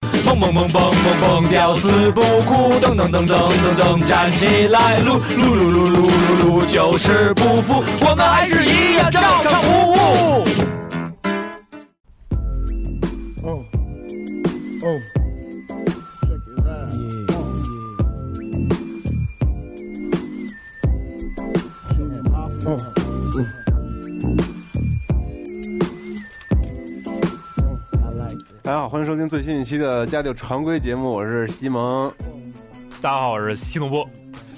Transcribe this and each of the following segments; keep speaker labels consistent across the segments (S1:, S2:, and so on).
S1: 蹦蹦蹦蹦蹦蹦，吊死不哭，噔噔噔噔噔噔，站起来，撸撸撸撸撸撸撸，就是不服，我们还是一样照常服务。
S2: Oh. Oh. Check it out. Oh. Ooh. Oh.
S3: 大家好，欢迎收听最新一期的《家教常规》节目，我是西蒙。
S4: 大家好，我是西东波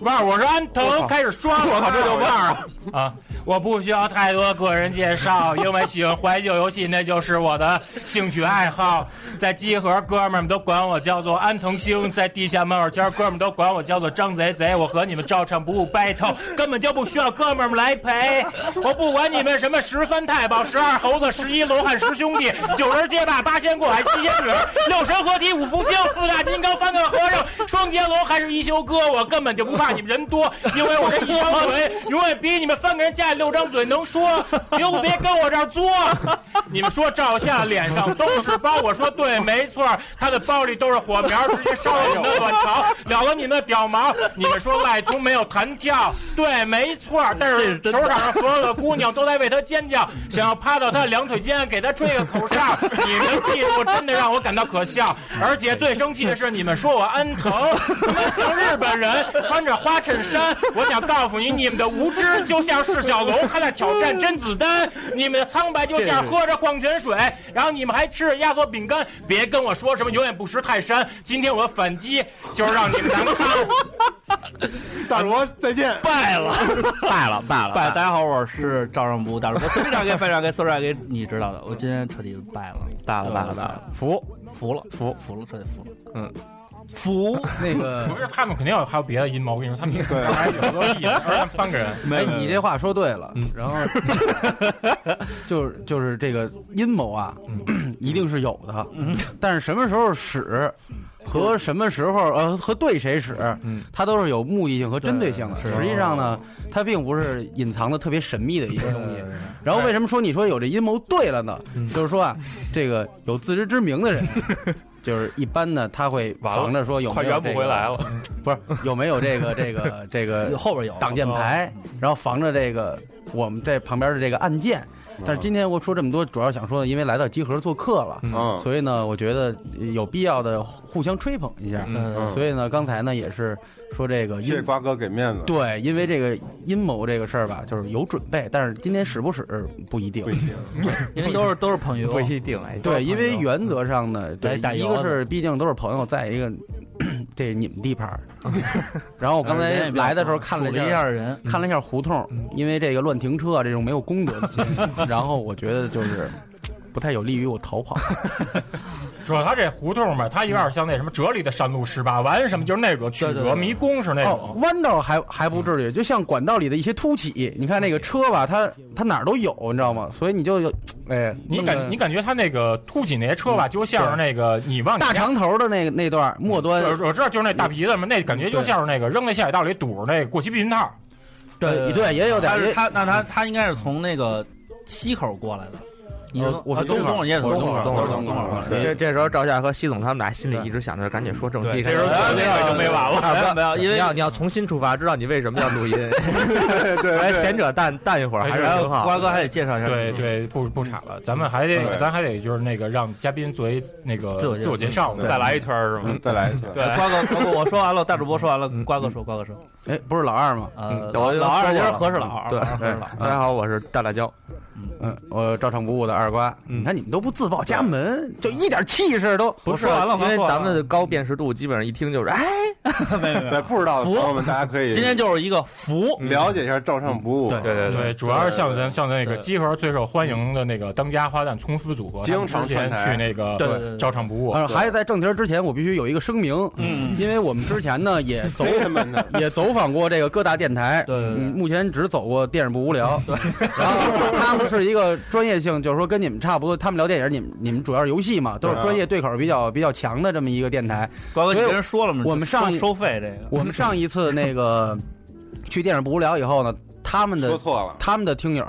S5: 腕儿，我是安
S3: 我操
S5: 藤，开始刷哎我，这就腕儿啊！我不需要太多个人 介绍，因为喜欢怀旧游戏那就是我的兴趣爱好。在集合，哥们儿们都管我叫做安藤星；在地下漫画圈，哥们儿都管我叫做张贼贼。我和你们照唱不误 battle，根本就不需要哥们儿们来陪。我不管你们什么十三太保、十二猴子、十一罗汉十兄弟、九人街霸、八仙过海、七仙女、六神合体、五福星、四大金刚、三个和尚、双截龙，还是一休哥，我根本就不怕你们人多，因为我这一张嘴永远比你们三个人加起来六张嘴能说，又别跟我这儿作。你们说照相脸上都是包，我说对，没错儿，他的包里都是火苗，直接烧了你们的卵巢，燎了你们的屌毛。你们说赖聪没有弹跳，对，没错儿，但是球场上所有的姑娘都在为他尖叫，想要趴到他的两腿间给他吹个口哨。你们的嫉妒真的让我感到可笑，而且最生气的是你们说我安藤他妈像日本人穿着花衬衫，我想告诉你，你们的无知就像释小龙还在挑战甄子丹，你们的苍白就像喝着矿泉水，然后你们还吃着压缩饼干。别跟我说什么永远不识泰山，今天我的反击就是让你们难堪。
S3: 大主播再见。
S4: 败了，
S5: 败了，败了
S4: 败
S5: 败
S4: 了。大
S5: 了！
S4: 家好，我是赵尚武，大主播，非常给，非常给，非常给，你知道的，我今天彻底败了，
S5: 败了败了败了！
S4: 服服了，服服了，彻底服了，嗯，服那个
S5: 不是，他们肯定有还有别的阴谋，我跟你说，他们还有多阴谋，而且他们三个人。
S6: 哎，你这话说对了，
S4: 嗯
S6: 然后就是就是这个阴谋啊，
S4: 嗯
S6: 一定是有的，但是什么时候使
S4: 嗯
S6: 和什么时候呃和对谁使，它都是有目的性和针对性的。实际上呢，它并不是隐藏的特别神秘的一些东西。然后为什么说你说有这阴谋对了呢？
S4: 嗯
S6: 就是说啊，这个有自知之 明的人。就是一般呢，他会
S4: 完了
S6: 防着说有
S4: 快
S6: 没有
S4: 圆
S6: 这
S4: 不
S6: 个
S4: 回来，了，
S6: 不是有没有这个这个这个
S4: 后边有
S6: 挡箭牌，然后防着这个我们这旁边的这个按键。但是今天我说这么多，主要想说的，因为来到集合做客了，
S3: 嗯
S6: 所以呢，我觉得有必要的互相吹捧一下。
S4: 嗯
S6: 所以呢，刚才呢也是说这个
S3: 谢谢
S6: 阴
S3: 瓜哥给面子，
S6: 对，因为这个阴谋这个事儿吧，就是有准备，但是今天使不使不一定
S3: 不。行，
S4: 因为都是都是朋友，
S5: 不一定哎，
S6: 对，因为原则上呢，
S4: 嗯
S6: 对
S4: 来，打
S6: 一
S4: 油啊了
S6: 个是毕竟都是朋友，再一 个这是你们地盘 儿。然后我刚
S4: 嗯哎人也
S6: 才
S4: 比较
S6: 来的时候哦看了
S4: 数了一下人，嗯
S6: 看了一下嗯胡同，因为这个乱停车啊，这种没有公德 的行为，然后我觉得就是不太有利于我逃跑。
S5: 主要他这胡同吧，他有点像那什么哲理的山路十八弯什么，就是那种曲
S4: 对对
S5: 折
S4: 对
S5: 迷宫
S4: 哎
S5: 是那
S6: 哦
S5: 种。，
S6: 弯道还还
S4: 嗯
S6: 不至于，就像管道里的一些凸起，你看那个车吧，它它哪儿都有，你知道吗？所以你就有哎，
S5: 你
S6: 弄个
S5: 感你感觉他那个凸起那些
S4: 嗯
S5: 车吧，就像是那个你往你家
S6: 大长头的那个那段末端，
S5: 我我知道，就是那大鼻子嘛，那感觉就像是那个扔那下水道里堵着那个过期避孕套，
S6: 对对，也有点
S4: 但是
S6: 也
S4: 呃他那他他应该是从那个西口过来的，你是
S6: 哦呃我我
S4: 啊
S6: 是
S4: 东
S6: 口，
S4: 口，你也是
S6: 我是
S4: 口，
S6: 口，
S4: 东
S6: 我是
S4: 东
S6: 东
S4: 口过来
S6: 口
S4: 的。
S6: 对
S7: 这这时候赵夏和西总他们俩心里一直想着赶紧说正题，
S5: 对这时
S6: 哎
S5: 候
S7: 赶紧
S5: 这时候已经没完了
S7: 啊不要
S4: 哎没有因为
S7: 你要你要重新出发，知道你为什么要录音，
S3: 对对
S4: 哎
S7: 来
S3: 对，
S7: 闲者淡淡一会
S6: 哎
S7: 儿还是
S4: 然后
S7: 挺好
S4: 瓜哥
S7: 的。
S4: 还得介绍一下，
S5: 对，对，不不傻了，咱们还得
S3: 对
S5: 咱还得就是那个让嘉宾作为那个
S4: 自我介
S5: 自我介绍嘛，
S3: 对
S5: 再
S4: 再
S5: 来
S4: 来一圈是吗？
S3: 嗯再来一次，
S5: 对
S4: 瓜哥，瓜哥，我说完了，大主播说完了，瓜哥说，瓜哥说，
S6: 哎，不是老二吗？
S4: 呃，
S7: 嗯我就
S4: 老二
S7: 说过了
S4: 今儿合适老二，
S7: 对
S4: 老二合适
S6: 哎
S4: 嗯老二
S7: 大家好，我是大辣椒，
S6: 嗯，我照常不误的二瓜，你看你们都不自报家门，就一点气势都
S4: 嗯不
S7: 我
S4: 是说完了，
S7: 因为
S4: 我刚说完了
S7: 咱们的高辨识度基本上一听就是哎，
S4: 没有没有没
S3: 对嗯
S4: 有，
S3: 不知道的朋友们，大家可以
S4: 今天就是一个服，
S3: 了解一下照唱不误。
S6: 对
S4: 对对，
S5: 对，主要是像咱像那个集合最受欢迎的那个当家花旦葱丝组合，他
S3: 经
S5: 们
S3: 常
S5: 之前
S3: 串台
S5: 去那个
S4: 对对对对嗯
S5: 照唱不误，
S6: 呃，还是在正题儿之前，我必须有一个声明，嗯，因为我们之前呢也走
S3: 黑他们 的，
S6: 也走访过这个各大电台，
S4: 对对对
S6: 嗯目前只走过电影不无聊， 然后他们是一个专业性，就是说跟你们差不多，他们聊电影，你们你们主要是游戏嘛，
S3: 啊
S6: 都是专业对口比较比较强的这么一个电台。
S3: 嗯
S4: 瓜哥，你
S6: 所以
S4: 跟人说了吗？
S6: 我们
S4: 收
S6: 上一
S4: 收费这个，
S6: 我们上一次那个去电影不无聊以后呢，他们
S3: 说
S6: 的
S3: 错了，
S6: 他们的听友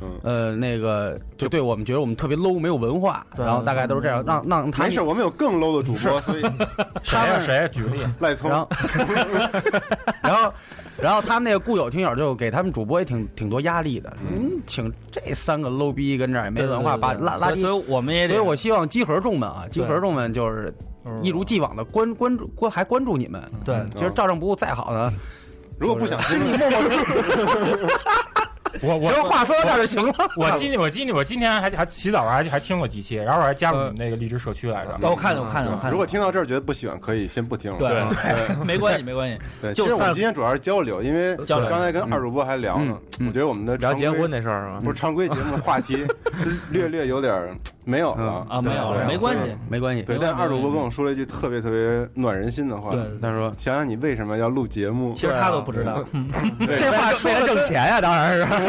S3: 嗯
S6: 呃，那个就对我们觉得我们特别 low，没有文化，
S4: 对
S6: 然后大概都是这样，让让他
S3: 没事，我们有更 low 的主播，所以
S5: 谁呀谁呀？举例，
S3: 赖聪
S6: 然后， 然后，然后他们那个固有听友就给他们主播也挺挺多压力的，嗯，请这三个 low 逼跟这儿也没文化，把拉拉低。
S4: 所
S6: 所
S4: 以我们也
S6: 以
S4: 得，
S6: 我希望集合众们啊，集合众们就是一如既往的关关注关还关注你们。
S4: 对
S6: 其实照正不误再好呢，
S3: 如果不想听，
S5: 我我
S6: 只要话说到这儿就行了。
S5: 我今我今我今天还还洗澡啊还还听过几期，然后我还加入你们那个荔枝社区来着。
S4: 我看见我看见我看见
S3: 如果听到这儿觉得不喜欢，可以先不听了。
S4: 对
S3: 嗯对
S4: 没关系没关系，
S3: 对，
S4: 就
S3: 其实我
S4: 散
S3: 们今天主要是交流，因为
S4: 交流
S3: 刚才跟二主播还聊呢，
S6: 嗯嗯
S3: 我觉得我们的
S7: 聊
S3: 常规
S7: 结婚那事儿
S6: 嗯
S7: 吗？
S3: 啊不是常规节目的话题，略略有点儿没有了
S4: 啊没有
S3: 对
S4: 了没关系，
S6: 没关系。
S4: 没
S3: 对，
S4: 有
S3: 但
S4: 没有
S3: 二主播跟我说了一句特别特别暖人心的话，
S4: 对，
S6: 他说
S3: 想想你为什么要录节目？
S4: 其实他都不知道，
S6: 这话说了挣钱呀，当然是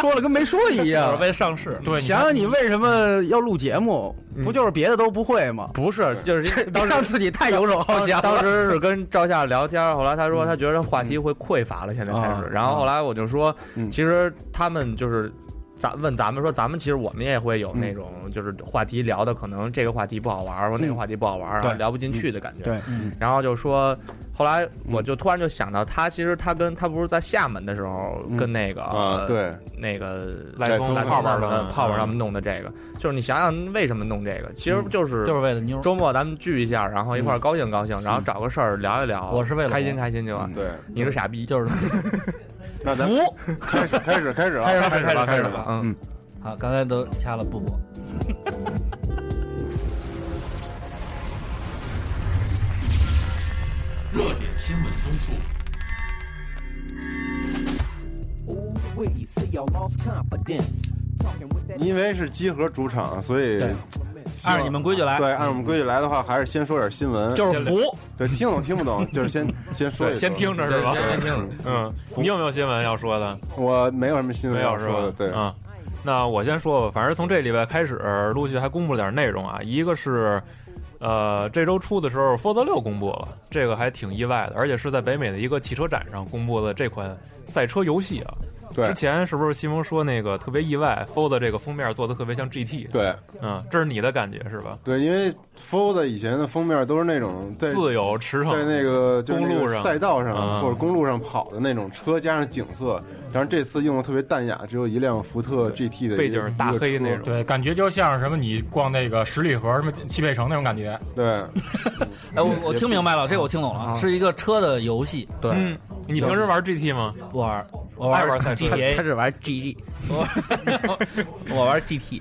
S6: 说了跟没说 一
S4: 我
S6: 样
S7: 啊
S4: 是。为了上市，
S5: 对，你
S6: 想想你为什么要录节目，不就是别的都不会吗？
S7: 不是，就是
S6: 别 让自己太游手好
S7: 当
S6: 闲
S7: 当
S6: 了。
S7: 时是跟赵夏聊天，后来他
S4: 嗯
S7: 说他觉得话题会匮乏了，现在开
S4: 啊
S7: 始。
S6: 嗯
S7: 然后后来我就说，
S3: 嗯
S7: 其实他们就是咱问咱们说，咱们其实我们也会有
S3: 嗯
S7: 那种就是话题聊的，可能这个话题不好玩儿，或那个话题不好玩儿，然后
S6: 对
S7: 聊不进去的感觉。
S6: 对
S4: 嗯
S7: 然后就说，后来我
S3: 嗯
S7: 就突然就想到，他其实他跟他不是在厦门的时候
S6: 嗯
S7: 跟那个呃
S3: 啊，，对，
S7: 那个
S3: 赖聪
S7: 赖
S5: 泡泡
S7: 他们
S5: 他们
S7: 泡泡他们弄的这个，就是你想想为什么弄这个，其实就是
S4: 就是为了妞儿。
S7: 周末咱们聚一下，然后一块儿高兴高兴，然后找个事儿聊一聊。
S4: 我是为了
S7: 开心开心就完
S6: 嗯。
S3: 对，
S7: 你是傻逼，
S4: 就是
S3: 那咱
S4: 服
S3: 开始开始开始啊，
S7: 开始吧，
S3: 开
S7: 开
S3: 始
S7: 始
S3: 吧
S7: 吧，嗯，
S4: 好，啊刚才都掐了布布，
S8: 热点新闻综述，
S2: Ooh, we see y'all lost confidence. Talking with that
S3: 因为是集合主场，所以
S4: 对
S2: compliment.
S4: 按你们规矩来，
S3: 对，按我们规矩来的话，还是先说点新闻。
S4: 就是服。
S3: 对，听懂听不懂，就是先先说一说，
S8: 先听着是吧？
S7: 先听
S8: 嗯，你有没有新闻要说的？
S3: 我没有什么新
S8: 没
S3: 闻
S8: 有
S3: 要
S8: 是
S3: 说
S8: 吧
S3: 的，？对，
S8: 啊，那我先说吧。反正从这礼拜开始，陆续还公布了点内容啊。一个是，呃，这周初的时候，Forza 六公布了，这个还挺意外的，而且是在北美的一个汽车展上公布的这款赛车游戏啊。
S3: 对
S8: 之前是不是西蒙说那个特别意外，Forza 这个封面做的特别像 GT？
S3: 对
S8: 嗯，这是你的感觉是吧？
S3: 对，因为 Fold 以前的封面都是那种在
S8: 自由驰骋
S3: 在那个就是那个
S8: 公路上
S3: 赛道
S8: 啊
S3: 上或者公路上跑的那种车，加上景色，然后这次用的特别淡雅，只有一辆福特 GT 的
S8: 背
S3: 一个
S8: 景大黑那种
S3: 一个车
S5: 对，感觉就像是什么你逛那个十里河什么汽配城那种感觉。
S3: 对，
S4: 哎，我我听明白了，这个我听懂
S7: 啊
S4: 了，是一个车的游戏，
S6: 对，
S8: 嗯，你平时玩 GT 吗？
S4: 不玩儿，我
S8: 爱玩赛车
S4: GTA，
S7: 只玩 GG，
S4: 我我玩 GT，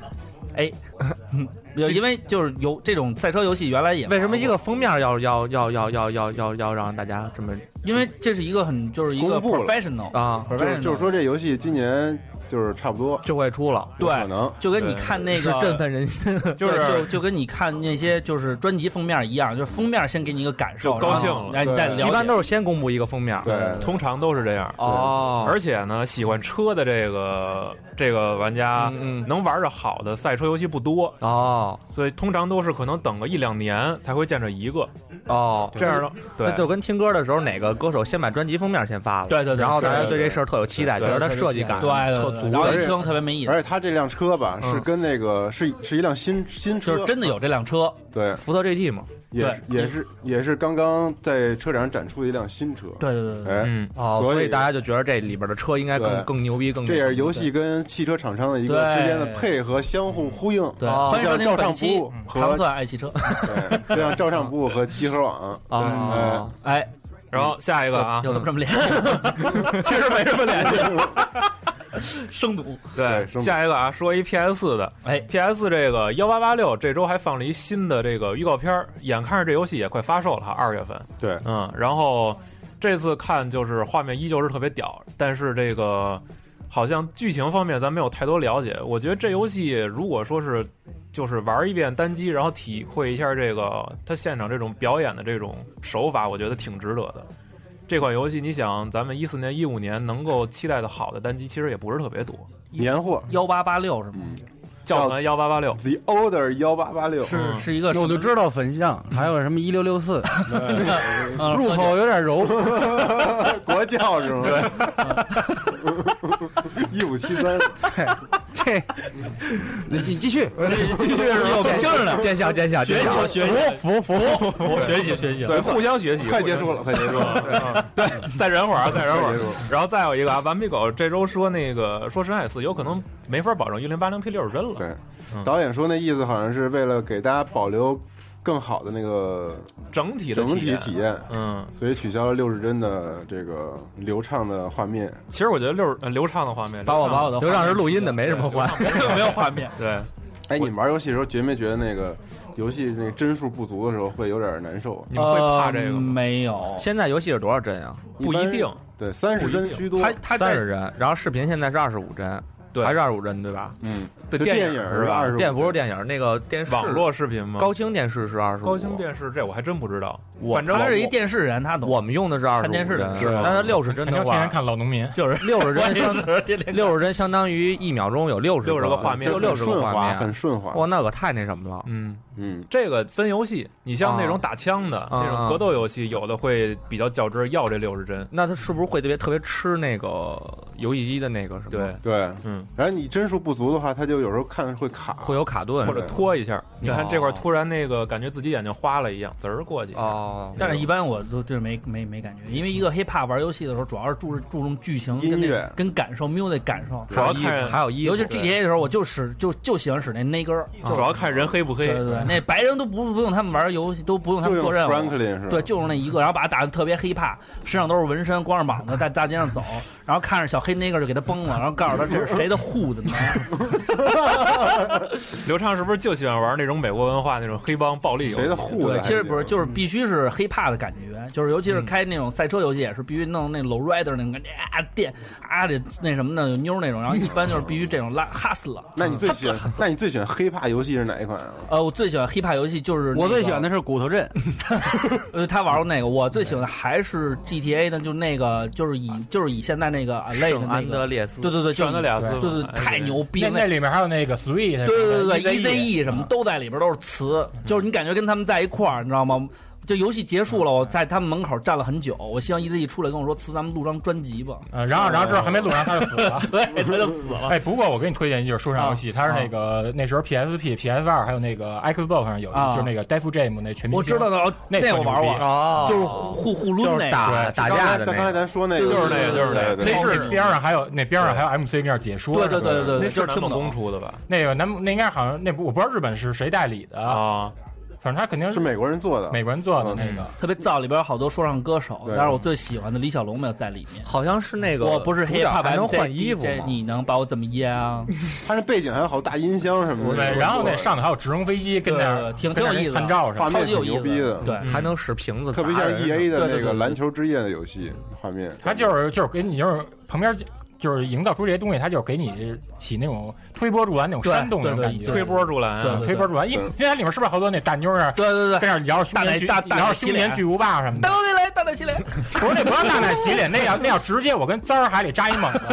S4: 哎， 有因为就是有这种赛车游戏，原来也玩
S7: 为什么一个封面要要要要要要要要让大家这么
S4: 因为这是一个很就是一个
S3: 公布了
S4: professional，
S7: 啊？
S3: 就是就是说这游戏今年就是差不多，
S7: 就会出了，
S3: 有可能
S4: 就跟你看那个
S7: 是振奋人心。
S8: 就
S4: 对
S8: 是
S4: 就就跟你看那些就是专辑封面一样，就是封面先给你一个感受，
S8: 就高兴
S4: 然后
S8: 了
S4: 然后你再
S3: 对
S4: 了解。
S7: 一般都是先公布一个封面，
S3: 对，
S8: 通常都是这样。
S7: 哦，
S8: 而且呢，喜欢车的这个这个玩家，
S7: 嗯嗯
S8: 能玩的好的赛车游戏不多，
S7: 哦
S8: 所以通常都是可能等个一两年才会见着一个
S7: 哦，
S8: 这样的。
S7: 那
S8: 对，
S7: 就跟听歌的时候，哪个歌手先把专辑封面先发了，
S4: 对对对
S7: 然后大家
S8: 对
S7: 对
S8: 对
S7: 这事儿特有期待，觉得
S8: 对
S7: 它设计感
S4: 对
S7: 特
S4: 对对，
S7: 足
S4: 然后一
S3: 而且
S4: 听特别没意思，
S8: 哎
S3: 而且它这辆车吧
S7: 嗯
S3: 是跟那个是是一辆新新
S4: 就
S3: 车
S4: 是，真的有这辆车，
S3: 对，
S7: 福特 GT 嘛，
S3: 也是也是也是刚刚在车展上展出的一辆新车，
S4: 对对对对，
S3: 哎，
S8: 嗯，
S7: 哦，
S3: 所以
S7: 所以大家就觉得这里边的车应该
S3: 对
S7: 更更牛逼，更
S3: 这也是游戏跟汽车厂商的一个
S4: 对
S3: 之间的配合，相互呼应。
S4: 对，
S7: 哦
S4: 欢迎收
S3: 就
S4: 听本
S3: 像照上不
S4: 期
S3: 误
S4: 《
S3: 和
S4: 糖蒜爱汽车》。
S3: 对， 就像照相部和集合网，
S7: 啊，哦
S4: 哎，
S8: 然后下一个啊，
S4: 有这么这么 连，
S8: 其实没什么联系。
S4: 生赌。
S8: 对，
S3: 是吗
S8: 下一个啊，说一 PS 四的
S4: 哎，
S8: PS 这个幺八八六，这周还放了一新的这个预告片儿，眼看着这游戏也快发售了哈，二月份。
S3: 对，
S8: 嗯，然后这次看就是画面依旧是特别屌，但是这个好像剧情方面咱没有太多了解。我觉得这游戏如果说是就是玩一遍单机，然后体会一下这个它现场这种表演的这种手法，我觉得挺值得的。这款游戏，你想，咱们一四年、一五年能够期待的好的单机，其实也不是特别多。
S3: 年货，
S7: 嗯
S4: 幺八八六是吗？
S8: 教团幺八八六，
S3: The Order 幺八八六，
S4: 是是一个
S6: 我就知道粉象，还有什么一六六四，
S4: 嗯
S6: 入口有点柔，
S3: 国教是吗？ 一五七三，
S6: 这你你 继续，
S4: 继续有
S7: 见
S4: 劲儿了，
S7: 见笑见笑，
S5: 学
S7: 见
S5: 习
S7: 笑
S5: 了，学习了，
S6: 服服服，
S5: 我学习学习了。
S3: 对，
S8: 互相学习，
S3: 快结束了，快结束 了，
S8: 再忍会儿啊，再忍会
S3: 快结束。
S8: 儿然后再有一个啊，顽皮狗这周说那个说深海四有可能没法保证一零八零 P 六是真了，
S3: 对。导演说那意思好像是为了给大家保留更好的那个
S8: 整体的
S3: 整体
S8: 验
S3: 体验，
S8: 嗯，
S3: 所以取消了六十帧的这个流畅的画面。
S8: 其实我觉得六呃流畅的画面，
S4: 把我把我的
S7: 刘
S4: 话
S7: 畅是录音的，没什么换。
S5: 没有画面，
S8: 对，
S3: 哎，你们玩游戏的时候觉没觉得那个游戏那个帧数不足的时候会有点难受？啊
S8: 你们会怕这个
S4: 呃
S8: 吗？
S4: 没有，
S7: 现在游戏是多少帧啊？
S8: 不一
S3: 般
S8: 定，
S3: 对，三十帧居多。
S7: 它
S4: 哎
S7: 它三十帧，然后视频现在是二十五帧，
S8: 对
S7: 还是二十五帧对吧？
S3: 嗯，
S8: 对
S3: 就
S8: 电
S3: 电
S8: 影
S3: 影
S8: 儿
S3: 是
S8: 是吧
S3: 二十，
S7: 电不是电影，那个电视
S8: 网络视频吗？
S7: 高清电视是二十五，
S8: 高清电视这我还真不知道，
S7: 我
S8: 反正
S4: 他是一电视人，他懂。
S7: 我们用的是二十
S4: 看电视的
S3: 是吧
S7: 但它六十帧
S5: 肯定
S7: 的
S5: 天
S7: 话
S5: 天，看《老农民》。
S7: 就是六十帧相六十帧相当于一秒钟有六十
S8: 60个画面
S7: 就
S3: 就
S7: 六十个
S3: 顺
S7: 画
S3: 滑，
S7: 面
S3: 很，顺滑。
S7: 哇，那可太那什么了。
S8: 嗯。
S3: 嗯，
S8: 这个分游戏，你像那种打枪的、
S7: 啊
S8: 那种格斗游戏，有的会比较较真儿，要这六十帧。
S7: 那它是不是会特别特别吃那个游戏机的那个什么？
S8: 对，，
S3: 对，
S8: 嗯，
S3: 然后你帧数不足的话，它就有时候看会卡，
S7: 会有卡顿
S8: 或者拖一下，你看
S7: 哦
S8: 这块突然那个感觉自己眼睛花了一样，滋儿过去。
S7: 哦，
S4: 但是，一般我都就是没没没感觉，因为一个 hiphop 玩游戏的时候，主要是注注重剧情跟
S3: 音
S4: 那
S3: 乐
S4: 跟感受，music 感受。
S8: 主要看
S7: 还有一
S4: 尤其 GTA 的时候，我就使就就喜欢使那内根
S7: 啊
S4: 儿，就
S8: 主要看人黑不黑嗯
S4: 对。对对， 那白人都不不用他们玩游戏，都不用他
S3: 就
S4: 们
S3: 用
S4: 做任务。
S3: Franklin 是吧？
S4: 对，就用那一个，然后把他打的特别黑怕，身上都是纹身，光着膀子在大街上走，然后看着小黑那个就给他崩了，然后告诉他这是谁的护 的呢？
S8: 刘畅是不是就喜欢玩那种美国文化那种黑帮暴力游戏？
S3: 谁的护
S4: 对，
S3: 的？
S4: 其实不是，就是必须是黑怕的感觉，就是尤其是开那种赛车游戏也是必须弄那 low rider 那种感觉啊电啊得那什么的有妞儿那种，然后一般就是必须这种拉哈死了。
S3: 那你最喜欢，那你最喜欢黑怕游戏是哪一款啊？
S4: 呃，我最喜欢黑怕游戏就是、
S6: 我最喜欢的是骨头 阵，
S4: 呃，他玩过那个，我最喜欢的还是 GTA 呢，就那个就是以就是以现在那个 L 的
S7: 圣
S4: 那
S7: 安德
S4: 个，
S7: 烈斯，
S4: 对对对，就
S8: 圣安德烈亚斯哎
S4: 对对对，太牛逼
S5: 那
S4: 了，
S5: 那里面还有那个 Sweet，
S4: 对对对对
S5: EZE
S4: ，EZE 什么都在里边，都是词，就是你感觉跟他们在一块儿，你知道吗？就游戏结束了，我在他们门口站了很久，我希望 EZE 出来跟我说词，咱们录张专辑吧。
S5: 啊，然后然后之后还没录上他就死了。
S4: 对，他就死了。
S5: 哎，不过我给你推荐一就是说唱游
S4: 啊
S5: 戏，它是那个那时候 PSP、PS 二还有那个 Xbox 上有一
S4: 啊
S5: 个，就是那个 Def Jam 那全明星。
S4: 我知道的，
S5: 那
S4: 那我玩
S5: 特牛逼
S4: 过，
S7: 哦，
S4: 就是互互抡那个。
S7: 打
S3: 对
S7: 打架的
S3: 刚才
S7: 那
S3: 刚才
S7: 个，
S3: 咱说那个，
S8: 就是那个就是那个
S3: 对
S5: 那
S8: 这是
S5: 边上还有那边上还有 MC 在那儿解说。
S4: 对对对对
S8: 那
S4: 对，就是是
S8: 南
S4: 听不
S8: 梦
S4: 懂。
S8: 宫出的吧？
S5: 那个南那应该好像那不我不知道日本是谁代理的，
S8: 啊，
S5: 反正他肯定
S3: 是美国人做的，
S5: 美国人
S4: 嗯
S5: 做的那个。
S4: 特别燥，里边有好多说唱歌手，
S3: 对
S4: 但是我最喜欢的李小龙没有在里面。
S7: 好像是那个，
S4: 我不是
S7: 主
S4: 黑
S7: 角
S4: 怕
S7: 还
S4: 白，
S7: 能换衣服吗
S4: 你能把我怎么啊样？
S3: 它那背景还有好大音箱什么的。
S5: 对，然后那上头还有直升飞机跟那
S4: 对
S5: 儿
S4: 挺挺有意思的
S5: 跟那儿探照什
S3: 画
S5: 么
S3: 面
S4: 超
S3: 挺
S4: 级有意
S3: 牛逼
S4: 思
S3: 的，，
S4: 对，
S8: 嗯
S7: 还能使瓶子砸
S3: 特
S7: 人，
S3: 别像 E A 的
S4: 对对
S3: 那
S4: 对
S3: 个篮球之夜的游戏画面，
S5: 他就是就是给你就是旁边就就是营造出这些东西，他就是给你起那种推波助澜那种
S4: 对
S5: 煽动那种
S4: 对对
S5: 感觉，
S4: 对
S8: 推波助澜啊
S4: 对，
S5: 推波助澜。因为因为它里面是不是好多那大妞儿啊，
S4: 对对
S5: 跟
S4: 对，
S5: 那儿聊着胸
S4: 大奶
S5: 前巨
S4: 大大奶
S5: 聊着
S4: 洗
S5: 胸前
S4: 脸
S5: 巨无霸什 么的
S4: 大。起来，大起来，
S5: 不是那不要大奶洗脸，那要那要直接我跟簪儿海里扎一猛子。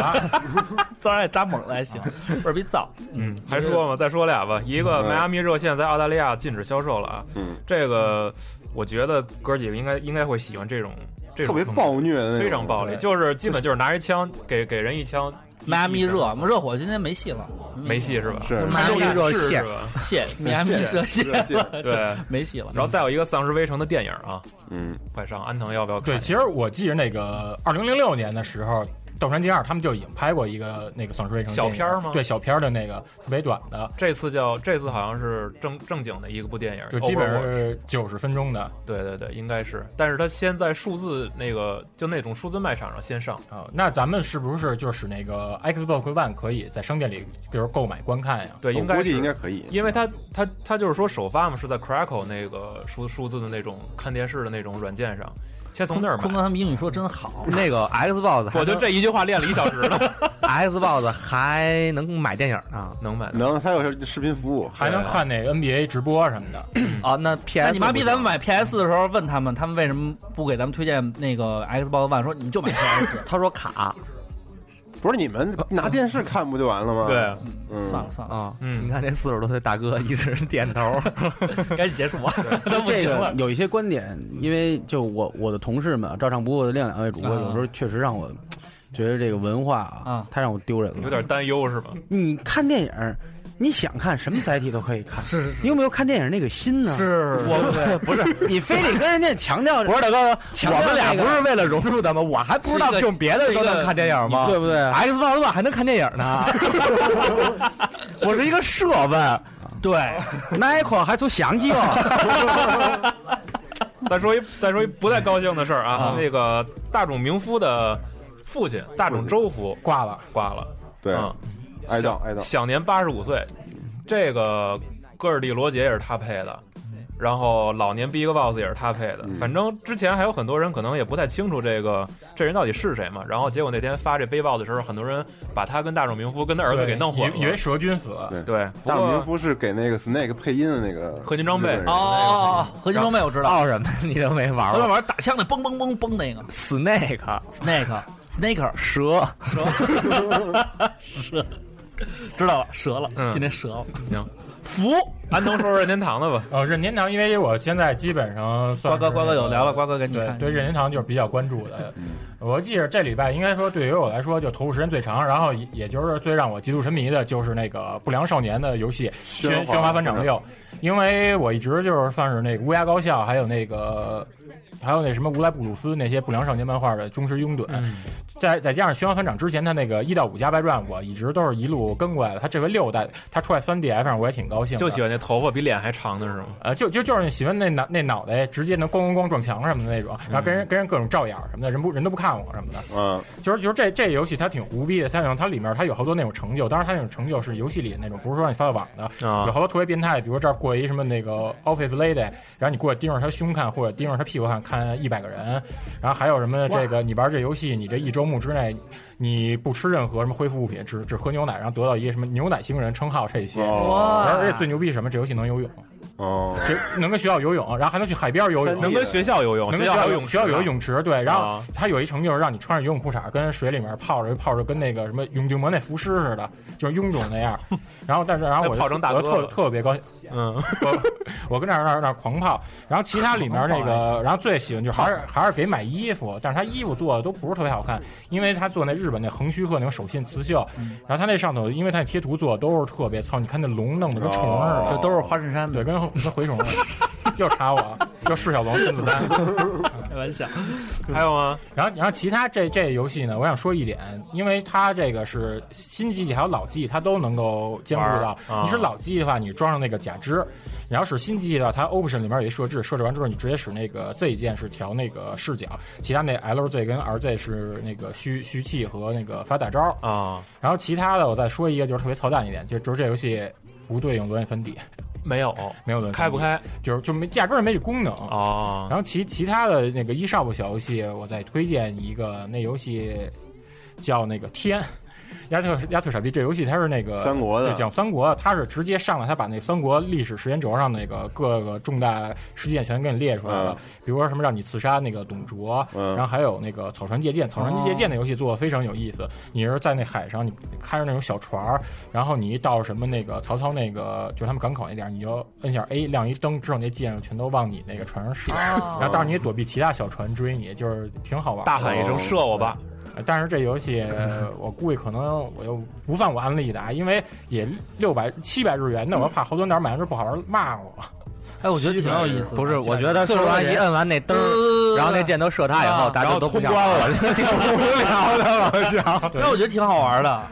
S4: 自然也扎猛了还行， 味儿比燥。
S8: 嗯，还说吗？再说俩吧。一个
S3: 嗯
S8: 迈阿密热线在澳大利亚禁止销售了啊。
S3: 嗯，
S8: 这个我觉得哥几个应该应该会喜欢这种这
S3: 特
S8: 种
S3: 别
S8: 风格
S3: 暴虐的那种，
S8: 嗯非常暴力，就是基本就是拿一枪给给人一枪，
S4: 迈阿密热，热火今天没戏了，
S8: 没戏是吧？
S3: 是
S4: 就迈阿
S8: 还是
S4: 密
S8: 有点
S4: 热
S8: 事
S4: 线
S8: 是吧？
S4: 谢迈阿密热
S3: 谢
S4: 线
S3: 谢
S4: 了，
S8: 对，
S4: 没戏了。
S8: 然后再有一个《丧尸围城》的电影啊，
S3: 嗯，
S8: 快上，安藤要不要看
S5: 对，？其实我记着那个二零零六年的时候，《斗神剑二》他们就已经拍过一个那个丧尸围城
S8: 小片儿吗
S5: 对，小片儿的那个特别短的，
S8: 这次叫这次好像是正正经的一个部电影，
S5: 就基本上
S8: 哎 Overwatch
S5: 是九十分钟的。
S8: 对对对，应该是，但是它先在数字那个就那种数字卖场上先上，
S5: 啊、那咱们是不是就使那个 Xbox One 可以在商店里，比如购买观看呀？
S8: 对，应
S3: 我
S8: 该
S3: 估计
S8: 是
S3: 应该可以，
S8: 因为它它它就是说首发嘛是在 Crackle 那个数数字的那种看电视的那种软件上，先从那儿
S4: 空
S8: 买。
S4: 哥他们英语说真好，
S7: 那个 Xbox，还
S8: 我就
S7: 能
S8: 这一句话练了一 小时呢，
S7: Xbox 还能买电影呢
S8: 能买的。
S3: 能，它有视频服务，
S5: 还能看那个 NBA 直播什么的。
S7: 啊？那
S4: 那
S7: PS
S4: 你妈逼！
S7: 不
S4: 咱
S7: 行
S4: 们买 PS 的时候问他们，他们为什么不给咱们推荐那个 Xbox One？说你们就买 PS，
S7: 他说卡，
S3: 不是你们拿电视看不就完了吗？
S8: 对，
S3: 嗯，
S4: 算了算了，
S7: 啊，
S8: 嗯
S7: 你看那四十多岁大哥一直点头，哎
S4: 赶紧结束吧，都不
S6: 这
S4: 行
S6: 个
S4: 了。
S6: 有一些观点，因为就我我的同事们啊，照唱不误的另两位主播，
S4: 啊
S6: 有时候确实让我觉得这个文化啊
S4: 啊，
S6: 太让我丢人了。
S8: 有点担忧是吧？
S6: 你看电影儿，你想看什么载体都可以看，
S4: 是是
S6: 你有没有看电影那个心呢？
S4: 是，
S6: 我不是你非得跟人家强调，
S7: 不是大哥，
S6: 强
S7: 我
S6: 调
S7: 们俩
S6: 这个
S7: 不是为了融入他们，我还不知道
S4: 是一个
S7: 用别的都能看电影吗？
S6: 对不对？
S7: x b o x 还能看电影 呢，我是一个设问，
S4: 对，
S6: Nike 还出相机哦，
S8: 再说一再说一不太高兴的事儿啊，那个大冢明夫的父亲大冢周夫挂了，挂了，
S3: 对，
S8: 嗯，
S3: 哀悼
S8: 享
S3: 哀悼，
S8: 享年八十五岁。这个戈尔蒂罗杰也是他配的，然后老年 Big Boss 也是他配的。
S3: 嗯
S8: 反正之前还有很多人可能也不太清楚这个这人到底是谁嘛。然后结果那天发这背包的时候，很多人把他跟大冢明夫跟他儿子给弄混
S5: 以以为
S8: 了。
S5: 蛇君死，
S8: 对，不
S3: 大冢明
S8: 过
S3: 夫是给那个 Snake 配音的那个
S8: 合金装备
S3: 日本
S5: 哎
S3: 人
S4: 哦哦哦，合金装备我知道，
S5: 哦
S7: 闹什么你都没玩
S4: 我那
S7: 过。
S4: 玩打枪那嘣嘣嘣嘣那个
S7: Snake
S4: snake snake
S7: 蛇，
S4: 蛇，知道了，折了，
S5: 嗯。
S4: 今天折了，
S8: 行，
S4: 服。
S8: 安能说说任天 堂的吧
S5: 呃，任天堂，因为我现在基本上
S4: 瓜
S5: 算是
S4: 哥，瓜哥有聊了，
S5: 那个
S4: 瓜哥赶紧看。
S5: 对对，任天堂就是比较关注的。
S8: 嗯
S5: 我记着这礼拜应该说对于我来说就投入时间最长，然后也也就是最让我极度沉迷的就是那个不良少年的游戏《
S3: 喧
S5: 喧
S3: 哗
S5: 喧哗翻掌六》，因为我一直就是算是那个乌鸦高校，还有那个还有那什么无赖布鲁斯那些不良少年漫画的忠实拥趸，再再加上《宣王反掌》之前，他那个一到五加外传，我一直都是一路跟过来的。他这回六代，他出来三 DF 上，我也挺高兴的。
S8: 就喜欢那头发比脸还长的是吗？
S5: 呃，就就就是喜欢那脑那脑袋直接能咣咣咣撞墙什么的那种，然后跟人跟人各种照眼儿什么的，人不人都不看我什么的。
S3: 嗯，
S5: 就是就是这这游戏它挺胡逼的，它像它里面它有好多那种成就，当然它那种成就是游戏里那种，不是说让你发到网的，有好多特别变态，比如这儿过一什么那个 office lady，然后你过去盯着她胸看或者盯着她屁股看，看一百个人，然后还有什么这个你玩这游戏，你这一周目之内你不吃任何什么恢复物品，只只喝牛奶，然后得到一个什么牛奶星人称号这些，
S3: 哦
S5: 然后而
S4: 哇
S5: 且，最牛逼是什么，这游戏能游泳。
S3: 哦，
S5: 这能跟学校游泳，然后还能去海边游
S3: 三 D
S5: 泳，
S8: 能跟学校游泳，
S5: 能
S8: 哦学
S5: 跟
S8: 校还有
S5: 学
S8: 泳池
S5: 校
S8: 呢
S5: 有泳池，对。然后
S8: 啊
S5: 它有一成就是让你穿着游泳裤衩跟水里面泡着，泡着跟那个什么泳镜魔那浮尸似的，就是臃肿那 样。然后但是然后我就
S8: 泡成大
S5: 我
S8: 哥
S5: 特
S8: 了
S5: 特别高兴，
S8: 嗯，
S5: 我跟那儿那儿那儿狂泡。然后其他里面那个，然后最喜欢就还是还是给买衣服，但是他衣服做的都不是特别好看，因为他做那日本那横须贺那个手信刺绣，
S8: 嗯
S5: 然后他那上头，因为他那贴图做的都是特别糙，你看那龙弄得跟虫似的。
S4: 这都是花衬
S8: 嗯
S4: 衫
S5: 对，
S4: 的，
S5: 跟跟蛔虫似的， 又查我，又释小龙甄子丹。
S4: 开玩笑。
S8: 还有吗？
S5: 然后，然后其他这这游戏呢，我想说一点，因为它这个是新机器还有老机器，它都能够兼顾到。
S8: 玩儿啊
S5: 你是老机器的话，你装上那个假肢；你要是新机器的话，它 option 里面有一设置，设置完之后，你直接使那个 Z 键是调那个视角，其他那 LZ 跟 RZ 是那个虚虚气和那个发大招。
S8: 啊，
S5: 然后其他的我再说一个，就是特别操蛋一点，就就是这游戏不对应轮眼分底，
S8: 没有，
S5: 没有轮眼分
S8: 开不
S5: 底？
S8: 开？
S5: 就是就没压根儿没这功能。
S8: 哦，
S5: 然后其其他的那个 eShop 小游戏，我再推荐一个，那游戏叫那个天。亚特亚特傻逼，这游戏它是那个
S3: 三国的
S5: 对讲三国，它是直接上来，它把那三国历史时间轴上那个各个重大事件全给你列出来了，
S3: 嗯
S5: 比如说什么让你刺杀那个董卓，
S3: 嗯
S5: 然后还有那个草船借箭，草船借箭那游戏做的非常有意思，你是在那海上，你开着那种小船儿，然后你一到什么那个曹操那个就是他们港口那点儿，你就摁下 A 亮一灯，之后那箭全都往你那个船上射，
S4: 哦
S5: 然后当然你也躲避其他小船追你，就是挺好玩的。
S8: 大喊一
S3: 哦
S8: 声射我吧！
S5: 呃但是这游戏 呃我估计可能我又不算我安利的啊，因为也六百七百日元的，我怕好多人哪儿买完之后不好玩骂我。
S4: 哎，我觉得挺有意思的。
S7: 不是，我觉得四十万一摁完那灯儿，
S4: 呃，
S7: 然后那箭头射他以后，
S4: 啊
S7: 大家就都不想
S8: 然后
S7: 玩
S8: 通
S7: 了，挺无聊的了。
S4: 那哎我觉得挺好玩的。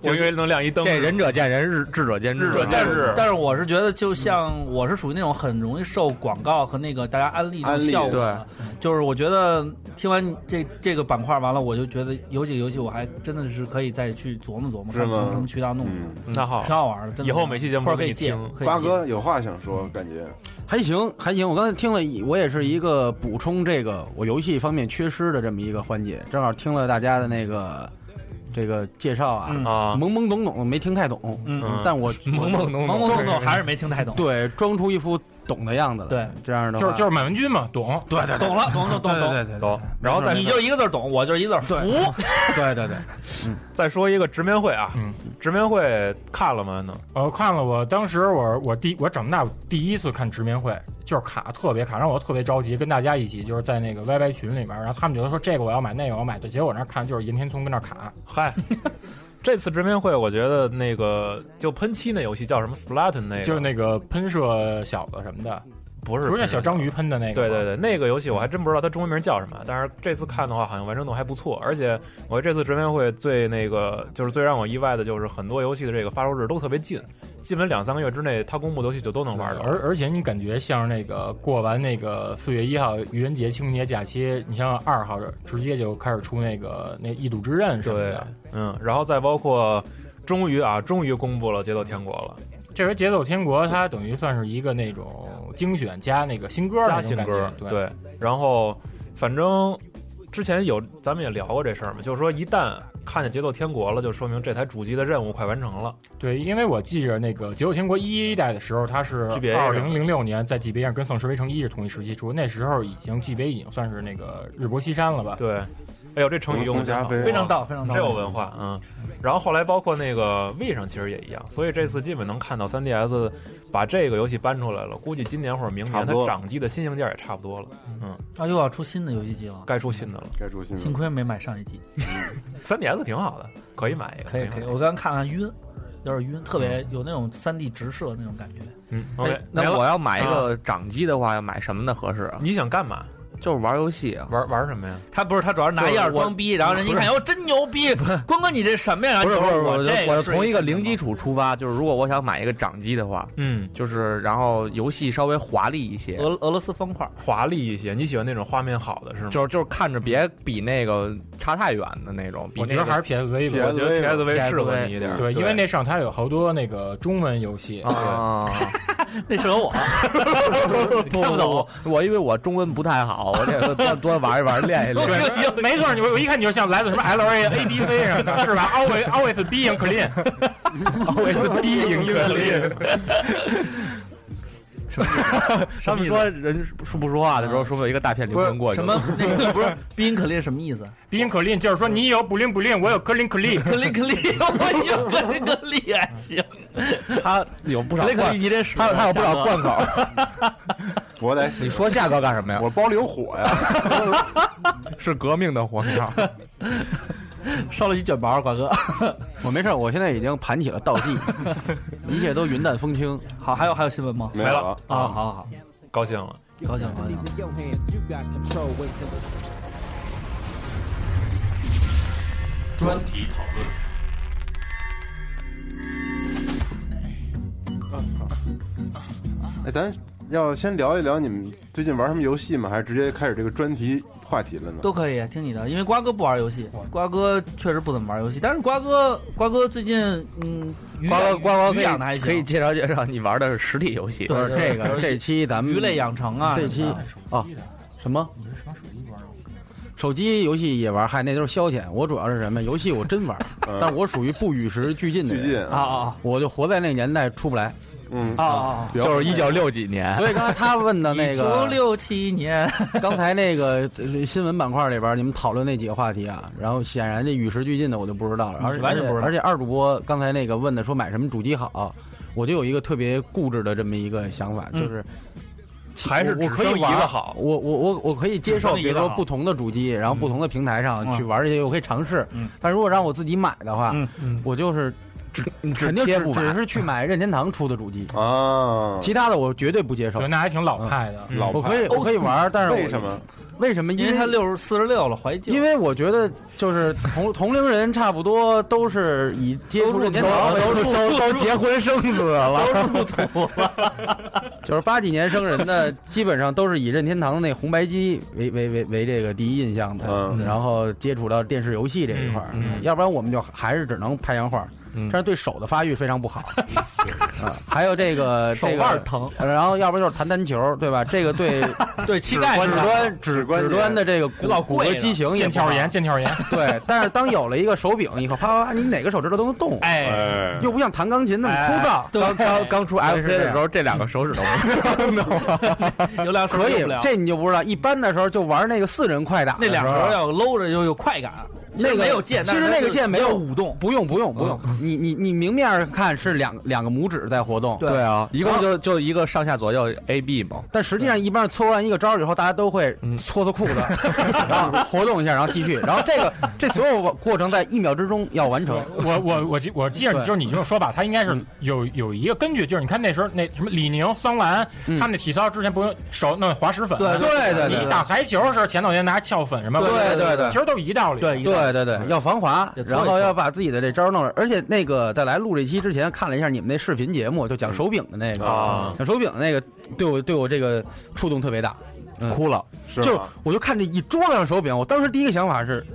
S8: 就因为能亮一灯，
S7: 这仁者见仁，智智者见智，
S8: 智者见智
S4: 但是我是觉得，就像我是属于那种很容易受广告和那个大家安利
S3: 安
S4: 的
S3: 利
S4: 效果的，就是我觉得听完这这个板块完了，我就觉得有几个游戏我还真的是可以再去琢磨琢磨，
S3: 是
S4: 看
S3: 吗
S4: 从什么渠道弄的，
S3: 嗯
S8: 那好
S4: 挺，好玩的。真的
S8: 以后每期节目
S4: 或者
S8: 都
S4: 可以
S8: 给你
S4: 借
S8: 听，
S4: 可以
S3: 瓜
S4: 借
S3: 哥有话想说，感觉
S6: 还行还行。我刚才听了一，我也是一个补充这个我游戏方面缺失的这么一个环节，正好听了大家的那个这个介绍啊，
S4: 嗯
S8: 啊，
S6: 懵懵懂懂没听太懂，
S4: 嗯
S8: 嗯
S6: 但我
S7: 懵懵懂
S4: 懵懵懂懂还是没听太懂。
S6: 对装出一副懂的样子了。
S4: 对，
S6: 这样的
S5: 就是就是是满文军嘛，懂
S6: 对对
S4: 懂了，懂懂
S6: 对
S4: 懂
S6: 对
S4: 懂
S6: 对对
S5: 懂然后再
S4: 你就一个字儿懂，我就是一个字儿服。
S6: 对对对，
S8: 再说一个直面会啊，
S5: 嗯
S8: 直面会看了吗？呢，
S5: 我看了我，当时我我第我长大第一次看直面会，就是卡特别卡，然后我特别着急，跟大家一起就是在那个 YY 群里边，然后他们觉得说这个我要买，那个我要买，结果我那看就是尹天聪跟那卡，
S8: 嗨，这次直面会我觉得那个就喷漆那游戏叫什么 Splatoon 那个，
S5: 就是那个喷射小子什么的，
S8: 不是
S5: 不是那小章鱼。喷的那个，
S8: 对对，对，那个游戏我还真不知道它中文名叫什么，但是这次看的话，好像完成度还不错。而且我觉得这次直面会最那个，就是最让我意外的就是很多游戏的这个发售日都特别近，基本两三个月之内，它公布的游戏就都能玩
S5: 嗯
S8: 到。
S5: 而而且你感觉像那个过完那个四月一号愚人节、清明节假期，你像二号直接就开始出那个那异度之刃什么
S8: 对
S5: 的，，
S8: 嗯，然后再包括，终于啊，终于公布了《节奏天国》了，
S5: 这回《节奏天国》它等于算是一个那种精选加那个新歌的
S8: 加
S5: 那
S8: 新
S5: 种感觉
S8: 歌，
S5: 对，
S8: 对，然后反正之前有咱们也聊过这事儿嘛，就是说一旦看见《节奏天国》了，就说明这台主机的任务快完成了。
S5: 对，因为我记着那个《解救天国》一代的时候，它是
S8: GBA
S5: 二零零六年在 GBA 上跟《丧尸围城一》是同一时期出，那时候已经 GBA 已经算是那个日薄西山了吧？
S8: 对，哎呦，这成语用的
S3: 加菲
S4: 非常道，非常道。
S8: 这有文化，嗯。然后后来包括那个 V 上其实也一样，所以这次基本能看到 3DS 把这个游戏搬出来了，估计今年或者明
S3: 差
S8: 年
S3: 不
S8: 它
S3: 多
S8: 掌机的新硬件也差不多了，
S4: 啊，又要出新的游戏机了，
S8: 该出新的了。
S3: 该出新
S4: 幸
S3: 闻。
S4: 亏没买上一季。
S8: 3DS 挺好的，可以买一个，
S4: 可以可以，
S8: 买
S4: 我刚看看晕，有点晕，特别有那种三 D 直射那种感觉。
S8: 嗯
S7: 哎
S8: ，OK，没
S7: 那
S8: 了
S7: 我要买一个掌机的话，要买什么的合适啊？
S8: 你想干嘛？
S7: 就是玩游戏啊。
S8: 玩玩什么呀？
S4: 他不是，他主要是拿样装逼，然后人一看，哟，真牛逼！光哥，你这闪面啊？
S7: 不是不是，
S4: 我
S7: 我就
S4: 这
S7: 我
S4: 个
S7: 就是从一个零基础
S4: 础，
S7: 出发，就是如果我想买一个掌机的话，
S8: 嗯，
S7: 就是然后游戏稍微华丽一些，
S4: 俄俄罗斯方块，
S8: 华丽一些。你喜欢那种画面好的是吗？
S7: 就是就是看着别比那个差太远的那种，比
S5: 我
S7: 那
S5: 觉
S7: 个
S5: 得还是 PSV 吧。
S8: 我觉得
S3: PSV
S8: PSV 适合你一点，
S5: 对，因为那上它有好多那个中文游戏，
S7: 啊，
S4: 那适合我。啊
S7: 不不不，我因为我中文不 太好，我得多多玩一玩，练一
S5: 对，
S7: 练。
S5: 没没错，你我一看你就像来自什么 L A A D C 上的，是吧？Always Always being clean，Always being clean。
S7: 他们说人说不说话的时候，说不定有一个大片灵魂过去
S4: 什
S7: 了
S4: 么？那个不是冰可丽什么意 思？
S5: being clean 就是说你有 bling bling，我有 clean clean。
S4: 可丽可丽，我有可丽可丽还行。
S7: 他有不少
S4: 可丽可丽，
S7: 罐，
S4: 你这使
S7: 他有他有不少罐
S4: 罐
S7: 口。
S3: 我得
S7: 你说夏哥干什么呀？
S3: 我包里有火呀，
S7: 是革命的火苗。
S4: 烧了一卷毛，瓜哥。
S6: 我没事儿，我现在已经盘起了道地，一切都云淡风轻。
S4: 好，还有还有新闻吗？
S3: 没有了。
S4: 啊，好好好，
S8: 高兴了。
S4: 高兴高
S7: 嗯
S4: 兴。
S2: your hands, you got control. Wasting
S1: 专题讨论。
S3: 哎，咱要先聊一聊你们最近玩什么游戏吗？还是直接开始这个专题话题了呢？
S4: 都可以听你的，因为瓜哥不玩游戏，瓜哥确实不怎么玩游戏，但是瓜哥瓜哥最近嗯，鱼
S7: 瓜哥
S4: 养
S7: 瓜哥
S4: 鱼
S7: 可
S4: 养的还
S7: 以
S4: 行，
S7: 可以介绍介绍你玩的是实体游戏
S6: 不
S4: 对。
S6: 是这个，这期咱们
S4: 鱼类养成啊，
S6: 这期啊什么？手机游戏也玩，嗨，那都是消遣。我主要是什么？游戏我真玩，
S3: 嗯
S6: 但我属于不与时俱进的
S3: 最
S6: 人，
S3: 近
S4: 啊，啊
S6: 我就活在那个年代出不来。
S3: 嗯
S4: 啊啊，啊！
S3: 比较
S7: 就是一九六几年，
S6: 所以刚才他问 的那
S4: 一九
S6: 个，
S4: 六七年，
S6: 刚才那个呃新闻板块里边你们讨论那几个话题啊，然后显然这与时俱进的我就不知道了，而且
S4: 完全不知道
S6: 而且二主播刚才那个问的说买什么主机好，我就有一个特别固执的这么一个想法，
S4: 嗯
S6: 就是。
S8: 还是
S6: 我我
S8: 只
S6: 可以
S8: 生一
S6: 玩
S8: 个好
S6: 我我我我可以接受，
S4: 只生一
S6: 比
S4: 个
S6: 如说
S4: 好
S6: 不同的主机，然后不同的平台上
S4: 嗯
S6: 去玩这些，我可以尝试
S4: 嗯。
S6: 但如果让我自己买的话
S4: 嗯，
S6: 我就是
S7: 你
S6: 肯
S7: 只
S6: 定
S7: 切
S6: 只
S7: 不
S6: 只
S7: 买。
S6: 是去买任天堂出的主机，
S3: 啊，
S6: 其他的我绝对不接受
S5: 对，。那还挺老派的。嗯
S3: 老
S6: 我
S3: 派
S6: 可以我可以玩，但是我
S3: 为什么？
S6: 为什么？
S4: 因
S6: 因
S4: 为
S6: 为
S4: 他六十四十六了，怀旧。
S6: 因为我觉得就是同同龄人差不多都是以接触任天堂为
S7: 都都都结婚生子了，
S6: 就是八几年生人的，基本上都是以任天堂的那红白机为为为为这个第一印象的，
S3: 嗯
S6: 然后接触到电视游戏这一块儿，要不然我们就还是只能拍洋画儿。
S7: 嗯
S6: 但是对手的发育非常不好。啊，还有这个
S7: 手
S6: 这
S7: 腕儿
S6: 个
S7: 疼，
S6: 然后要不就是弹弹球，对吧？这个对
S4: 对膝盖
S6: 指
S4: 是吧
S6: 端指
S3: 指关节
S6: 指端的这个骨
S4: 老
S6: 骨
S4: 跪
S6: 骼
S4: 着
S6: 畸形也
S5: 腱
S6: 不好
S5: 鞘炎，腱鞘炎，
S6: 对，但是当有了一个手柄以后，啪啪啪，你哪个手指头都能动，
S4: 哎，
S3: 哎，
S6: 又不像弹钢琴那么枯燥。啊
S4: 对
S7: 刚刚刚出 FC
S6: 这
S7: 的
S6: 样
S7: 时候，这两个手指 头
S4: 有两手
S6: 可以
S4: 用不了，
S6: 这你就不知道。一般的时候就玩那个四人快打的
S4: 那
S6: 时候，
S4: 两手要搂着就有快感，
S6: 那个
S4: 没有键，
S6: 其实那个键没有
S4: 舞动，
S6: 不用不用不用，
S7: 嗯
S6: 你你你明面上看是两两个拇指在活动，
S4: 对
S7: 啊，一共就就一个上下左右 AB 嘛，
S6: 但实际上一般是搓完一个招儿以后，大家都会
S7: 嗯
S6: 搓搓裤子，然后活动一下，然后继续，然后这个这所有过程在一秒之中要 完成。
S5: 我我我记我记着，
S6: 对嗯
S5: 就是你这种说法，他应该是有有一个根据，就是你看那时候那什么李宁、方兰
S6: 嗯
S5: 他们那体操之前不用手弄滑石粉，
S4: 对
S5: 啊
S6: 对对
S5: 你
S6: 对
S5: 打台球的时候前头先拿翘粉什么，
S6: 对对对
S5: 其实都是一道理。
S4: 对，一
S6: 对对
S8: 嗯
S6: 对，要防滑，
S4: 得搓一
S6: 然后
S4: 搓
S6: 要把自己的这招儿弄了。而且那个在来录这期之前，看了一下你们那视频节目，就讲手柄的那个，
S8: 嗯啊
S6: 讲手柄的那个，对我对我这个触动特别大。嗯
S8: 哭了，是
S6: 就
S8: 吗
S6: 我就看这一桌子上手柄，我当时第一个想法是，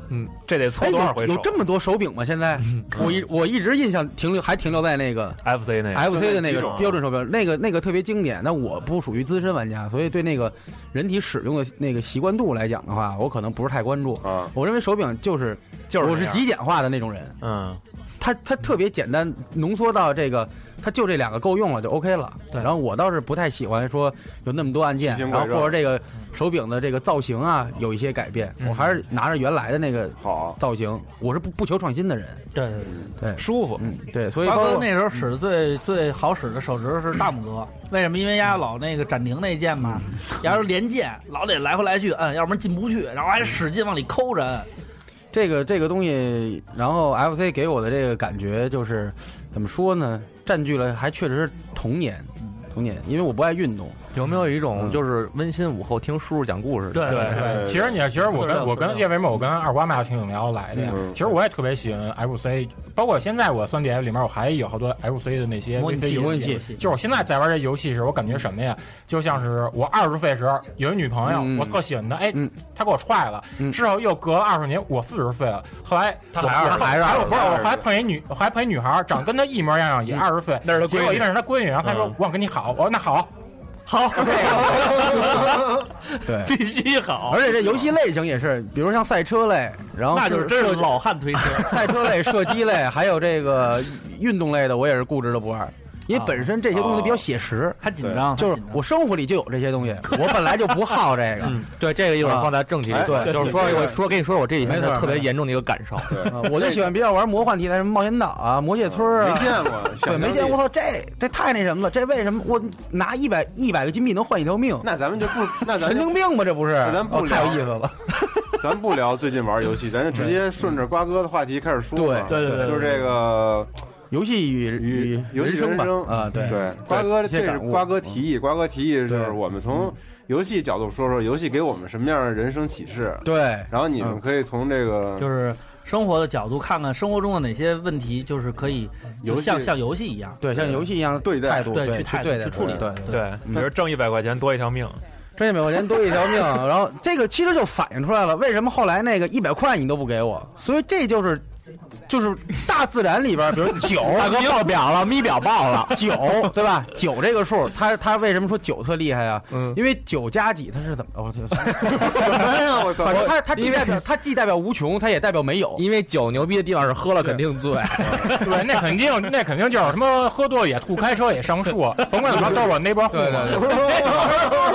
S8: 这得
S6: 哎，
S8: 搓多少
S6: 有
S8: 回嗯
S6: 有
S8: 手
S6: 这么多手柄吗？现在我 一我一直印象停留还停留在那个
S8: ？FC 那
S4: 哎
S8: 个
S6: FC 的那
S8: 几
S6: 个
S8: 种啊
S6: 标准手柄，那个那个特别经典。但我不属于资深玩家，所以对那个人体使用的那个习惯度来讲的话，我可能不是太关注。
S3: 啊，
S6: 我认为手柄就是
S8: 就是
S6: 我
S8: 那
S6: 是
S8: 样
S6: 极简化的那种人，
S8: 嗯，
S6: 它它特别简单，浓缩到这个，它就这两个够用了就 OK 了。
S4: 对
S6: 然后我倒是不太喜欢说有那么多按键，
S3: 奇形
S6: 然
S3: 怪
S6: 后
S3: 状
S6: 或者这个手柄的这个造型啊有一些改变，我还是拿着原来的那个
S3: 好，
S6: 造型，我是不不求创新的人。
S4: 对对对。
S8: 舒服，
S6: 嗯，对，所以
S4: 瓜
S6: 包
S4: 哥
S6: 括
S4: 那时候使的最最好使的手指是大拇哥，为什么？因为丫老那个暂停那键嘛，丫是连键，老得来回来去摁，要不然进不去，然后还使劲往里抠着摁。
S6: 这个这个东西，然后 FC 给我的这个感觉就是怎么说呢？占据了还确实是童年，童年，因为我不爱运动，
S7: 有没有一种就是温馨午后听叔叔讲故事？
S4: 对对对
S3: 对
S5: 其实你看，其实我
S4: 四六
S5: 跟我跟
S4: 四六
S5: 叶为什么我跟二瓜嘛挺想聊来的呀
S3: 嗯？
S5: 其实我也特别喜欢 FC，包括现在我三 DS 里面我还有好多 FC 的那些
S4: 模拟器
S5: VC 游
S4: 模拟
S5: 戏
S4: 器
S5: 就是我现在在玩这游戏时，我感觉什么呀？就像是我二十岁时候有一女朋
S6: 嗯
S5: 友，我特喜欢她，哎
S6: 嗯，
S5: 她给我踹了
S6: 嗯，
S5: 之后又隔了二十年，我四十岁了，后来
S7: 她
S5: 我
S7: 还二十
S5: 我
S7: 还是
S5: 我
S7: 二十嗯
S5: 不是我还碰一女，我还碰一女孩，长得跟她一模一样，也二十岁，
S7: 那是她
S5: 结
S7: 闺
S5: 果
S7: 女
S5: 一看是她闺女，然后她说
S7: 嗯
S5: 我想跟你好，我说那好，好，
S6: 对。
S4: 必须好，
S6: 而且这游戏类型也是，比如像赛车类，然后
S4: 那就是真是
S6: 射
S4: 老汉推车。
S6: 赛车类、射击类，还有这个运动类的，我也是固执的不二，因
S3: 啊
S6: 为本身这些
S3: 哦
S6: 东西比较写实，
S4: 他紧张，
S6: 就是
S4: 他紧张
S6: 我生活里就有这些东 西，我本来就不好这个，
S3: 嗯
S7: 对，这个一会儿
S6: 啊
S7: 放在正题里
S3: 哎，
S6: 对
S7: 就是说
S3: 对对
S7: 我说跟你说我这几天
S6: 没错
S7: 特别严重的一个感受，
S6: 啊我就喜欢比较玩魔幻题材，什么冒险岛啊、魔界村
S3: 嗯没
S6: 啊。
S3: 见过，
S6: 对，
S3: 想
S6: 没
S3: 象
S6: 见
S3: 力
S6: 过，我。操，这这太那什么了，这为什么我拿一百一百个金币能换一条命？
S3: 那咱们 就不，那咱
S6: 神
S3: 就
S6: 经病吧，这不是？
S3: 咱不
S6: 哦太有
S3: 聊
S6: 意思了。
S3: 咱不聊最近玩游戏，咱就直接顺着瓜哥的话题开始说
S6: 对
S3: 吧。
S4: 对对对对
S3: 就是这个
S6: 游戏与
S3: 与
S6: 与
S3: 游戏
S6: 生吧
S3: 生，
S6: 啊，对
S3: 对，瓜哥
S6: 一些
S3: 这是
S6: 感悟嗯
S3: 瓜哥提议，瓜哥提议就是
S6: 对
S3: 我们从游戏角度说说游戏给我们什么样的人生启示，
S6: 对嗯
S3: 然后你们可以从这个
S4: 就是生活的角度看看生活中的哪些问题，就是可以就
S3: 游戏
S4: 像像游戏一样，
S6: 对，像游戏一样
S3: 对待
S6: 态度，
S4: 对
S6: 对
S4: 去态度
S6: 对待
S4: 去处理
S6: 对对。
S8: 对，
S4: 嗯
S8: 比如挣一百块钱多一条命，
S6: 挣一百块钱多一条命， 然后这个其实就反映出来了，为什么后来那个一百块你都不给我？所以这就是，就是大自然里边，比如九，大哥爆表了，咪表爆 了，九，对吧？九这个数，它它为什么说九特厉害啊？因为九加几它是怎么？哦，
S3: 什么呀？我操！
S6: 反正它它既代表它既代表无穷，它也代表没有。
S7: 因为酒牛逼的地方是喝了肯定醉，
S5: 对，那肯定，那肯定就是什么喝多也吐，开车也上树，甭管怎么着都是我 neighborhood 嘛。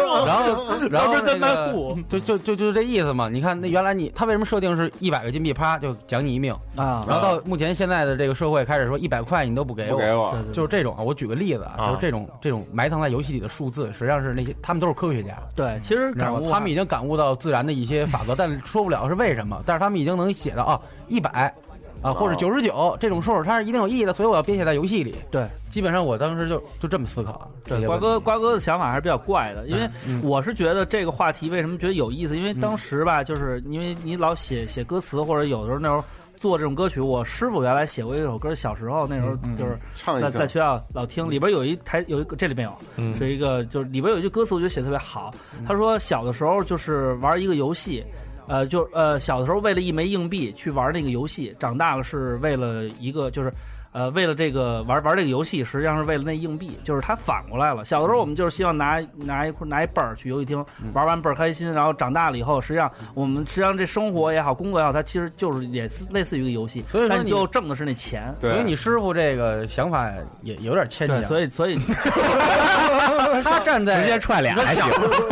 S6: 然后，然
S4: 要不
S6: 后
S4: 然咱
S6: 那
S4: 卖
S6: 个
S4: 户
S6: 就就就就这意思嘛。你看，那原来你他为什么设定是一百个金币，啪就奖你一命，
S4: 啊。
S6: 然后到目前现在的这个社会开始说一百块你都不给
S3: 不
S6: 我，
S3: 给我
S4: 对，对
S6: 就是这种啊。我举个例子啊，
S8: 啊
S6: 就是这种这种埋藏在游戏里的数字，实际上是那些他们都是科学家，
S4: 对，其实
S6: 你知道
S4: 感
S6: 吗
S4: 悟啊
S6: 他们已经感悟到自然的一些法则，但说不了是为什么，但是他们已经能写到啊一百。啊，或者九十九这种数，它是一定有意义的，所以我要编写在游戏里。
S4: 对，
S6: 基本上我当时就就这么思考。啊这
S4: 对，
S6: 些
S4: 瓜
S6: 问题嗯
S4: 哥，瓜哥的想法还是比较怪的，因为我是觉得这个话题为什么觉得有意思，因为当时吧，就是因为你老写写歌词，或者有的时候那时候做这种歌曲，我师傅原来写过一首歌，小时候那时候
S6: 嗯
S4: 就是
S3: 唱
S4: 在
S3: 一
S4: 在
S3: 声，
S4: 学校老听，里边有一台有一个这里面有，
S6: 嗯
S4: 是一个就是里边有一句歌词，我觉得写得特别好。他说小的时候就是玩一个游戏，呃，就呃小的时候为了一枚硬币去玩那个游戏，长大了是为了一个就是呃，为了这个玩玩这个游戏，实际上是为了那硬币，就是它反过来了。小的时候我们就是希望拿拿一拿一倍儿去游戏厅
S6: 嗯
S4: 玩完倍儿开心，然后长大了以后，实际上我们实际上这生活也好，工作也好，它其实就是也似类似于一个游戏，
S6: 所以说
S4: 但你
S6: 你
S4: 就挣的是那钱。
S6: 所以你师傅这个想法也有点牵
S4: 对，
S6: 强。
S4: 所以所以
S6: 他站在
S7: 直接踹俩还行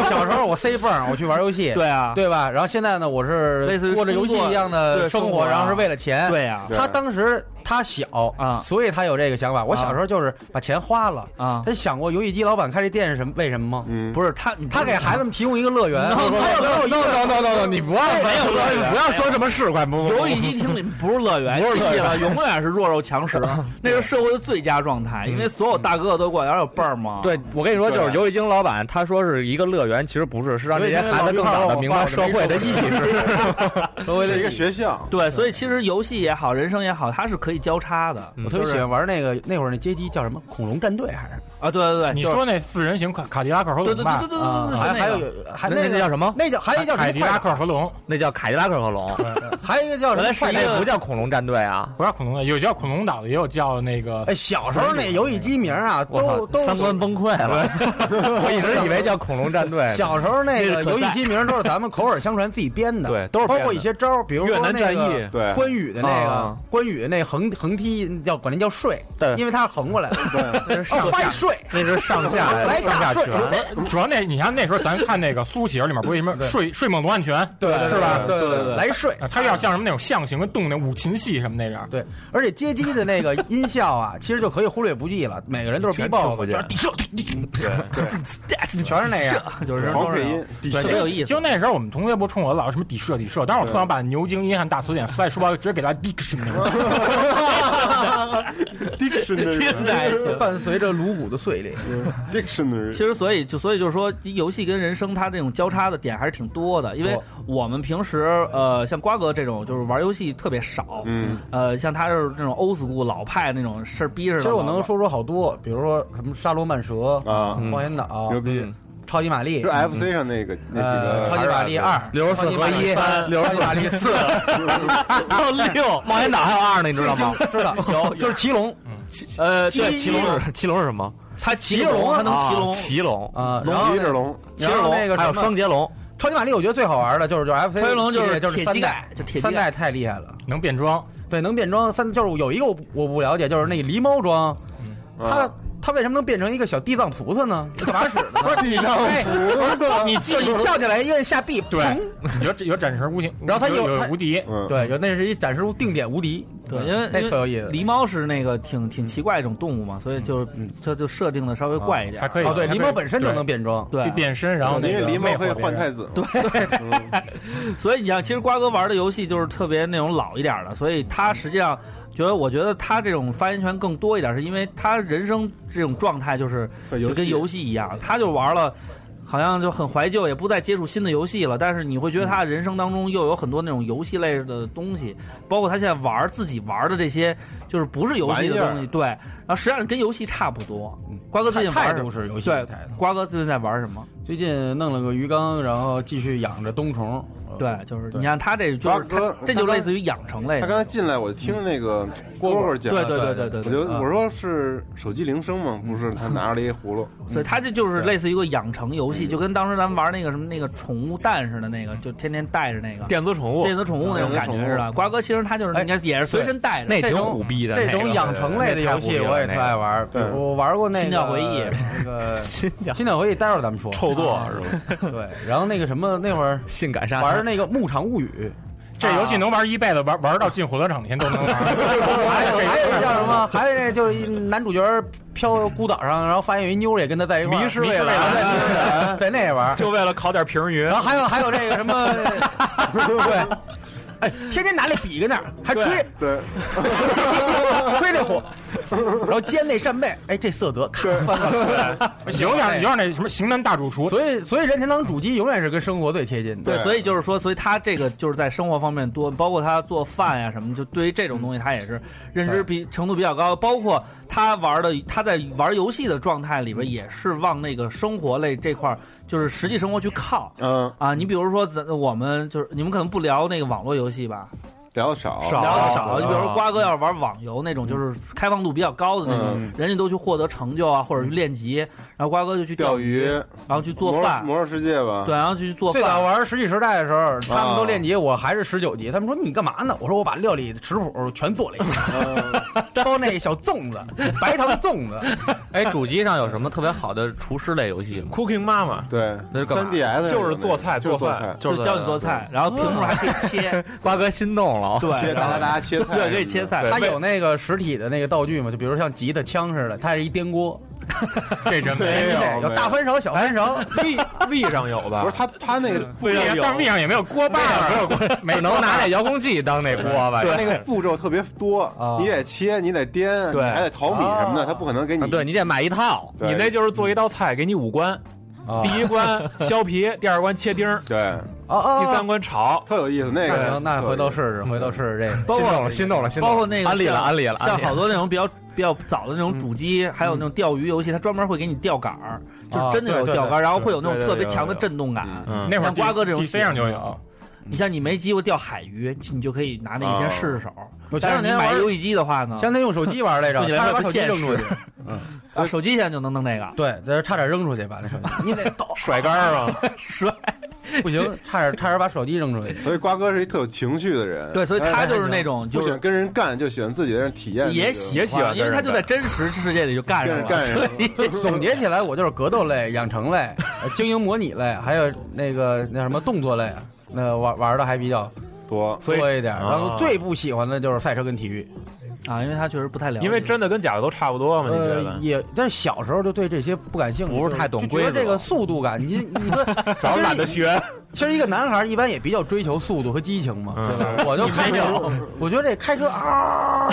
S6: 小。小时候我塞泵儿，我去玩游戏，
S4: 对啊，
S6: 对吧？然后现在呢，我是
S4: 类似于
S6: 过着游戏一样的
S4: 对
S6: 生
S4: 生活啊
S6: 然后是为了钱。
S4: 对啊
S6: 他当时他小
S4: 啊
S6: 所以他有这个想法。我小时候就是把钱花了。
S4: 啊，
S6: 他想过游戏机老板开这店是什么？为什么吗？
S3: 嗯，
S4: 不是他，你
S6: 他给孩子们提供一个乐
S4: 嗯
S6: 园，他要给我一个
S7: no no no no，你不要
S4: 哎没有乐
S7: 你
S4: 园
S7: 不要说这么市侩，不
S4: 游戏机厅里不是乐园，记了，永远是弱肉强食，那是社会的最佳状态，因为所有大哥哥都过来，然后有伴儿嘛。
S7: 对，我跟你说，就是游戏厅老板，他说是一个乐园，其实不是，是让这些孩子更早的明白社会的意识。
S6: 作为
S3: 是一个
S6: 的。
S3: 学校，
S4: 对，所以其实游戏也好，人生也好，它是可以交叉的。
S6: 嗯我特别喜欢玩 那个那会儿那街机叫什么恐龙战队还是
S4: 啊，对对对，
S5: 你
S4: 就是
S5: 说那四人行卡卡迪拉克和
S4: 对
S5: 龙
S4: 对
S5: 吧
S4: 对对？对
S6: 啊
S4: 对，
S6: 还
S4: 对
S6: 还有
S4: 对
S6: 还
S7: 那哎那叫什么？
S6: 那叫还有一叫什
S5: 凯
S6: 么
S5: 迪
S6: 快
S5: 拉
S6: 打
S5: 克和龙，
S7: 那叫凯迪拉克和龙，
S6: 还有一个叫
S4: 本
S6: 什么
S4: 来是
S6: 快
S4: 一
S6: 打
S4: 个
S7: 那不 叫恐龙战队啊。
S5: 不叫恐龙的，有叫恐龙岛的，也有叫那个
S6: 哎，小时候那游戏机名啊，
S7: 我
S6: 都
S7: 操，
S6: 都
S7: 三观崩溃了！ 我一直以为叫恐龙战队 呢。
S6: 小时候那
S4: 那
S6: 个
S4: 是可
S6: 游戏
S4: 赛
S6: 机名都是咱们口耳相传自己编的，
S8: 对都是
S6: 包
S8: 编的
S6: 括一些招儿，比如说
S8: 越南
S6: 那
S8: 战
S6: 个
S8: 役
S3: 对
S6: 关羽的那个
S7: 啊
S6: 关羽的那横横踢叫管那叫睡，
S7: 对
S6: 因为他是横过来的，
S7: 那是
S6: 哦
S7: 上
S6: 翻
S7: 下，
S6: 睡，
S7: 那是上下
S6: 来
S7: 上下
S6: 打睡
S7: 拳。
S5: 主要那你看那时候咱看那个苏乞儿里面不是什么睡睡梦龙安拳，
S6: 对
S5: 是吧？
S6: 对
S4: 对对
S6: 来睡。
S5: 啊它有点像什么那种象形的动物那五禽戏什么那样。
S6: 对，而且街机的那个音效啊，其实就可以忽略不计了。每个人都是
S8: 全
S6: B box，
S8: 听不见
S6: 就是地射地
S4: 对，
S6: 全是那 样
S4: 这，就是
S3: 黄配音，底
S4: 对，
S3: 线
S4: 挺有意思。
S5: 就那时候我们同学不冲我老什么底射底射，但是我特想把牛津英汉大词典塞书包里直接给他 dictionary。
S3: dictionary
S4: 还行
S6: 伴随着颅骨的碎裂。
S4: 嗯
S3: dictionary，
S4: 其实，所以就所以就是说，游戏跟人生它这种交叉的点还是挺多的，因为
S6: 多
S4: 我们平时呃，像瓜哥这种就是玩游戏特别少，
S3: 嗯，
S4: 呃，像他是那种 old school 老派那种事儿逼似的。
S6: 其实我能说出好多，比如说什么沙罗曼蛇、
S3: 啊，
S6: 冒险
S7: 嗯
S6: 岛、
S3: 牛逼，
S6: 超级玛丽
S3: 就、FC 上那个那几
S6: 嗯呃
S3: 个啊
S6: 超级玛丽二、
S7: 六十四合一，六十四合一 四到 六，冒险岛还有二呢，你知道吗？
S6: 知道有，就是骑龙
S7: 呃，
S6: 七
S7: 对，骑龙是骑龙是什么？
S4: 他骑
S6: 骑龙
S4: 龙，他能骑
S7: 啊
S4: 龙，
S7: 骑龙，
S6: 啊，
S3: 龙
S6: 然后
S3: 骑着龙，
S7: 骑
S6: 然后
S7: 龙，
S6: 那个
S7: 还有
S6: 什么
S7: 双截龙，
S6: 超级玛丽，我觉得最好玩的就是就是 FC
S4: 超级龙
S6: 系
S4: 就是
S6: 列就是
S4: 铁
S6: 三
S4: 膝
S6: 代
S4: 盖，就铁膝
S6: 三
S4: 盖
S6: 代太厉害了，
S5: 能变装，
S6: 对，能变装三就是有一个我不我不了解，就是那个狸猫装，
S7: 嗯
S6: 它
S3: 啊
S6: 它为什么能变成一个小地藏菩萨呢？干嘛使的呢？
S3: 地上菩萨，
S6: 你自 己跳起来一摁下臂，
S5: 对
S6: 砰，
S5: 有有展示无形，
S6: 然后它有
S5: 有
S6: 它
S5: 有无敌，
S3: 嗯，
S6: 对，就那是一展示定点无敌，
S4: 对，
S6: 嗯
S4: 因为
S6: 那
S4: 因为
S6: 特有意思嗯
S4: 狸猫是那个挺挺奇怪一种动物嘛，所以就是它就设定的稍微怪一点
S5: 还。可以
S6: 哦，对，
S5: 还可以
S6: 狸猫本身就
S5: 对
S6: 能变装，
S4: 对，
S5: 变身，然后那
S3: 因为
S5: 个
S3: 狸猫
S5: 魅
S3: 可以
S5: 惑别
S3: 换
S5: 人
S3: 太子，对，
S4: 所以你像，其实瓜哥玩的游戏就是特别那种老一点的，所以他实际上觉得，我觉得他这种发言权更多一点，是因为他人生这种状态就是就跟游戏一样，他就玩了。好像就很怀旧，也不再接触新的游戏了。但是你会觉得他的人生当中又有很多那种游戏类的东西，包括他现在玩自己玩的这些，就是不是游戏的东
S3: 玩意
S4: 西。对，然后实际上跟游戏差不多。瓜哥最
S6: 态
S4: 近玩
S6: 嗯态
S4: 什
S6: 度
S4: 么？
S6: 是游戏
S4: 对
S6: 态度，。嗯
S4: 瓜哥最近在玩什么？
S6: 最近弄了个鱼缸，然后继续养着冬虫，呃
S4: 对，就是
S6: 对
S4: 你看他这就是
S3: 瓜哥
S4: 他这就类似于养成类
S3: 他
S4: 的。
S3: 刚才进来，我就听那个蝈蝈讲，
S4: 对对对对对
S3: 我
S4: 对，
S3: 就
S4: 嗯
S3: 我说是手机铃声吗？不是，他拿着一葫芦，
S4: 所以它这嗯就是啊嗯类似于一个养成游戏，就跟当时咱们玩那个什么那个宠物蛋似的，那个就天天带着那个
S8: 电子宠物
S4: 嗯电子宠物那种感觉似的。瓜哥其实他就是
S6: 哎
S4: 应该也是随身带着，
S7: 那
S6: 这
S7: 挺
S6: 种
S7: 虎逼的。
S6: 这
S7: 那个
S6: 种养成类的游戏我也特爱玩，比
S3: 对
S6: 如我玩过那个
S4: 心跳回忆
S6: 那个心跳回忆，待会儿咱们 说。
S8: 臭作是吧？
S6: 对，然后那个什么，那会儿
S7: 性感沙
S6: 玩
S7: 滩，
S6: 那个《牧场物语
S5: 这游戏能玩一辈子，玩玩到进火葬场那天都能》，玩。
S6: 还有还有一叫什么？还有那就是一男主角飘孤岛上，然后发现有一妞儿也跟他在一块儿，
S5: 迷失
S6: 迷
S5: 蔚蓝
S6: 对迷失蔚 蓝对那也玩。
S8: 就为了烤点平鱼
S6: 然，后还有还有这个什 么，对，哎，天天拿那笔跟那儿还吹，
S3: 对，
S6: 吹那火， 然后煎那扇贝，哎，这色泽 咔翻了。
S5: 有点有点那什么型男大主厨，
S6: 所以所以任天堂主机永远是跟生活最贴近的。
S4: 对，所以就是说，所以他这个就是在生活方面多，包括他做饭呀、什么，就对于这种东西他也是认知比程度比较高，包括他玩的他在玩游戏的状态里边也是往那个生活类这块儿，就是实际生活去靠。
S3: 嗯，
S4: 啊，你比如说咱我们就是你们可能不聊那个网络游戏吧，
S3: 聊的少，
S8: 少
S4: 聊的
S8: 啊
S4: 少，你比如说瓜哥要是玩网游那种，就是开放度比较高的那种，
S3: 嗯
S4: 人家都去获得成就啊，或者去练级，然后瓜哥就去
S3: 钓
S4: 鱼，
S3: 鱼、
S4: 然后去做
S3: 魔兽
S4: 饭，
S3: 魔兽世界吧，
S4: 对，然后就去做
S6: 最早
S4: 饭。
S6: 玩《石器时代》的时候，他们
S3: 啊
S6: 都练级，我还是十九级。他们说你干嘛呢？我说我把料理食谱全做了一 遍，包那小粽子，白糖粽子。
S7: 哎，主机上有什么特别好的厨师类游戏吗？
S8: Cooking 妈妈，
S3: 对，
S7: 那是干
S3: 三
S7: 嘛
S3: DS
S8: 就是做菜
S3: 就是做
S8: 做饭
S3: 菜，
S4: 就教你做菜，然后屏幕上还可以切，
S7: 瓜哥心动了，
S4: 对，
S3: 切哒哒
S4: 然后
S3: 哒切菜，
S4: 哎对，可以切。菜。
S6: 它有那个实体的那个道具吗？就比如像吉他枪似的，它是一颠锅，
S7: 这真
S3: 没有，没
S6: 有大翻勺、小翻勺。
S8: V V 上有吧？
S3: 不是他他那个
S5: 但是面上也没有锅巴儿，没有锅，
S7: 只能拿那遥控器当那锅吧？
S3: 那个步骤特别多，你得切，你得颠，
S8: 对
S3: 你还得淘米什么的，他不可能给
S7: 啊
S3: 你。
S7: 对你得买一套。
S3: 对
S8: 你那就是做一道菜，给你五关，
S6: 啊
S8: 第一关削皮，第二关切丁儿，
S3: 对
S6: 哦哦，
S8: 第三关炒。
S3: 特有意思，那
S6: 那
S3: 个
S6: 行，那回头试试，回头试试这个。
S7: 心动了，心动了，心动了！
S4: 包括那个
S7: 安利了，
S4: 像
S7: 安利了，安
S4: 像
S7: 利了
S4: 好多那种比较比较早的那种主机，还有那种钓鱼游戏，它专门会给你钓杆儿，就是
S6: 啊
S4: 真的有
S6: 对对
S4: 钓杆儿，然后会有那种
S8: 对对
S4: 特别
S8: 有
S4: 强的
S8: 有
S4: 震动感。
S8: 嗯，
S5: 那会儿
S4: 像瓜哥这种
S5: D C 上就有，
S4: 你像你没机会钓海鱼，你就可以拿那个先试试手。
S6: 我前
S4: 但是
S6: 两
S4: 你
S6: 天
S4: 买
S6: 玩，
S4: 游戏机的话呢
S6: 前，两天用手机玩来着，
S4: 用起来
S6: 差
S4: 会
S6: 点把
S4: 不
S6: 手机
S4: 现
S6: 扔出去。
S4: 啊手机现在就能弄那个，
S6: 对，这差点扔出去把那手机，你得抖，
S5: 甩杆儿啊，
S6: 不行，差点差点把手机扔出去。
S3: 所以瓜哥是一特有情绪的人，哎
S4: 对，所以他就是那种
S3: 不
S4: 就
S3: 喜欢
S4: 是
S3: 跟人干，就喜欢自己在那体验这个。
S4: 也喜
S8: 也喜欢
S4: 因为他就
S8: 跟
S4: 在
S8: 人
S4: 真实世界里就干上
S3: 跟人干
S4: 了，
S3: 什
S4: 所
S3: 么
S4: 以
S6: 所以总结起来，我就是格斗类、 养成类、呃经营模拟类，还有那个那什么动作类，那玩玩的还比较
S3: 多，
S6: 多
S8: 所以
S6: 一点。然
S7: 啊
S6: 后最不喜欢的就是赛车跟体育，
S4: 啊，因为他确实不太了解，
S8: 因为真的跟假的都差不多嘛，你觉
S6: 呃，
S8: 得？
S6: 也但是小时候就对这些不感兴趣，
S7: 不是太懂
S6: 就觉得
S7: 规则
S6: 这个速度感。你你 说，
S5: 主要
S6: 其实
S5: 懒得学，
S6: 其实一个男孩一般也比较追求速度和激情嘛，
S7: 嗯
S6: 对吧？我就开车，我觉得这开车啊，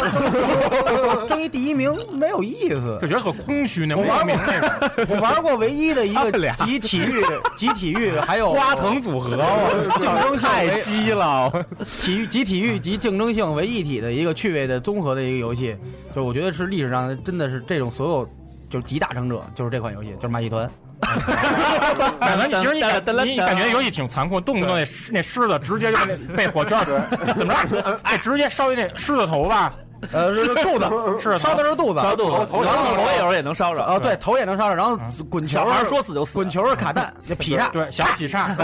S6: 争一第一名没有 意思
S5: 就。觉得特空虚那
S6: 我
S5: 莫
S6: 玩
S5: 名
S6: 过
S5: 那种，
S6: 我玩过唯一的一
S7: 他
S6: 个
S7: 们俩
S6: 集体育、集体育还有
S7: 瓜藤组合，竞 争太激了。
S4: 啊
S6: 体育集体育及竞争性为一体的一个趣味的综合的一个游戏，就是我觉得是历史上真的是这种所有就是集大成者，就是这款游戏，就是蚂蚁团。
S5: 感觉你其实你感 你感觉游戏挺残酷，动不动那狮那狮子直接就被那被火圈儿怎么着？哎，直接烧一那狮子头吧，
S6: 呃，是
S5: 肚子是
S6: 烧的是肚子，
S4: 烧肚子，
S3: 头
S4: 然后
S3: 头
S4: 头有时候也能烧着。
S6: 啊，对，头也能烧着，然后滚球
S4: 小孩
S6: 是
S4: 说死就死，
S6: 滚球是卡蛋，就劈叉。
S5: 对，小劈叉，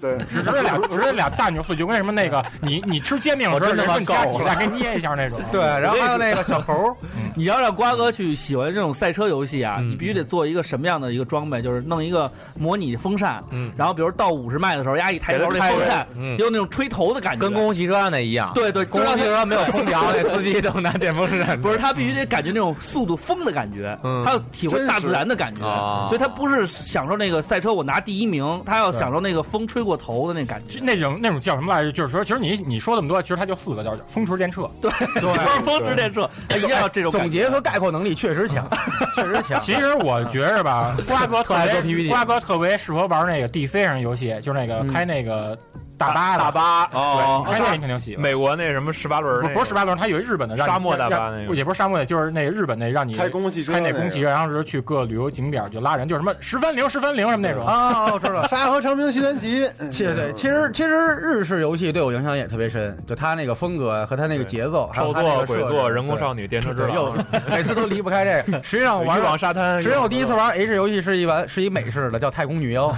S3: 对，
S5: 直接俩直接俩蛋就碎，就跟什么那个你你吃煎饼的时候，人给你加几个蛋给你捏一下那种。
S6: 对，
S4: 啊
S6: 然后还有那个小 猴，
S4: 嗯你要让瓜哥去喜欢这种赛车游戏啊，你必须得做一个什么样的一个装备？就是弄一个模拟风扇，然后比如到五十迈的时候，压一抬头
S8: 给
S4: 那
S8: 它开
S4: 风
S8: 着
S4: 扇，
S7: 嗯
S4: 有那种吹头的感觉。
S7: 跟公共汽车上那一样，
S4: 对对，就
S7: 公
S4: 让
S7: 共汽
S4: 他
S7: 车没有空调，那司机都拿电风扇。
S4: 不是他必须得感觉那种速度风的感觉，
S7: 嗯
S4: 他要体会大自然的感觉
S7: 啊，
S4: 所以他不是享受那个赛车我拿第一名，他要享受那个风吹过头的那感觉。
S5: 那种那种叫什么来着？就是说，其实你你说那么多，其实它就四个字，叫风驰电掣。
S4: 就是风驰电掣，哎他一定要这种
S6: 总
S4: 感觉。
S6: 结和概括能力确实强，确实 强。
S5: 其实我觉着吧，瓜哥
S7: 特
S5: 特
S7: 爱做
S5: 别
S7: PPT
S5: 瓜哥特别适合玩那个 DC 上游戏，就是那个开那个大巴
S8: 大
S5: 的，
S7: 啊
S8: 巴
S5: 对，你
S8: 哦，
S5: 开那个你肯定喜欢。
S8: 美国那什么十八轮儿
S5: 不
S8: 那个，
S5: 不是十八轮，它有一日本的让你
S8: 沙漠大巴
S5: 让
S8: 那个
S5: 也不是沙漠的，就是那个日本那让你
S3: 开公共汽车
S5: 开那
S3: 个
S5: 公骑，然后是去各旅游景点就拉人，就是什么十分零、十分零什么那种。
S6: 啊，我 知道了。
S3: 沙河长平西南集，
S6: 其实对，其实其实日式游戏对我影响也特别深，就他那个风格和他那个节奏，还有
S8: 抽
S6: 他那
S8: 坐、
S6: 个
S8: 鬼
S6: 设
S8: 坐、
S6: 置
S8: 人工
S6: 对
S8: 少女、电车之
S6: 对，
S8: 狼
S6: 又， 每次都离不开这个。实际上我
S8: 玩
S6: 玩
S8: 往啊沙滩。
S6: 实际上我第一次玩 H 游戏是一玩是一美式的，叫太空女妖，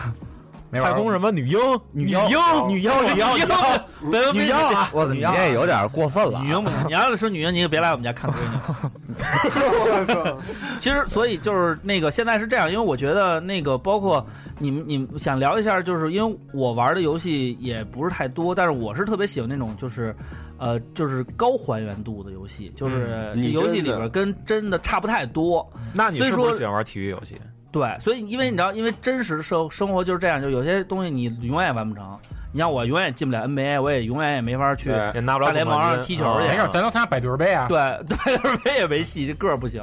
S6: 没玩
S8: 太
S6: 过
S8: 空什么女鹰、
S6: 女
S8: 妖
S6: 妖、
S8: 女
S6: 女妖女妖
S4: 女
S6: 妖女妖啊！
S7: 我操，
S6: 女
S7: 你
S6: 妖
S7: 这有点过分了啊。
S4: 女英，你要是说女英，你可别来我们家看闺女。
S3: 我操，
S4: 其实，所以就是那个现在是这样，因为我觉得那个包括你们，你们想聊一下，就是因为我玩的游戏也不是太多，但是我是特别喜欢那种就是，呃，就是高还原度的游戏，就是这
S3: 你
S4: 游戏
S3: 真
S4: 里
S3: 的
S4: 边跟真的差不太多。
S8: 那你是
S4: 所以
S8: 不
S4: 说
S8: 是喜欢玩体育游戏？
S4: 对，所以因为你知道，因为真实生生活就是这样，就有些东西你永远也完不成。你像我永远进不了 NBA，我也永远也没法去。
S3: 对
S8: 也拿不了
S4: 大联
S8: 总冠
S4: 盟
S8: 军
S4: 上踢球
S8: 啊
S4: 去
S5: 没事，咱能参加百对儿杯啊。
S4: 对对，就是也没戏，这个儿不行。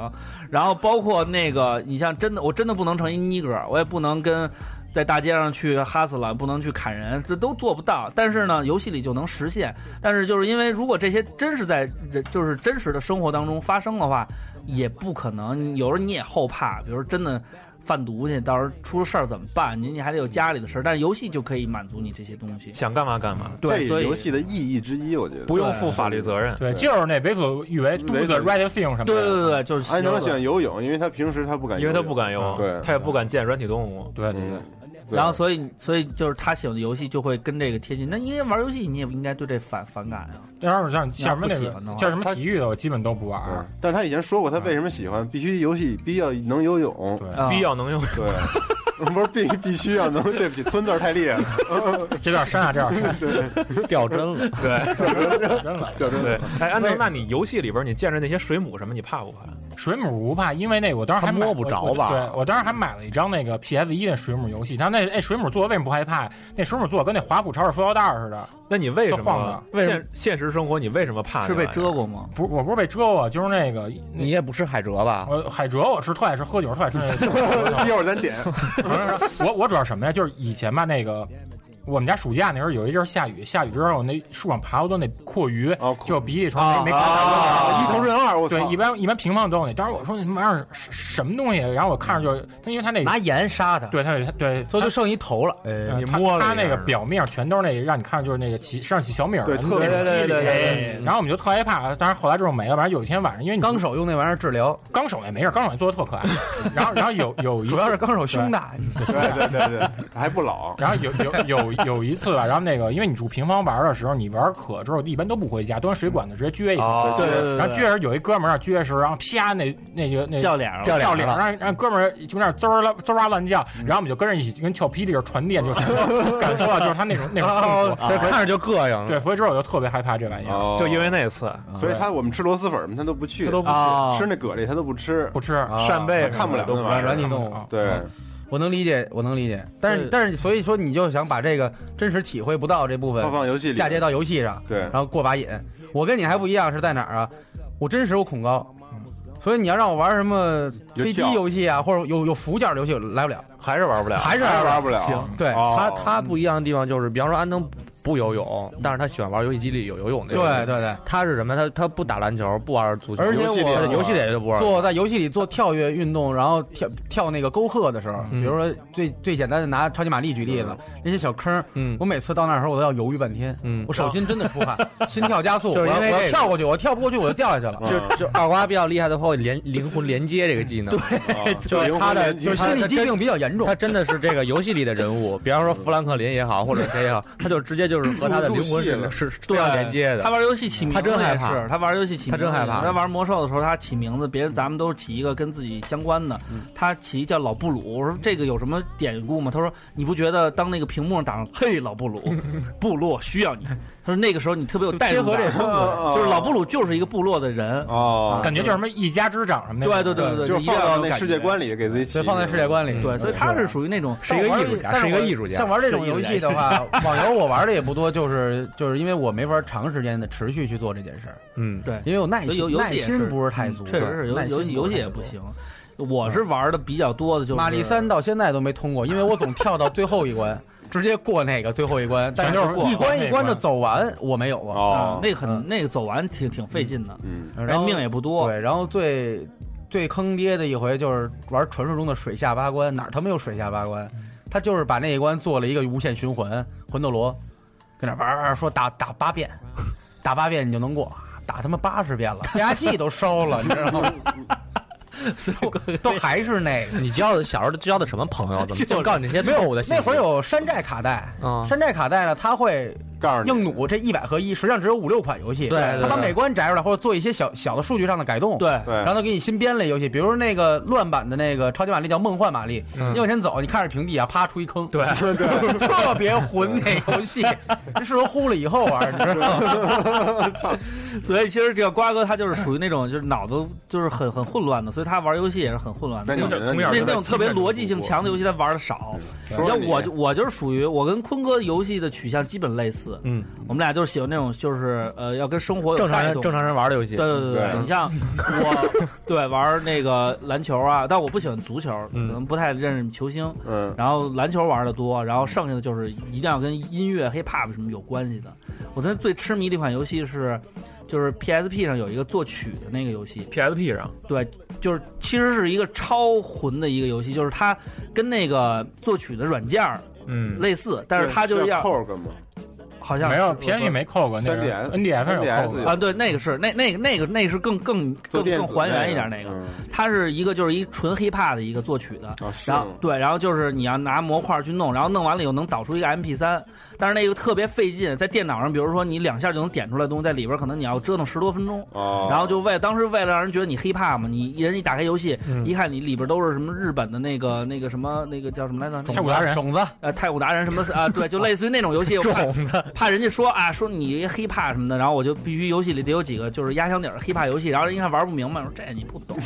S4: 然后包括那个，你像真的，我真的不能成一妮哥，我也不能跟在大街上去哈斯了，不能去砍人，这都做不到。但是呢，游戏里就能实现。但是就是因为如果这些真是在人就是真实的生活当中发生的话，也不可能。有时候你也后怕，比如说真的。贩毒去，到时候出了事儿怎么办？你你还得有家里的事儿，但是游戏就可以满足你这些东西。
S8: 想干嘛干嘛，
S4: 对，
S3: 这
S4: 所以
S3: 游戏的意义之一，我觉得
S8: 不用负法律责任。
S5: 对，就是那为所欲为，do the right thing 什么的。
S4: 对对对对，就是邪
S3: 安哎能
S4: 恶
S3: 选游泳，因为他平时他不敢游泳，
S8: 因为他不敢游，
S3: 对
S8: 他也不敢见软体动物。
S5: 对对对
S3: 嗯，对
S4: 然后所以所以就是他喜欢的游戏就会跟这个贴近。那因为玩游戏你也不应该对这反反感啊。
S5: 但是像像什么
S4: 不
S5: 那
S4: 喜欢的
S5: 个
S4: 话
S5: 叫什么体育的，我基本都不玩
S3: 嗯。但是他以前说过，他为什么喜欢，必须游戏必须要能游泳，
S5: 对
S4: 啊
S8: 必要能用，
S3: 对， 不是必必须要能，对不起，吞字儿太厉害了，
S5: 这段删啊，这段删，
S7: 掉帧了。
S5: 真了。
S3: 表真
S8: 对
S3: 的，，
S8: 哎，安
S5: 对
S8: 德，那你游戏里边你见着那些水母什么，你怕不怕？
S5: 水母不怕，因为那个我当时还
S7: 它
S5: 买
S7: 摸不着
S5: 我我
S7: 吧
S5: 对我当时还买了一张那个 PS 一的水母游戏，它那哎水母做为什么不害怕？那水母做跟那华普超市塑料袋儿似的，
S8: 那你为什
S5: 就晃
S8: 么
S5: 了为什
S8: 现现实生活你为什么怕那
S4: 是
S8: 玩意
S4: 被
S8: 儿？
S4: 遮过吗？
S5: 不是我不是被蛰过，就是那个
S7: 你也不吃海蜇吧？
S5: 我海蜇我吃特爱吃，喝酒特爱吃那个。
S3: 一会儿咱点，
S5: 我我主要什么呀？就是以前吧，那个我们家暑假那时候有一阵儿下雨，下雨之后那树上爬好多那阔鱼，
S3: 哦阔
S5: 就鼻涕虫没没看
S3: 啊，一
S5: 到。
S3: 头润二，我操
S5: 对，，一般一般平房都有那。当时我说那玩意儿是什么东西，然后我看着就，它因为它那
S6: 拿盐杀它，
S5: 对它有它对，
S6: 所以就剩一头了。
S5: 呃
S6: 哎，
S5: 它它那个表面全都是那个让你看着就是那个起身上起小米儿
S3: 对
S5: 的，
S3: 特别
S5: 那种
S8: 对对
S5: 肌
S8: 对
S5: 理
S8: 对
S5: 哎然后我们就特害怕，当然后来之后没了。反正有一天晚上，因为你
S6: 纲手用那玩意儿治疗，
S5: 纲手也没事，纲手也做的特可爱。然后然后有有一
S6: 主
S5: 次
S6: 要是纲手胸大，
S3: 对 对对对，还不老，
S5: 然后有 有有有一次吧，然后那个因为你住平房玩的时候，你玩渴之后一般都不回家，都往水管子直接撅一口。
S8: 哦，
S3: 对
S4: 对
S5: 然后撅着有一哥们儿撅的时候，然后啪那那个那
S4: 掉脸儿了，嗯
S5: 掉脸儿，啊让让哥们儿就那儿滋儿啦滋儿哇乱叫，然后我们就跟着一起跟俏皮里边传递，就是 说感受到就是他那种那种痛
S4: 哦
S5: 苦。
S7: 这
S4: 啊
S7: 看着就膈应。啊
S5: 对，回去之后我就特别害怕这玩意儿，
S3: 哦
S8: 就因为那次
S4: 嗯
S3: 所以他我们吃螺蛳粉嘛，他都不去，
S8: 他都不
S4: 啊
S3: 吃那蛤蜊他都不吃，
S5: 不吃。
S7: 啊
S8: 扇贝
S3: 他看不了
S8: 都
S3: 那
S8: 不
S3: 玩意
S6: 软
S3: 儿啊
S6: 软体动物。
S3: 对，
S4: 嗯
S6: 我能理解，我能理解。但是
S4: 对
S6: 但是，所以说你就想把这个真实体会不到这部分
S3: 放放游戏里
S6: 嫁接到游戏上，
S3: 对
S6: 然后过把瘾。我跟你还不一样，是在哪儿啊？我真实我恐高，所以你要让我玩什么
S3: 就
S6: 飞机
S3: 跳
S6: 游戏啊，或者有有俯角的游戏，我来不了，
S8: 还是玩不了。
S6: 还是
S3: 还
S6: 玩
S3: 玩
S6: 不
S3: 不了，
S8: 行
S6: 对
S3: 哦
S7: 他他不一样的地方就是，比方说安登不游泳，但是他喜欢玩游戏机里有游泳那
S6: 对
S7: 种。
S6: 对，对，
S7: 他是什么？他他不打篮球，不玩足球，
S6: 而且
S7: 游
S6: 我
S7: 戏里游戏里也就不玩。
S6: 做在游戏里做跳跃运动，然后跳跳那个沟壑的时候，
S7: 嗯
S6: 比如说最最简单的拿超级玛丽举例子，那些小坑，
S7: 嗯
S6: 我每次到那儿的时候我都要犹豫半天，
S7: 嗯
S6: 我手心真的 出汗，心跳加速，
S7: 就是因为
S6: 我
S7: 这
S6: 要我要
S7: 个
S6: 跳过去，我跳不过去我就掉下去了。
S7: 就就二瓜比较厉害的话，连灵魂连接这个技能，
S3: 哦
S7: 就是
S3: 灵
S7: 他
S3: 魂
S7: 的
S3: 连接
S6: 就是心理疾病比较严重
S7: 他，真的是这个游戏里的人物。比方说富兰克林也好，或者谁也好，他就直接就是和他的灵魂
S3: 入入戏
S7: 是是这样连接
S4: 他
S7: 的。
S4: 玩游戏起名
S7: 他
S4: 字
S7: 真害
S4: 也
S7: 怕
S4: 是他玩游戏起名字
S7: 他真害怕
S4: 也是他玩魔兽的时候，他起名字，别人咱们都起一个跟自己相关的，
S7: 嗯
S4: 他起一叫老布鲁。我说这个有什么典故吗？他说你不觉得当那个屏幕上打上“嘿，老布鲁，部落需要你”，他说那个时候你特别有代入
S6: 贴合
S4: 感
S6: 这，风格。
S4: 就是老布鲁就是一个部落的人。
S3: 哦，
S5: 感觉就是什么一家之长什么的。
S4: 对对对对对，
S3: 就是
S4: 一定
S3: 放
S4: 要有
S3: 到
S4: 这种
S3: 那
S4: 感
S3: 世
S4: 觉
S3: 界。观里给自己起
S6: 所
S3: 一个，
S6: 以放在世界观里，
S4: 对，所以他是属于那种
S7: 是一个艺术家，
S6: 但
S7: 是
S6: 嗯啊是
S7: 一
S6: 我
S7: 个艺术家
S6: 像。玩这种游戏的话，网游我玩的也不多，就是就是因为我没法长时间的持续去做这件事儿，
S7: 嗯，
S6: 因为我耐
S4: 游
S6: 心
S4: 游
S6: 耐
S4: 戏也是
S6: 心不是太足，
S4: 确实是游
S6: 耐心
S4: 游戏游戏
S6: 太
S4: 也
S6: 足
S4: 不行。我是玩的比较多的，就是
S6: 玛丽三到现在都没通过，因为我总跳到最后一关， 直接过那个最后一关，但
S5: 全
S6: 是
S5: 都是过
S6: 一关一关的
S5: 那一关
S6: 走完，我没有过。
S4: 啊
S3: 哦，，
S4: 那个很那个走完挺挺费劲的，
S3: 嗯，
S6: 然
S4: 然
S7: 哎
S4: 后
S6: 后
S4: 命也不多。
S6: 对，然后最最坑爹的一回就是玩传说中的水下八关，哪儿他妈有水下八关？他就是把那一关做了一个无限循环，魂斗罗，跟那玩儿玩儿说打打八遍， 打八遍你就能过。打他妈八十遍了， 变压器都 烧了，你知道吗？都都还是那个。
S7: 你交的小时候交的什么朋友？怎么就告诉你这些错误的信息？
S6: 那会儿有山寨卡带，
S7: 啊，
S6: 山寨卡带呢，它会
S3: 告诉你
S6: 硬弩这一百合一，实际上只有五六款游戏，
S7: 对对
S6: 他把
S7: 对
S6: 每关摘出来，或者做一些小小的数据上的改动，，
S4: 对，
S3: 对，
S6: 然后他给你新编类游戏，比如那个乱版的那个超级玛丽叫梦幻玛丽，你往前走，你看着平地啊，啪出一坑，对， 特别混那游 戏，这适合呼了以后玩，你知道吗？
S4: 所以其实这个瓜哥他就是属于那种就是脑子就是很很混乱的，所以他玩游戏也是很混乱的。
S3: 那你
S4: 那种
S3: 觉得
S5: 从小
S4: 那
S5: 就
S4: 那种特别逻辑性强的游戏他玩的少，
S3: 嗯说
S4: 你
S3: 说
S4: 像
S3: 你
S4: 我就我就是属于我跟坤哥游戏的取向基本类似，
S7: 嗯，
S4: 我们俩就是喜欢那种就是呃要跟生活有
S7: 正常
S4: 带
S7: 人
S4: 动
S7: 正常人玩的游戏
S4: 对。对对对，
S3: 对
S4: 你像我对玩那个篮球啊，但我不喜欢足球，可
S7: 嗯
S4: 能不太认识球星。
S3: 嗯，
S4: 然后篮球玩的多，然后剩下的就是一定要跟音乐、hip hop 什么有关系的。我曾经最痴迷的一款游戏是，就是 PSP 上有一个作曲的那个游戏，
S8: PSP 上
S4: 对，就是其实是一个超魂的一个游戏，就是它跟那个作曲的软件儿
S5: 嗯，
S4: 类似，但是它就是要
S3: Korg 嘛，
S4: 好像
S5: 没有
S4: 是不是
S5: PSP 没扣过那
S3: 3DS
S5: 个 NDS 上有
S3: 3DS
S5: 扣过
S3: 有
S4: 啊，对，那个是那那个那个那个是更更
S3: 做
S4: 更
S3: 电
S4: 更
S3: 子
S4: 还原一点那个，
S3: 嗯
S4: 它是一个就是一纯 hiphop 的一个作曲的，
S3: 啊是
S4: 然后
S3: 吗，
S4: 对，然后就是你要拿模块去弄，然后弄完了以后能导出一个 MP 3但是那个特别费劲，在电脑上，比如说你两下就能点出来的东西，在里边可能你要折腾十多分钟。
S3: 哦，
S4: 然后就为当时为了让人觉得你 hiphop 嘛，你一人一打开游戏，一看你里边都是什么日本的那个那个什么那个叫什么来着？那
S5: 太
S4: 个
S5: 古达人，
S9: 种子
S4: 呃，太古达人什么啊？对，就类似于那种游戏，我怕
S7: 种子
S4: 怕人家说啊，说你 hiphop 什么的，然后我就必须游戏里得有几个就是压箱底儿 hiphop 游戏，然后人一看玩不明白，我说这你不 懂，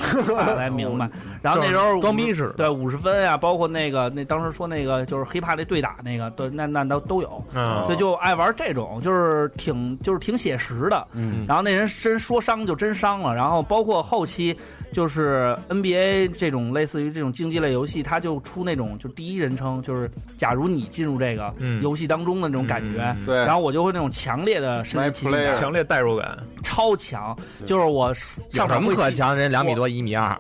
S4: 才明白。然后那时候
S7: 哦装逼式，
S4: 对五十分呀、包括那个那当时说那个就是 hiphop 那对打那个，对，那那都都有，
S8: 嗯
S4: 所以就爱玩这种，就是挺就是挺写实的。
S6: 嗯，
S4: 然后那人真说伤就真伤了，然后包括后期就是 NBA 这种类似于这种竞技类游戏，它就出那种就第一人称，就是假如你进入这个
S8: 嗯
S4: 游戏当中的那种感觉。
S3: 对，
S4: 然后我就会那种强烈的身临其境
S3: My player
S4: 感，
S8: 强烈代入感，
S4: 超强，就是我上
S7: 有什
S4: 场会
S7: 么可
S4: 激
S7: 强？人两米多一米二，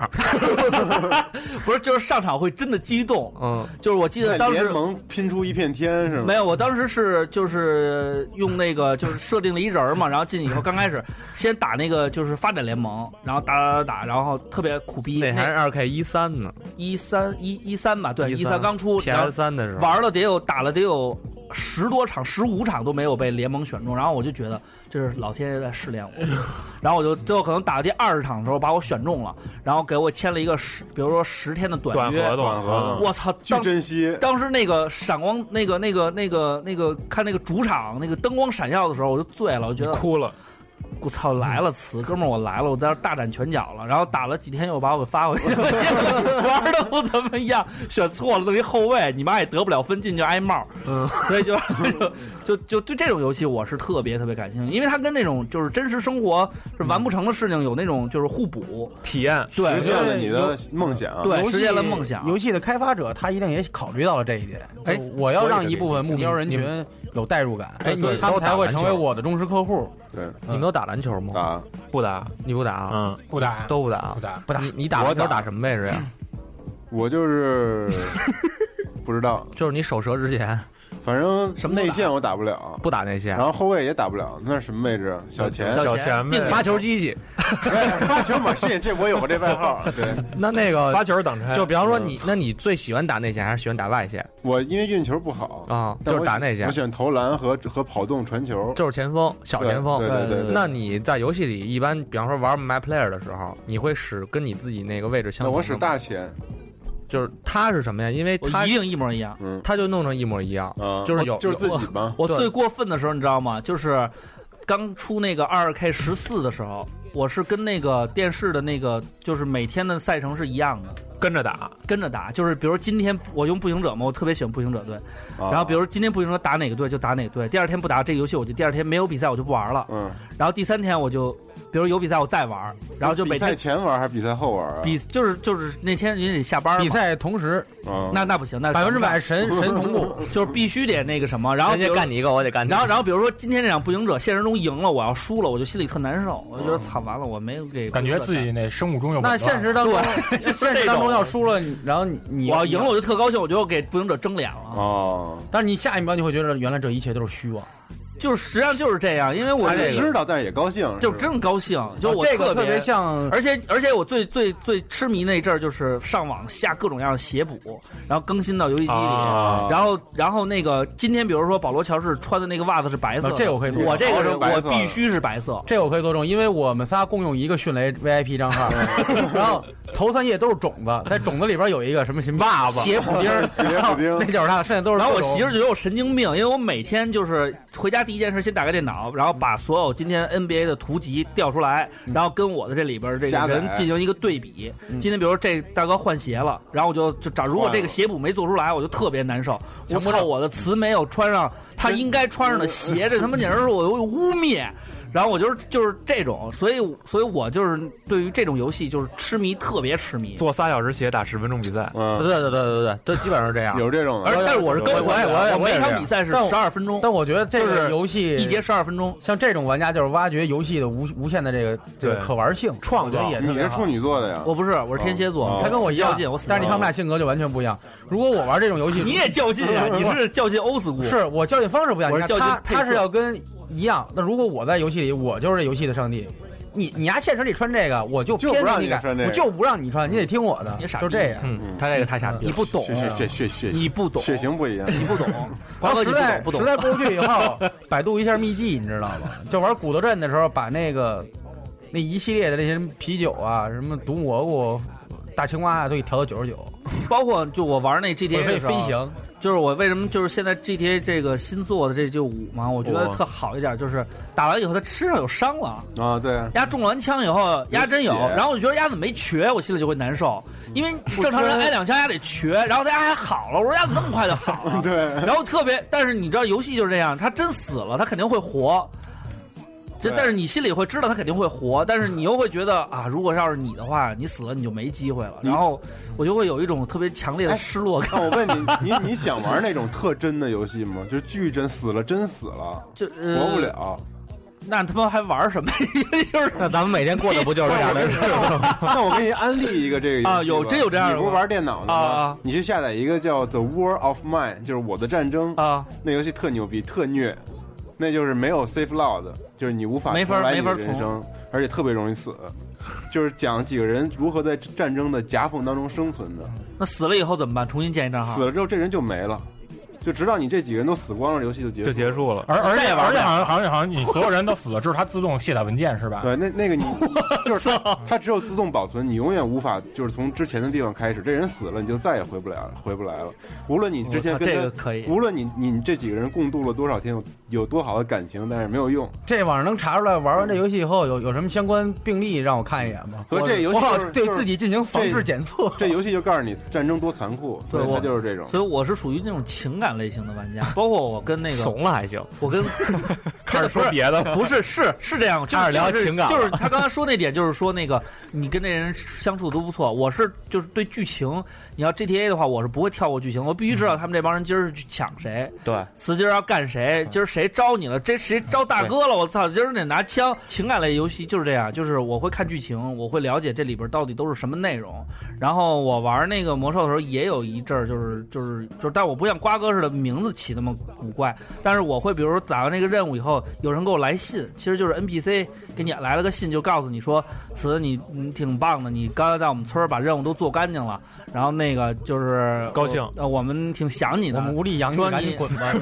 S4: 不是，就是上场会真的激动。
S7: 嗯，
S4: 就是我记得
S3: 在
S4: 当
S3: 联
S4: 时
S3: 盟拼出一片天是吗？
S4: 没有，我当时是就是用那个就是设定了一人儿嘛，然后进去以后刚开始先打那个就是发展联盟，然后打打打打，然后特别苦逼，
S7: 那还
S4: 那
S7: 是二 K 一三呢
S4: 一三一一三吧，对，一
S7: 13
S4: 三刚出，然后
S7: ，PS 三的时候，
S4: 玩了得有打了得有十多场、十五场都没有被联盟选中，然后我就觉得这是老天爷在试炼我，然后我就最后可能打到第二十场的时候把我选中了，然后给我签了一个十，比如说十天的短
S8: 短
S4: 约
S8: 合，
S3: 短合
S8: 同，
S3: 同
S4: 我操，
S3: 巨
S4: 当
S3: 珍惜，
S4: 当时那个闪光，那个、那个、那个、那个，看那个主场那个灯光闪耀的时候，我就醉了，我觉
S8: 你
S4: 得
S8: 嗯哭了，
S4: 我操来了，词哥们儿我来了，我在这儿大展拳脚了。然后打了几天又把我给发回去，玩的不怎么样，选错了弄一后卫，你妈也得不了分进就挨帽，所以就就就就对这种游戏我是特别特别感兴趣，因为它跟那种就是真实生活是完不成的事情有那种就是互补，
S8: 体验
S4: 对
S3: 实现了你的梦想。啊
S4: 对，
S9: 游戏
S4: 实现了梦想。
S9: 游戏的开发者他一定也考虑到了这一点。哎，我要让一部分目标人群有代入感，
S7: 哎你们
S9: 他
S7: 都
S9: 们
S7: 打
S9: 才会
S7: 篮
S9: 成为
S7: 球
S9: 我的忠实客户。
S3: 对，啊
S7: 你们都打篮球吗？
S3: 打
S8: 不打，
S7: 你不打，啊
S8: 嗯，
S5: 不打，
S7: 都不打啊
S5: 不，打，
S9: 不打
S7: 你你打篮球打什么位置呀？
S3: 我就是 不知道，
S7: 就是你手折之前
S3: 反正
S4: 什么都打
S3: 内线我打不了，
S7: 不打那些
S3: 然，后后卫也打不了，那是什么位置？啊小前。
S4: 小
S8: 小
S4: 前
S8: 前辈
S7: 发球机器。
S3: 哎发球马信，这我有过这外号。对
S7: 那那个
S8: 发球挡拆，
S7: 就比方说你，那你最喜欢打内线还是喜欢打外线
S3: 我因为运球不好，
S4: 哦
S7: 啊？
S3: 但
S7: 就
S3: 我
S7: 是打
S3: 喜
S7: 内线
S3: 我，选投篮和和跑动传球，
S7: 就是前锋、小前锋。
S3: 对对
S4: 嗯
S3: 对对。
S7: 那你在游戏里一般，比方说玩 My Player 的时候，你会使跟你自己那个位置相
S3: 那
S7: 同的吗？
S3: 我使大前，
S7: 就是他是什么呀？因为
S4: 我
S7: 他
S4: 一定一模一样。
S3: 嗯
S7: 他就弄成一模一样，
S3: 啊，
S7: 就是有
S3: 就是自己 嘛。
S4: 我
S7: 对
S4: 最过分的时候，你知道吗？就是刚出那个二 K 十四的时候，我是跟那个电视的那个，就是每天的赛程是一样的，
S8: 跟着打，
S4: 跟着打。就是比如今天我用步行者嘛，我特别喜欢步行者队。
S3: 啊
S4: 然后比如今天步行者打哪个队就打哪个队，第二天不打这个游戏，我就第二天没有比赛我就不玩
S8: 啊
S4: 了。
S3: 嗯，
S4: 然后第三天我就，比如有比赛我再玩，然后就每
S3: 比赛
S4: 天
S3: 前玩还是比赛后玩啊？
S4: 比就是就是那天你得下班嘛
S9: 比。赛同 时
S3: 啊，
S4: 那那不行，那
S9: 百分之百神神同 步，
S4: 就是必须得那个什么，然后
S7: 人
S4: 比
S7: 家
S4: 如
S7: 干你一个，我得干你一个。
S4: 然后，然后比如说今天这场步行者现实中赢了，我要输了，我就心里特难受，
S7: 哦
S4: 我就觉得惨完了，我没有给
S5: 感觉自己那生物钟又紊
S9: 那
S5: 乱
S9: 现实当中， 现实当中要输了，你然后你你
S4: 我要赢了，我就特高兴，我就给步行者争脸了。
S3: 哦，
S9: 但是你下一秒你会觉得原来这一切都是虚妄。
S4: 就是实际上就是这样，因为
S7: 哎
S4: 我
S3: 他
S4: 这
S3: 也知
S4: 个
S3: 道，但是也高兴，
S4: 就是
S3: 吧
S4: 真高
S7: 哦
S4: 兴，就我
S9: 这个特
S4: 别
S9: 别。像
S4: 而且而且我最最最痴迷那阵儿就是上网下各种样的鞋补，然后更新到游戏机里，
S8: 啊，
S4: 然后然后那个今天比如说保罗乔治穿的那个袜子是白色
S9: 那
S4: 的，
S9: 这我可以做
S4: 我这个
S3: 熬
S4: 是
S3: 成白
S4: 我
S3: 色的
S4: 必须是白色，
S9: 这我可以作证，因为我们仨共用一个迅雷 VIP 账号，
S4: 嗯
S9: 然后头三页都是种子，在种子里边有一个什么什么爸爸 鞋补丁儿，
S3: 鞋补丁
S9: 那就是他，剩下都是各种。
S4: 然后我媳妇儿就觉得我神经病，因为我每天就是回家第一件事先打开电脑，然后把所有今天 NBA 的图集调出来，然后跟我的这里边这个
S3: 加载
S4: 人进行一个对比。今天比如说这大哥换鞋了，然后我就就找，如果这个鞋补没做出来，我就特别难受。我操，我的词没有穿上他应该穿上的鞋，这他妈简直是我有污蔑。然后我就是就是这种，所以所以我就是对于这种游戏就是痴迷，特别痴迷。
S10: 做仨小时鞋打十分钟比赛，
S8: 对
S3: 嗯，
S8: 对对对对对，都基本上是这 样。
S3: 有这种
S4: 啊而
S3: 的，
S4: 但是我是跟
S8: 我也我也
S4: 我
S8: 我
S4: 每
S8: 也是这
S4: 场
S8: 样
S4: 比赛是啊
S6: 但我
S4: 十二分钟，
S6: 但我觉得这
S4: 就
S6: 个
S4: 是
S6: 游戏
S4: 一节十二分钟。
S6: 像这种玩家就是挖掘游戏的无无限的这个这个
S10: 对
S6: 可玩性，
S10: 创
S6: 我
S10: 造
S6: 觉得也特
S3: 啊你
S6: 别
S3: 是
S6: 好
S3: 处。女座的呀？
S4: 我不是，我是天蝎座，
S3: 哦
S6: 他跟我一样
S4: 较劲，我，死。
S6: 但是你看我们俩，性格就完全不一样。如果我玩这种游戏，
S4: 你也较劲啊？你是较劲欧死姑？
S6: 是我较劲方式不一样，
S4: 我
S6: 你
S4: 是
S6: 看
S4: 较劲
S6: 他
S4: 配
S6: 他是
S4: 色
S6: 要跟一样。那如果我在游戏里，我就是这游戏的上帝。你你丫现实里穿这个，我就
S3: 就不
S6: 偏
S3: 让
S6: 给你
S3: 你
S6: 改
S3: 穿这，个
S6: 我就不让你穿，你得听我的，
S4: 你傻逼啊
S6: 就这样。
S8: 嗯，他这个太傻逼
S4: 你
S8: 了。
S4: 不懂，啊
S3: 血血血血血，
S4: 你不懂，
S3: 血型不一样。
S4: 你不懂，瓜哥你
S6: 然后实
S4: 不
S6: 在
S4: 懂，不懂
S6: 实。在过不去以后，百度一下秘籍，你知道吗？就玩骨头阵的时候，把那个那一系列的那些什么啤酒啊、什么毒蘑菇、大青蛙啊，都给调到九十九，
S4: 包括就我玩那
S6: 我
S4: GTA
S6: 可以
S4: 的时
S6: 飞
S4: 候，
S6: 行。
S4: 就是我为什么就是现在 GTA 这个新做的这就五嘛，我觉得
S10: 哇
S4: 特好一点，就是打完以后他身上有伤了。
S3: 啊，对啊，
S4: 丫中完枪以后，丫真有，
S3: 有血
S4: 然后我就觉得丫怎么没瘸，我心里就会难受，因为正常人挨两枪丫得瘸，然后他丫还好了，我说丫怎么那么快就好了？
S3: 对
S4: 然后特别，但是你知道游戏就是这样，他真死了，他肯定会活。这
S3: 对
S4: 但是你心里会知道他肯定会活，但是你又会觉得啊，如果要是你的话，你死了你就没机会
S3: 嗯
S4: 了。然后我就会有一种特别强烈的失落感，
S3: 那我问你，你你想玩那种特真的游戏吗？就是巨真，死了真死了，
S4: 就呃
S3: 活不。了。
S4: 那他妈还玩什么？ 就是
S8: 那咱们每天过的不就是这样的日子吗？
S3: 那我给你安利一个这个游戏
S4: 嗯
S3: 吧
S4: 啊有真有这样的
S3: 你
S4: 吗
S3: 不是玩电脑的
S4: 啊
S3: 吗
S4: 啊？
S3: 你去下载一个叫《The War of Mine》，就是我的战争。
S4: 啊，
S3: 那游戏特牛逼，特虐，那就是没有 safe law 的，就是你无法
S4: 没法
S3: 重来你
S4: 没法
S3: 的人生，而且特别容易死。就是讲几个人如何在战争的夹缝当中生存的，
S4: 那死了以后怎么办？重新建一账号
S3: 死？了之后这人就没了，就直到你这几个人都死光了，游戏就结束。
S10: 就结束了。
S5: 而而
S4: 再
S5: 且
S4: 也玩
S5: 而
S4: 不
S5: 且
S4: 了
S5: 好像好像好像你所有人都死了之后，它自动卸载文件是吧？
S3: 对，那那 个你就是它，它只有自动保存，你永远无法就是从之前的地方开始。这人死了，你就再也回不了，回不来了。无论你之前
S4: 我操
S3: 跟他
S4: 这个可以
S3: 无论你你这几个人共度了多少天，有有多好的感情，但是没有用。
S6: 这网上能查出来，玩完这游戏以后有有什么相关病例让我看一眼吗？
S3: 所以这游戏
S6: 我好
S3: 就是
S6: 对
S3: 就是
S6: 自己进行防
S3: 这
S6: 治检测。
S3: 这游戏就告诉你战争多残酷，所以
S4: 对我
S3: 它就是这种。
S4: 所以我是属于那种情感类型的玩家，包括我跟那个，
S8: 怂了还行，
S4: 我 跟
S10: 开始说别的了，
S4: 不是是是这样，就
S8: 开
S4: 是
S8: 始聊
S4: 就是
S8: 情感了
S4: 就是他刚才说那点，就是说那个你跟那人相处都不错。我是就是对剧情，你要 GTA 的话，我是不会跳过剧情，我必须知道他们这帮人今儿是去抢谁，
S8: 对，
S4: 辞今儿要干谁，今儿谁招你了，这谁招大哥了，我操，今儿得拿枪。情感类游戏就是这样，就是我会看剧情，我会了解这里边到底都是什么内容。然后我玩那个魔兽的时候，也有一阵儿就是就是就是，但我不像瓜哥似的名字起那么古怪，但是我会比如说打完这个任务以后，有人给我来信，其实就是 NPC 给你来了个信，就告诉你说，此你你挺棒的，你刚才在我们村儿把任务都做干净了，然后那个就是
S10: 高兴
S4: 呃，我们挺想你的，
S6: 我们无力养你，
S4: 说
S6: 赶
S4: 你
S6: 紧滚吧！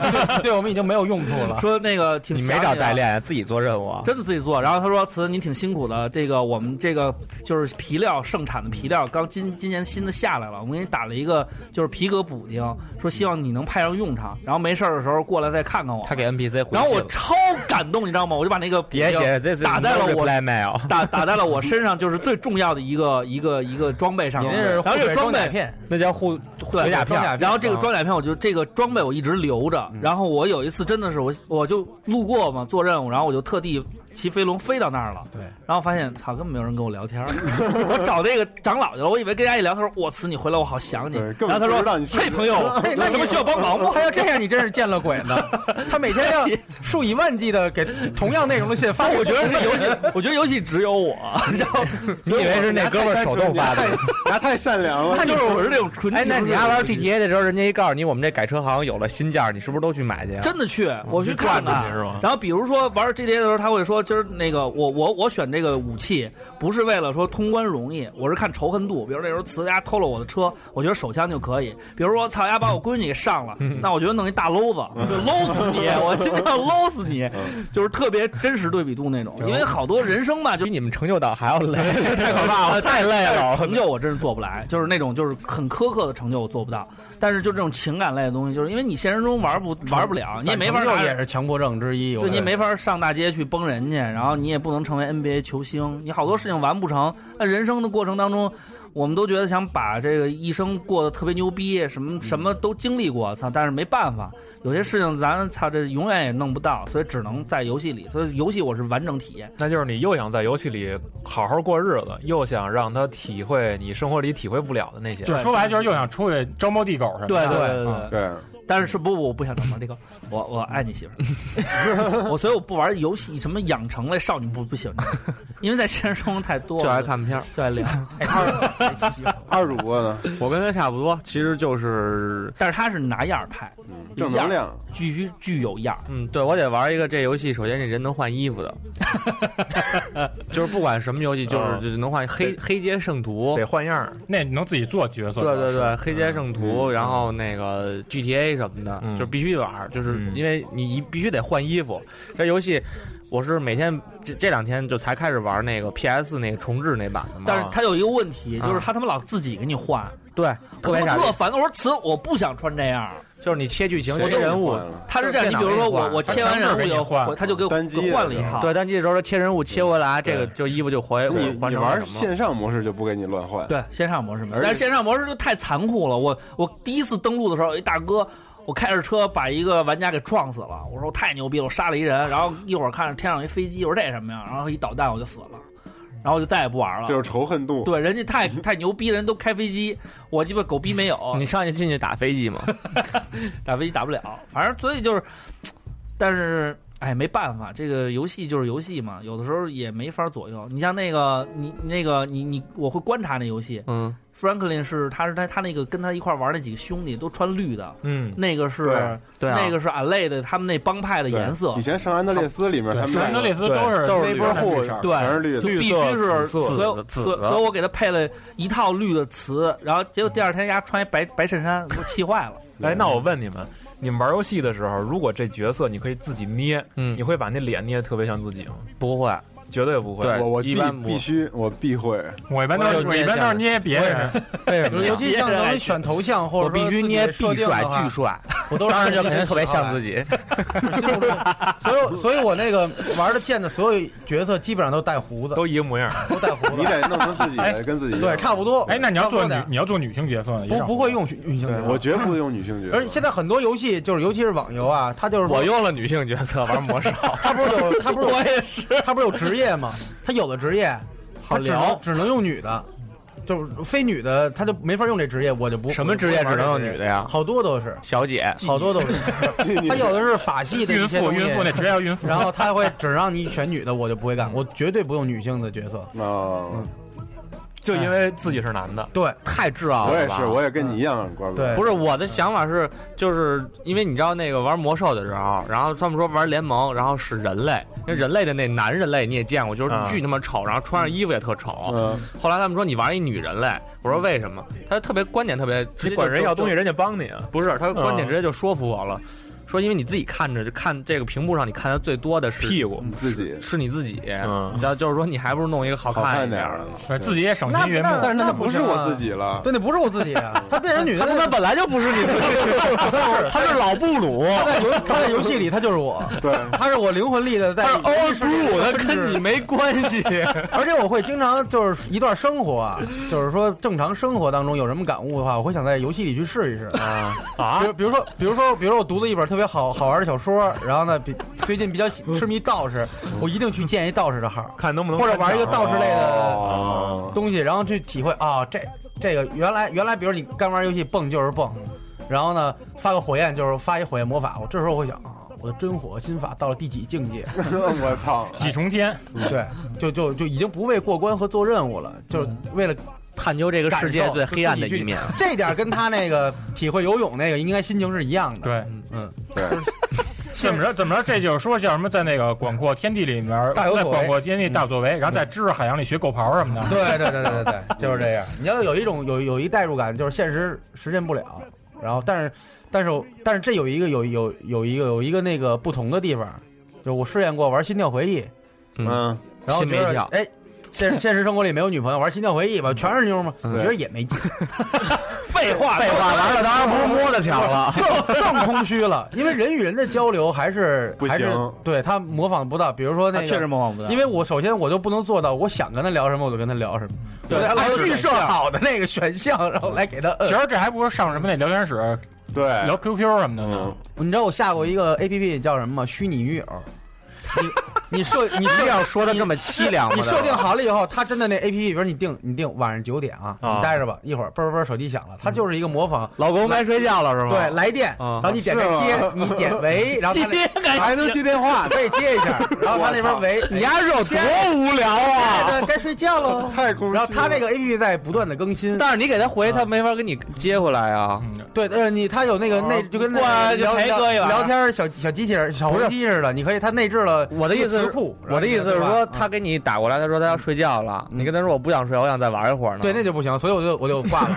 S6: 对我们已经没有用处了。
S4: 说那个挺
S8: 啊你
S4: 想
S8: 没
S4: 你
S8: 找
S4: 的
S8: 代。练，自己做任 务啊。
S4: 真的自己做，然后他说：“词您挺辛苦的，这个我们这个就是皮料盛产的皮料，刚今
S8: 嗯
S4: 今年新的下来了，我们给你打了一个就是皮革补丁，说希望你能派上用场，然后没事儿的时候过来再看看我。”
S8: 他给 NPC 回信
S4: 然
S8: 了
S4: 后我超感动，你知道吗？我就把那个补丁
S8: 底下写着 this is
S4: 打在了
S8: no
S4: 我
S8: reply mail，
S4: 打打在了我身上，就是最重要的一个一个一个装备上
S6: 你
S4: 面。
S6: 那是
S4: 然后这
S6: 护
S4: 个
S6: 腿
S4: 装
S6: 装甲
S4: 备
S6: 片，
S8: 那叫互回甲片
S6: 装甲
S8: 儿
S6: 片。
S4: 然后这
S3: 啊
S4: 个装甲片，我就这个装备我一直留着。
S3: 嗯
S4: 然后我有一次真的是我我就路过嘛做任务，然后我就特地骑飞龙飞到那儿了。
S6: 对，
S4: 然后发现操根本没有人跟我聊天儿， 我找这个长老去了，我以为跟人家一聊，他说我操你回来我好想你。
S3: 对根本
S4: 然后他
S3: 不知道
S4: 说
S3: 你是
S4: 嘿朋友
S8: 哎
S4: 有什么需要帮忙 吗？
S6: 他要这样，你真是见了鬼了！他每天要数以万计的给同样内容的信发。我觉得
S4: 这游戏 我觉得游戏只有我， 然后
S8: 你以为是那哥们儿手动发的？
S3: 他太善良了，
S4: 就是我是那种纯
S8: 哎，
S4: 情
S8: 那
S4: 的
S8: 你还玩
S4: 游戏
S8: GTA 的时候，人家一告诉你我们这改车行有了新价，你是不是都去买去啊？
S4: 真的去，我去看
S10: 转嗯
S4: 看
S10: 着去是吗。
S4: 然后比如说玩 GTA 的时候，他会说今儿那个我我我选这个武器不是为了说通关容易，我是看仇恨度。比如那时候慈家偷了我的车，我觉得手枪就可以。比如说操家把我闺女给上了，
S10: 嗯
S4: 那我觉得弄一大篓 子就搂死你，我今天要搂死你，
S10: 嗯
S4: 就是特别真实对比度那种。
S10: 哦
S4: 因为好多人生嘛，就
S8: 比你们成就党还要 累，太可怕了，太累了。
S4: 成就我真是做不来，就是那种就是很苛刻的成就我做不到。但是就这种情感类的东西，就是因为你现实中玩不玩不了，你也没法拿
S6: 也是强迫症之一。我
S4: 对
S6: 觉
S4: 你
S6: 得
S4: 没法上大街去崩人去，然后你也不能成为 NBA 球星，你好多事情完不成。那人生的过程当中，我们都觉得想把这个一生过得特别牛逼，什么什么都经历过，操！但是没办法，有些事情咱操这永远也弄不到，所以只能在游戏里。所以游戏我是完整体验。
S8: 那就是你又想在游戏里好好过日子，又想让他体会你生活里体会不了的那些。
S5: 就说白了就是又想出去招猫递狗什么的。
S4: 对对对对
S5: 嗯
S3: 对，
S4: 啊但是是不不，我不想找毛这个，我我爱你媳妇儿， 我所以我不玩游戏，什么养成类少女不不喜欢这个，因为在现实生活太多了，
S7: 就爱看片儿。
S4: 就爱聊。
S3: 二主播呢？
S7: 我跟他差不多，其实就是，
S4: 但是他是拿样儿拍，
S3: 嗯，正能量，
S4: 必须具有样儿。
S7: 嗯，对我得玩一个这游戏，首先这人能换衣服的，就是不管什么游戏，就是
S8: 嗯
S7: 就是能换黑黑街圣徒
S8: 得。换样儿，嗯
S5: 那你能自己做角色。
S7: 对对对，黑街圣徒，然后那个 GTA 什么的，
S8: 嗯
S7: 就必须玩，就是
S8: 嗯
S7: 因为你一必须得换衣服。这游戏我是每天这这两天就才开始玩那个 PS 那个重置那版的嘛，
S4: 但是他有一个问题，
S7: 啊
S4: 就是他他妈老自己给你换，
S7: 对特别
S4: 我他
S7: 傻
S4: 妈
S7: 逼
S4: 特，烦。我说词我不想穿这样儿，
S7: 就是你切剧情、
S3: 谁
S7: 切人物
S3: 换，了
S4: 他是这样，
S7: 电
S4: 你
S7: 脑
S4: 比如
S7: 给
S4: 说
S7: 你
S4: 我
S7: 换
S4: 我切完人物
S5: 他上面给你
S4: 以后，
S5: 换
S4: 我他就给我
S3: 单机
S4: 给我换了一
S3: 也是
S4: 套，
S7: 对，单机的时候说切人物切回来，这个就衣服就回
S3: 你
S7: 换
S3: 你
S7: 成
S3: 玩
S7: 什么了
S3: 线上模式就不给你乱换，
S4: 对，线上模式嘛
S3: 而，且
S4: 但是线上模式就太残酷了。我我第一次登录的时候，有一大哥，我开着车把一个玩家给撞死了。我说我太牛逼了，我杀了一人。然后一会儿看着天上有一飞机，我说这什么呀？然后一导弹我就死了，然后我就再也不玩了。
S3: 就是仇恨度。
S4: 对，人家太太牛逼，人都开飞机，我鸡巴狗逼没有，
S7: 你上去进去打飞机吗？
S4: 打飞机打不了。反正所以就是，但是哎，没办法，这个游戏就是游戏嘛，有的时候也没法左右。你像那个你那个你你，我会观察那游戏，
S7: 嗯，
S4: Franklin 是他是他他那个跟他一块玩那几个兄弟都穿绿的，
S8: 嗯，
S4: 那个是
S3: 对
S7: 对啊
S4: 那个是 a l a y 的他们那帮派的
S3: 对
S4: 颜色
S3: 以，前圣安德烈斯里面他们
S5: 圣安德烈斯都是
S7: 都是绿
S3: neighbor
S7: 的
S3: hood
S4: 对
S3: 全是绿
S4: 就
S3: 的，
S4: 必须
S7: 绿色
S4: 是
S7: 紫色
S4: 所有
S7: 紫
S4: 所
S7: 的
S4: 所以我给他配了一套绿的词，然后结果第二天丫穿一白白衬衫，给我气坏了。
S8: 哎，那我问你们，你们玩游戏的时候，如果这角色你可以自己捏，
S7: 嗯
S8: 你会把那脸捏的特别像自己吗？
S7: 不会，
S8: 绝对不会。
S7: 对
S3: 我我
S7: 一
S3: 必
S7: 般不
S3: 必须我必会，
S5: 我一般都
S7: 我有
S5: 是
S7: 捏
S5: 我一般都是
S7: 像
S5: 捏别人，
S7: 为什
S6: 尤其像咱们选头像或
S7: 我
S6: 者
S7: 必
S6: 说
S7: 须
S6: 自己
S7: 捏
S6: 设
S7: 必
S6: 定
S7: 帅
S6: 的话
S7: 巨帅，
S6: 我都是
S7: 当然
S6: 按
S7: 就
S6: 照
S7: 肯定特别像自
S6: 己
S7: 己。
S6: 心目中， 所有所以我那个玩的剑的所有角色基本上都带胡子，
S8: 都一个模样，
S6: 都带胡
S3: 你
S6: 子，
S3: 得弄成自己的，跟自己
S6: 对，差不多。
S5: 哎，那你要做
S6: 差不多
S5: 女
S6: 点，
S5: 你要做女性角色呢？也
S6: 不
S5: 少
S6: 不会用女女性
S3: 对
S6: 角
S3: 我
S6: 色，
S3: 绝不用女性角色，
S6: 而且现在很多游戏就是尤其是网游啊，它就是
S7: 我用了女性角色玩魔 兽，
S6: 它不是有它不是我也是它不是有职业吗？它有的职业它只能只能用女的，就是非女的它就没法用这职业，我就不
S7: 什么职业只能用女的呀？
S6: 好多都是
S7: 小姐，
S6: 好多都 是，它 有的是法系的一
S5: 孕
S6: 些
S5: 妇
S6: 东西
S5: 孕妇那职业叫孕妇，
S6: 然后他会只让你选女的，我就不会干，我绝对不用女性的角色。
S3: 啊，
S8: 就因为自己是男的。
S6: 对，
S7: 太啊自傲了
S3: 我也
S7: 吧
S3: 是，我也跟你一样，瓜哥。
S6: 对
S7: 不是我的想法是，就是因为你知道那个玩魔兽的时候，然后他们说玩联盟，然后使人类，那人类的那男人类你也见过，就是
S8: 啊
S7: 巨他妈丑，然后穿上衣服也特丑。
S3: 嗯，
S7: 后来他们说你玩一女人类，我说为什么？他特别观点特别直接
S8: 你
S7: 就，
S8: 管人要东西，
S7: 就，
S8: 人家帮你啊。
S7: 不是他观点
S8: 嗯
S7: 直接就说服我了，说因为你自己看着就看这个屏幕上你看的最多的是
S8: 屁股，
S3: 你自己
S7: 是你自己，
S8: 嗯
S7: 你知道，就是说你还不如弄一个好
S3: 好
S7: 看
S3: 看
S7: 一
S3: 点
S7: 点
S3: 儿
S7: 的。
S3: 的，
S5: 对自己也省
S6: 那
S5: 心悦目
S6: 那。
S3: 但是那
S6: 那
S3: 不
S6: 不
S3: 是
S6: 行
S3: 我
S6: 啊
S3: 自己了，
S6: 对，那不是我自己啊， 他变成女的，
S7: 他妈
S6: 他
S7: 本来就不是你 自己，他是老布鲁，
S6: 在游 他在游戏里他就是我，
S3: 对，
S6: 他是我灵魂力的在
S7: 他是哦
S6: 游戏
S8: 哦
S7: all b
S6: 世界里
S7: l
S6: 的
S7: 的，
S6: 分
S7: 跟你
S6: 支。
S7: 没关系。
S6: 而且我会经常就是一段生活 啊，就是说正常生活当中有什么感悟的话，我会想在游戏里去试一试。
S7: 啊
S6: 比如比如说，比如说，比如说，我读了一本特别好好玩的小说，然后呢，比最近比较喜痴迷道士，我一定去建一道士的号，
S8: 看能不啊能
S6: 或者玩一个道士类的
S3: 哦，
S6: 东西，然后去体会啊、这这个原来原来，比如你刚玩游戏蹦就是蹦，然后呢发个火焰就是发一火焰魔法，我这时候我会想啊，我的真火心法到了第几境界？
S3: 我操，
S5: 几重天，
S6: 对，就就就已经不为过关和做任务了，就是为了
S7: 探究这个
S6: 感受
S7: 世界最黑暗的一面。。
S6: 就自己去 这点跟他那个体会游泳那个应该心情是一样的。
S5: 对，
S6: 嗯，
S5: 怎么着怎么着，这就是说叫什么，在那个广阔天地里面，
S6: 大有所为
S5: 在广
S11: 嗯
S5: 阔天地大有所为，然后在知识海洋里学狗刨什 么的。
S6: 对对对对对对，就是这样。你要有一种有有一代入感，就是现实实现不了，然后但是但是但是这有一个有有有一个有一个那个不同的地方，就是我试验过玩《心跳回忆》，
S3: 嗯，
S6: 然后
S7: 心
S6: 觉
S7: 没
S6: 得
S7: 跳
S6: 哎。现现实生活里没有女朋友，玩《心跳回忆》吧，全是妞嘛，
S7: 嗯
S6: 我觉得也没劲，
S12: 废话，
S11: 废话完了，当然不是摸的强 了。
S6: 更更空虚了，因为人与人的交流还是
S3: 不
S6: 还是
S3: 行
S6: 对他模仿不到。比如说
S4: 他
S6: 那个，
S4: 确实模仿不到，
S6: 因为我首先我就不能做到，我想跟他聊什么我就跟他聊什么，
S4: 对
S6: 我得来
S5: 他有
S6: 预
S5: 选
S6: 设
S5: 项
S6: 好的那个选项，然后来给他摁
S5: 其。实这还不如上什么那聊天室
S3: 对，
S11: 哎
S5: 聊 QQ 什么的呢。
S3: 嗯，
S6: 你知道我下过一个 A P P 叫什么吗？虚拟女友。你你设你
S11: 一定
S6: 设
S11: 要说的这么凄凉吗？
S6: 你设定好了以后，它真的那 A P P，比如你定你定晚上九点啊，
S8: 啊
S6: 你待着吧，一会儿嘣嘣嘣手机响了，它就是一个模仿。
S11: 老公该睡觉了是吗？
S6: 对，来电，
S11: 啊
S6: 然后你点开
S3: 嗯是
S6: 接
S3: 吗，
S6: 你 点喂，然后它那
S3: 还能接电话，
S6: 可以接一下，然后它那边喂，
S11: 你丫是有多无聊
S3: 哎
S11: 啊！
S6: 对，该睡觉喽。
S3: 太空虚了。
S6: 然后它那个 A P P 在不断的更新，
S7: 但是你给他回，他没法给你接回来啊。
S6: 对，但是你它有那个内就跟那个
S4: 就
S6: 聊
S4: 陪
S6: 聊
S4: 哥一晚
S6: 聊
S4: 上
S6: 天小小机器人、小
S11: 不
S6: 红
S11: 是
S6: 机似的，你可以它内置了
S11: 我的意思
S6: 词
S11: 是
S6: 库，然后
S7: 我的意思是
S6: 你就
S7: 说，
S6: 把
S7: 他给你打过来，他说他要睡觉了，
S6: 嗯
S7: 你跟他说我不想睡，我想再玩一会儿呢。
S6: 对，那就不行，所以我就我就挂 了，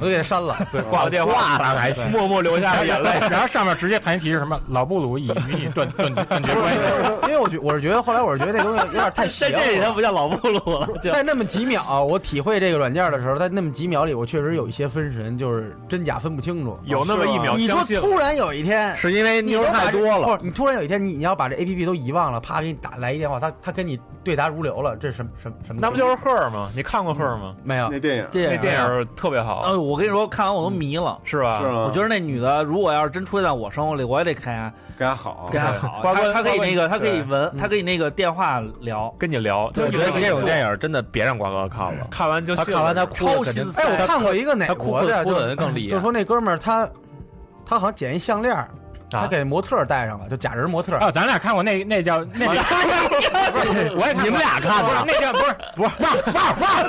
S6: 我就给它删了。所以
S8: 挂了电话，
S7: 挂了还行。
S8: 默默流下了眼泪。
S5: 然后上面直接弹一提示什么老布鲁已与你断断断绝关系。
S6: 因为我觉我是觉得后来我是觉得那东西有点太邪
S4: 在这里
S8: 啊
S4: 他
S6: 乎了。
S4: 不叫老布鲁了，叫
S6: 在那么几秒，我体会这个软件的时候，在那么几秒里，我确实有一些分神，就是真假分不清楚。
S8: 有那么一秒
S6: 你说
S8: 相信了，
S6: 突然有一天，
S11: 是因为
S6: 你
S11: 妞儿
S6: 都把
S11: 太
S6: 这
S11: 多了，
S6: 不是你突然有一天，你你要把这 A P P 都遗忘了，啪给你打来一电话，他他跟你对答如流了，这是什么什么什么？
S8: 那不就是《赫尔》吗？你看过《赫尔》吗？
S6: 没有？
S3: 那电影
S4: 这
S8: 那电影特别好，
S4: 呃，我跟你说，看完我都迷了。
S8: 是
S3: 是
S8: 吧？
S3: 吗？
S4: 我觉得那女的，如果要是真出现在我生活里，我也得给她
S3: 给他好
S4: 给，她好。
S8: 哦对
S4: 啊她她可以
S8: 呱呱
S4: 那个，她可以
S8: 对
S4: 闻，她可以那个电话聊。
S8: 跟你聊，
S7: 我觉得
S8: 就是
S7: 这种电影真的别让瓜哥看了。
S8: 看完就
S7: 他
S8: 信了
S7: 看完他
S4: 超
S7: 哭了，肯定
S4: 心
S6: 哎，我看过一个哪
S7: 他哭
S6: 国的，
S7: 的
S6: 就
S7: 哭
S6: 是
S7: 的更厉
S6: 就
S7: 害
S6: 是。说那哥们儿他他好像捡一项链儿，他
S8: 啊
S6: 给模特儿戴上了，就假人模特儿。
S5: 哦，咱俩看过那那叫那 叫，我也看过
S11: 你们俩看
S5: 不是
S6: 啊
S11: 的，
S5: 那叫不是不是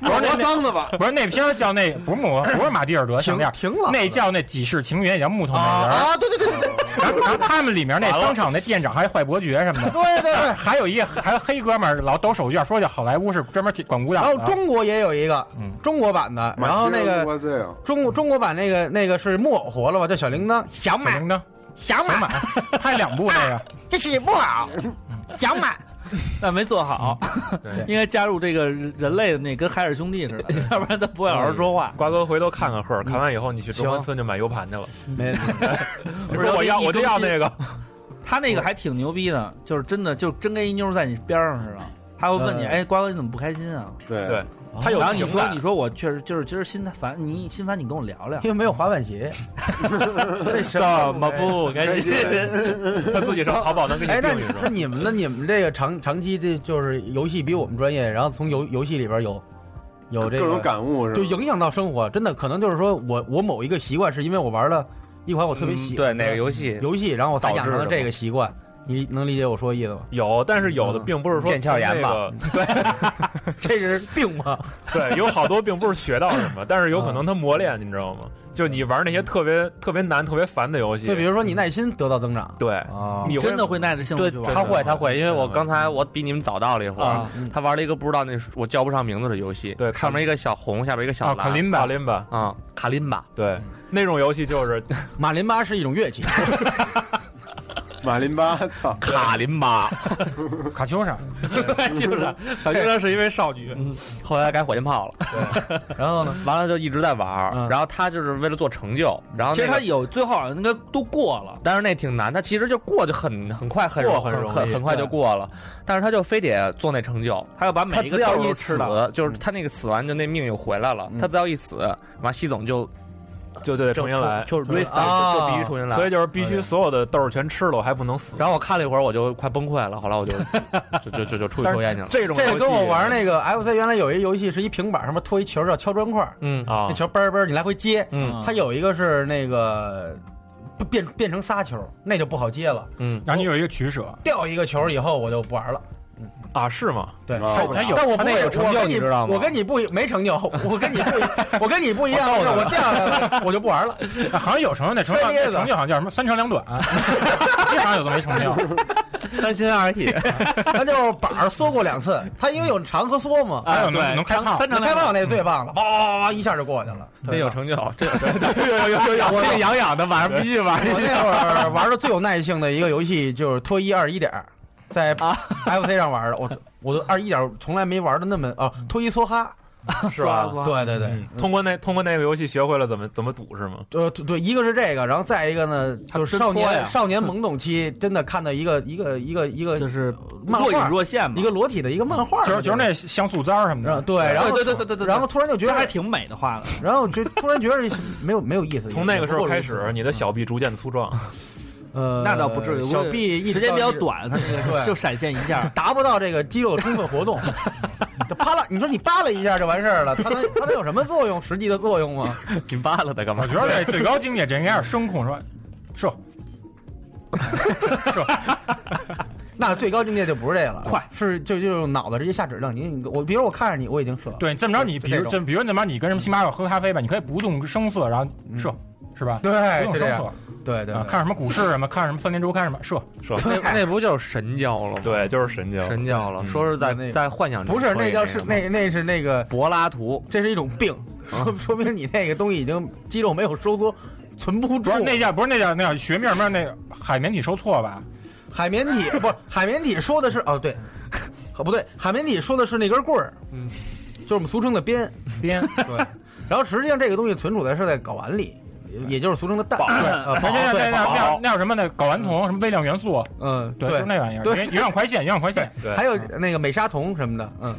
S3: 不是那桑子吧？
S5: 不是那片儿叫那不是母不是马蒂尔德项
S6: 停
S5: 链，
S6: 停了，
S5: 那啊叫那几世情缘，叫木头美人儿。
S6: 啊，对对对对对
S5: 然后然后他们里面那商场那店长还坏伯爵什么的，
S6: 对对。
S5: 还有一个还有黑哥们儿老抖手绢，说叫好莱坞是专门管舞蹈
S6: 然
S5: 的。啊
S6: 后中国也有一个
S5: 嗯
S6: 中国版的，然后那个
S3: 哇塞啊，
S6: 中国中国版那个那个是木偶活了吧？叫小铃铛，小
S5: 小铃铛，小马 拍两部那
S7: 啊
S5: 个，
S6: 这是木偶，小满。
S4: 但没做好， 应该加入这个人类的那跟海尔兄弟似 的，要不然他不会好好说话。
S8: 瓜哥回头看看《赫
S7: 嗯
S8: 尔》，看完以后你去中关村就买 U 盘去了。
S6: 没
S4: 嗯
S8: 你说我要我就要 那个，
S4: 他那个还挺牛逼的，就是真的，就真跟一妞在你边上似的。他会问你，
S6: 嗯
S4: 哎，瓜哥你怎么不开心啊？
S3: 对
S8: 对哦他有
S4: 然后
S8: 情
S4: 你说，
S8: 感
S4: 你说我确实就是今儿心烦，你心烦你跟我聊聊。
S6: 因为没有滑板鞋。
S4: 怎
S7: 哦
S4: 么 不开心？
S8: 他自己上淘宝能给你
S6: 哎，那
S8: 订
S6: 你
S8: 一
S6: 那
S8: 个。
S6: 你们呢？你们这个长长期这就是游戏比我们专业，然后从游游戏里边有有这
S3: 各种
S6: 个，
S3: 感悟是吧
S6: 就影响到生活，真的可能就是说我我某一个习惯是因为我玩了一款我特别喜
S7: 嗯对哪个游戏？
S6: 游戏，然后我才养成
S7: 导
S6: 了
S7: 致的
S6: 这个习惯。你能理解我说的意 思吗？
S8: 有，但是有的并不是说
S7: 腱鞘炎吧
S8: 从那个
S6: 这是病吗？
S8: 对，有好多并不是学到什么，但是有可能他磨练，你知道吗？就你玩那些特别特别难、特别烦的游戏，
S6: 就比如说
S7: 嗯
S6: 你耐心得到增长
S8: 对，
S6: 啊
S8: 你
S4: 真的会耐着性子
S7: 对
S4: 去，玩
S7: 他会，他会，因为我刚才我比你们早到了一会儿
S4: 啊，
S7: 他玩了一个不知道那我叫不上名字的游戏，
S8: 对
S7: 上面一个小红，下边一个小
S5: 哦，卡
S7: 蓝，
S5: 林
S8: 卡
S5: 吧，
S8: 林吧，
S7: 啊，卡林吧，
S8: 对，那种游 戏就是
S6: 马林巴是一种乐器，
S3: 马林巴，操，
S7: 卡林 吧，
S5: 卡秋莎，
S4: 就是，反正是因为少女。
S7: 后来改火箭炮了，
S6: 然后呢？
S7: 完了就一直在玩儿，
S6: 嗯
S7: 然后他就是为了做成就，然后
S4: 其实
S7: 那
S4: 他
S7: 个
S4: 有最后好像应该都过了，
S7: 但是那挺难，他其实就过就很很快，很
S8: 过
S7: 很
S8: 很容易
S7: 很很快就过了，但是他就非得做那成就，
S4: 他要把每
S7: 他
S4: 一
S7: 只
S4: 个
S7: 要
S4: 豆
S7: 一
S4: 都吃
S7: 死
S4: 了。，
S7: 就是他那个死完就那命又回来了，
S6: 嗯
S7: 他只要一死，完西总就
S8: 就就得重新来，
S7: 就就 restart，、
S6: 啊
S7: 就必须重新来。
S8: 所以就是必须所有的豆儿全吃了，我还不能死。
S7: 然后我看了一会儿，我就快崩溃了，后来我就就就就就出去抽烟去了。
S8: 这种
S6: 这个跟我
S7: 嗯
S6: 玩那个 FC 原来有一游戏是一平板上面拖一球叫敲砖块儿，
S7: 嗯
S8: 啊
S6: 那，球嘣儿嘣儿你来回接，
S7: 嗯
S6: 它有一个是那个不变变成仨球，那就不好接了。
S7: 嗯，
S5: 然后你有一个取舍，
S6: 掉一个球以后我就不玩了。
S8: 啊是吗？
S6: 对，
S3: 啊
S7: 哦
S6: 受不了
S5: 他有
S6: 但我
S7: 他
S6: 不
S7: 那有
S6: 会
S7: 成就
S6: 我跟
S7: 你知道吗
S6: 我跟你不一没成就， 我跟你不一， 我跟你不一样，就是我掉下来了我就不玩了。
S5: 啊好像有成就那成就
S6: 摔椰子
S5: 成就好像叫什么三长两短，这好像有这么一 成就。
S7: 三心二意，
S6: 他就是板儿缩过两次，他因为有长和缩嘛，
S7: 啊
S5: 还有
S4: 对
S5: 能能开
S4: 长
S5: 炮，
S4: 三
S6: 那
S4: 长
S6: 开
S4: 两
S6: 炮
S4: 短。
S6: 那最棒了，叭叭叭叭一下就过去了。
S7: 这有成就，这有成
S5: 有有有有，心里痒痒的，晚上必须
S7: 啊
S5: 玩。
S6: 我那会儿玩的最有耐性的一个游戏就是脱一二一点儿，
S7: 啊
S6: 在 FC 上玩的，我我的二一点儿从来没玩的那么哦，脱一梭哈。
S8: 是吧？
S4: 是吧
S6: 对对对，
S8: 嗯通过那通过那个游戏学会了怎么怎么赌是吗？
S6: 呃，对对，一个是这个，然后再一个呢，就是
S4: 真
S6: 少
S4: 脱呀
S6: 年少年懵懂期，真的看到一个一个一个一个
S4: 就是
S6: 漫
S4: 若
S6: 画
S4: 隐若现嘛，
S6: 一个裸体的一个漫画，
S5: 就是就是那像素渣儿什么
S6: 然后
S5: 的，
S6: 嗯对，然后
S4: 对对对对对对
S6: 然后突然就觉
S4: 这还
S6: 得，
S4: 挺美的画的。
S6: 然后就突然觉得没有没有意思。
S8: 从那个时候开
S6: 也不
S8: 始
S6: 过，如此
S8: 你的小臂逐渐粗壮，
S6: 呃，
S4: 那倒不至于，
S6: 小
S4: 我
S6: 臂一直
S4: 时间比较
S6: 到
S4: 短，它那个
S6: 对。
S4: 就闪现一下
S6: 达不到这个肌肉充分活动，这扒拉，你说你扒拉一下就完事儿了，它能它能有什么作用？实际的作用吗？
S7: 挺扒拉的，干嘛
S5: 我？觉得这最高境界这应该是声控说，说
S6: 那最高境界就不是这个了，快是就就用脑子直接下指令，你你我比如我看着你，我已经射了，
S5: 对，这么着你
S6: 就
S5: 比如
S6: 这种
S5: 这比如你妈你跟什么星巴克喝咖啡吧，你可以不动声色，然后射是吧？不
S6: 对，
S5: 用
S6: 就
S5: 声
S6: 这
S5: 色
S6: 样，对对
S5: 啊，
S6: 对
S5: 看什么股市什么，看什么三联周刊什么射，
S8: 是吧？
S7: 那那不就是神教了吗？，
S8: 对，就是神经。
S7: 神教了，
S8: 嗯
S7: 说是在
S6: 那个
S7: 在幻想中
S6: 不是
S7: 嗯可以
S6: 那叫是
S7: 个吗
S6: 那那是那个，
S7: 柏拉图，
S6: 这是一种病，说说明你那个东西已经肌肉没有收缩，存不住
S5: 不。是那叫不是那叫那叫学名什么那个海绵体受挫吧？
S6: 海绵体不是海绵体说的是哦对，哦不对，海绵体说的是那根棍儿，嗯，就是我们俗称的鞭 鞭，对。然后实际上这个东西存储在是在睾丸里，也也就是俗称的蛋，
S5: 那
S6: 呃宝
S5: 那那
S6: 对
S5: 那那
S6: 宝，
S5: 那叫什么那睾丸酮什么微量元素，啊
S6: 嗯
S5: 对，就那玩意儿，
S6: 对
S5: 有氧快线，有氧快 线，
S8: 对
S6: 还有那个美沙酮什么的，嗯，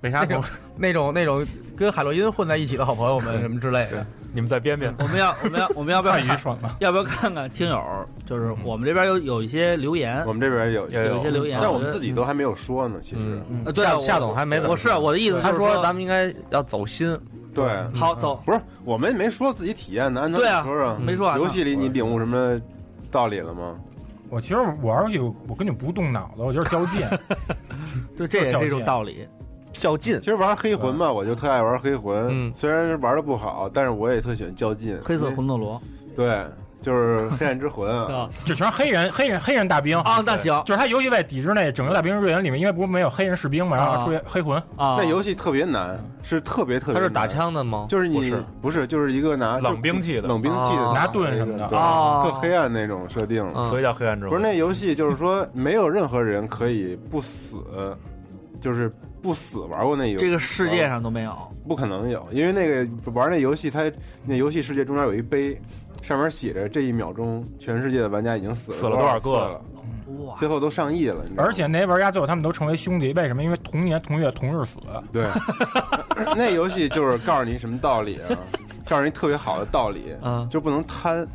S7: 美啥同
S6: 那种那种跟海洛因混在一起的好朋友们什么之类的，
S8: 你们再编编，
S4: 我们要我们要我们要不要
S5: 太愚
S4: 看
S5: 蠢了。
S4: 要不要看看听友？就是我们这边有有一些留言
S3: 我，们这边有
S8: 有有
S4: 有一些留言，
S3: 但我
S4: 觉
S3: 们
S4: 得
S3: 自己都还没有说呢，其实。
S6: 嗯
S4: 呃对啊
S7: 夏
S4: 我
S7: 夏总还没怎么
S4: 我是啊我的意思，
S7: 他
S4: 说
S7: 说咱们应该要走心，
S3: 对，
S4: 好走，
S3: 不是我们没说自己体验的，安藤
S4: 对啊
S3: 你说说，
S4: 没说完呢
S3: 游戏里你领悟什么道理了吗？
S5: 我其实玩游戏，我根本就不动脑子，我就是较劲。
S4: 对，这也是一种道理。
S7: 较劲
S3: 其。实玩黑魂吧，我就特爱玩黑魂，
S7: 嗯
S3: 虽然是玩的不好，但是我也特喜欢较劲。
S4: 黑色魂斗罗
S3: 对，就是黑暗之魂啊。
S5: 这全是黑人，黑人，黑人大兵
S4: 啊，那行
S5: 就是他游戏外抵制那整个大兵瑞文里面，因为不是没有黑人士兵嘛，然后出现黑魂，
S4: 啊，
S3: 那游戏特别难，是特别特别
S7: 他
S3: 难。
S7: 是打枪的吗？
S3: 就是你
S8: 不是
S3: 不是就是一个拿
S8: 冷兵器的
S3: 冷兵器的
S7: 啊
S5: 拿盾什么的
S3: 对
S4: 哦
S3: 特黑暗那种设定。
S7: 嗯
S8: 所以叫黑暗之
S3: 不
S8: 魂
S3: 是。那游戏就是说没有任何人可以不死，就是不死玩过那游戏。
S4: 这个世界上都没有。
S3: 不可能有，因为那个玩那游戏，它那游戏世界中间有一碑，上面写着这一秒钟全世界的玩家已经死了
S8: 死了
S3: 多
S8: 多少
S3: 少
S8: 个
S3: 次了，
S4: 哇，
S3: 最后都上亿了。你知道吗
S5: 而且那些玩家最后他们都成为兄弟，为什么？因为同年同月同日死。
S3: 对， 那游戏就是告诉你什么道理啊？告诉你特别好的道理，
S4: 嗯
S3: 就不能贪，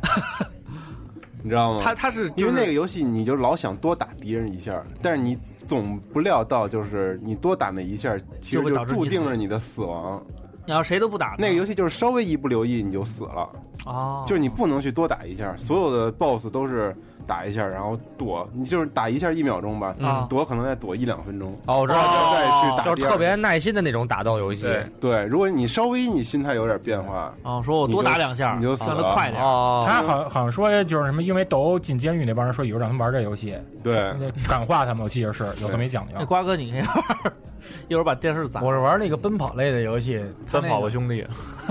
S3: 你知道吗？
S4: 他他是
S3: 因
S4: 就
S3: 为
S4: 是
S3: 那个游戏，你就老想多打敌人一下，但是你总不料到，就是你多打那一下，其
S4: 就
S3: 实
S4: 会导
S3: 就
S4: 致你
S3: 注定
S4: 死嗯
S3: 了你的死亡。
S4: 你要谁都不打呢
S3: 那个游戏就是稍微一不留意你就死了，
S4: 哦，
S3: 就是你不能去多打一下，所有的 BOSS 都是打一下，然后躲，你就是打一下一秒钟吧，
S4: 嗯
S3: 躲可能再躲一两分钟，
S7: 哦，我知
S3: 然
S7: 道，
S3: 后再去打
S7: 就
S3: 第
S7: 是
S3: 二
S7: 特别耐心的那种打斗游戏。
S3: 对对。如果你稍微你心态有点变化，
S4: 哦，说我多打两下，
S3: 你就死
S4: 让他
S3: 了
S4: 快点。
S6: 啊
S7: 哦，
S5: 他好好像说就是什么，因为斗殴进监狱那帮人说以后让他们玩这游戏，
S3: 对，
S5: 感化他们。我记得是有这么一讲究
S4: 那。瓜哥，你可以玩儿一会儿把电视砸了。
S6: 我是玩那个奔跑类的游戏，它那
S8: 奔跑吧
S6: 个
S8: 兄弟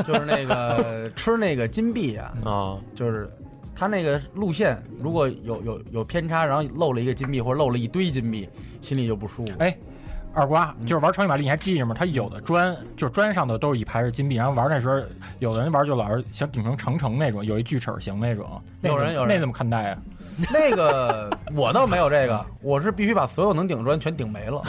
S6: 就是那个 吃那个金币啊，
S7: 嗯
S8: 啊，
S6: 就是它那个路线如果有有有偏差，然后漏了一个金币或者漏了一堆金币，心里就不舒服。
S5: 哎二瓜就是玩超级玛丽，你还记着吗？他有的砖就是砖上的都是一排是金币，然后玩那时候有的人玩就老是想顶成长城那种，有一锯齿形那种。那
S6: 有人
S5: 怎么
S6: 有人
S5: 那怎么看待啊？
S6: 那个我倒没有这个，我是必须把所有能顶砖全顶没 了。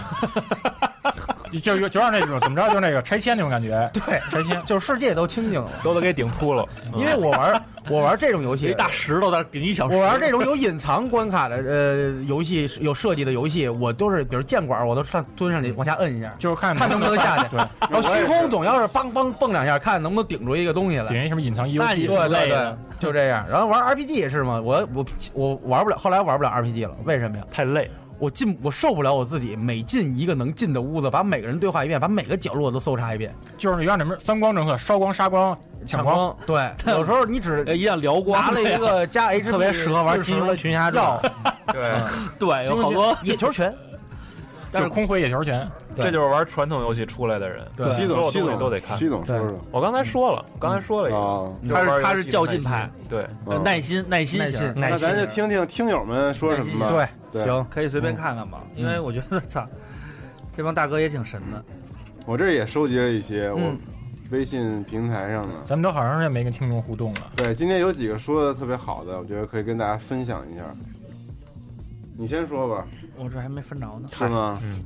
S5: 就就就是那种怎么着，就是那个拆迁那种感觉。
S6: 对，
S5: 拆迁
S6: 就是世界都清静了，
S8: 都得给顶秃了。
S6: 因为我玩我玩这种游戏，
S4: 石头在那顶一小
S6: 我玩这种有隐藏关卡的呃游戏有设计的游戏，我都是比如剑管我都上蹲上去往下摁一下，
S5: 就是看
S6: 看能不能下去。
S5: 对，
S6: 然后虚空总要是梆梆蹦两下，看能不能顶住一个东西来。
S5: 顶一什么隐藏 E 衣服。
S4: 那你
S6: 对对
S4: 累
S6: 对
S4: 的，
S6: 就这样。然后玩 RPG 也是嘛，我我我玩不了，后来玩不了 RPG 了，为什么呀？
S8: 太累，
S6: 我进我受不了我自己，每进一个能进的屋子，把每个人对话一遍，把每个角落都搜查一遍，
S5: 就是有点什么三光政策，烧光、杀光、抢光。
S6: 光。对，有时候你只
S4: 呃一样聊光
S6: 拿了一个加 H，
S7: 特别适合玩金融群侠传
S6: 药，
S8: 嗯
S7: 对
S4: 对，有好多
S6: 野球拳，
S5: 就是空回野球拳，
S8: 这就是玩传统游戏出来的人。
S6: 对
S3: 西
S8: 所有
S3: 总，西
S8: 东西
S3: 总
S8: 都得看
S3: 西总说说
S8: 我刚才说了，我刚才说了一个，
S3: 啊。
S8: 就玩游戏的
S4: 他是他是较劲派
S8: 耐心，对，
S4: 呃
S3: 嗯
S4: 耐心耐心
S6: 耐
S4: 型
S6: 心
S3: 那咱就听听听友们说什么吧。
S6: 对，
S3: 对
S6: 行，嗯
S4: 可以随便看看吧，因为我觉得操，这帮大哥也挺神的。
S3: 我这儿也收集了一些我
S6: 嗯
S3: 微信平台上的。
S5: 咱们都好长时间没跟听众互动了。
S3: 对，今天有几个说的特别好的，我觉得可以跟大家分享一下。你先说吧，
S4: 我这还没分着呢。
S3: 是吗？嗯。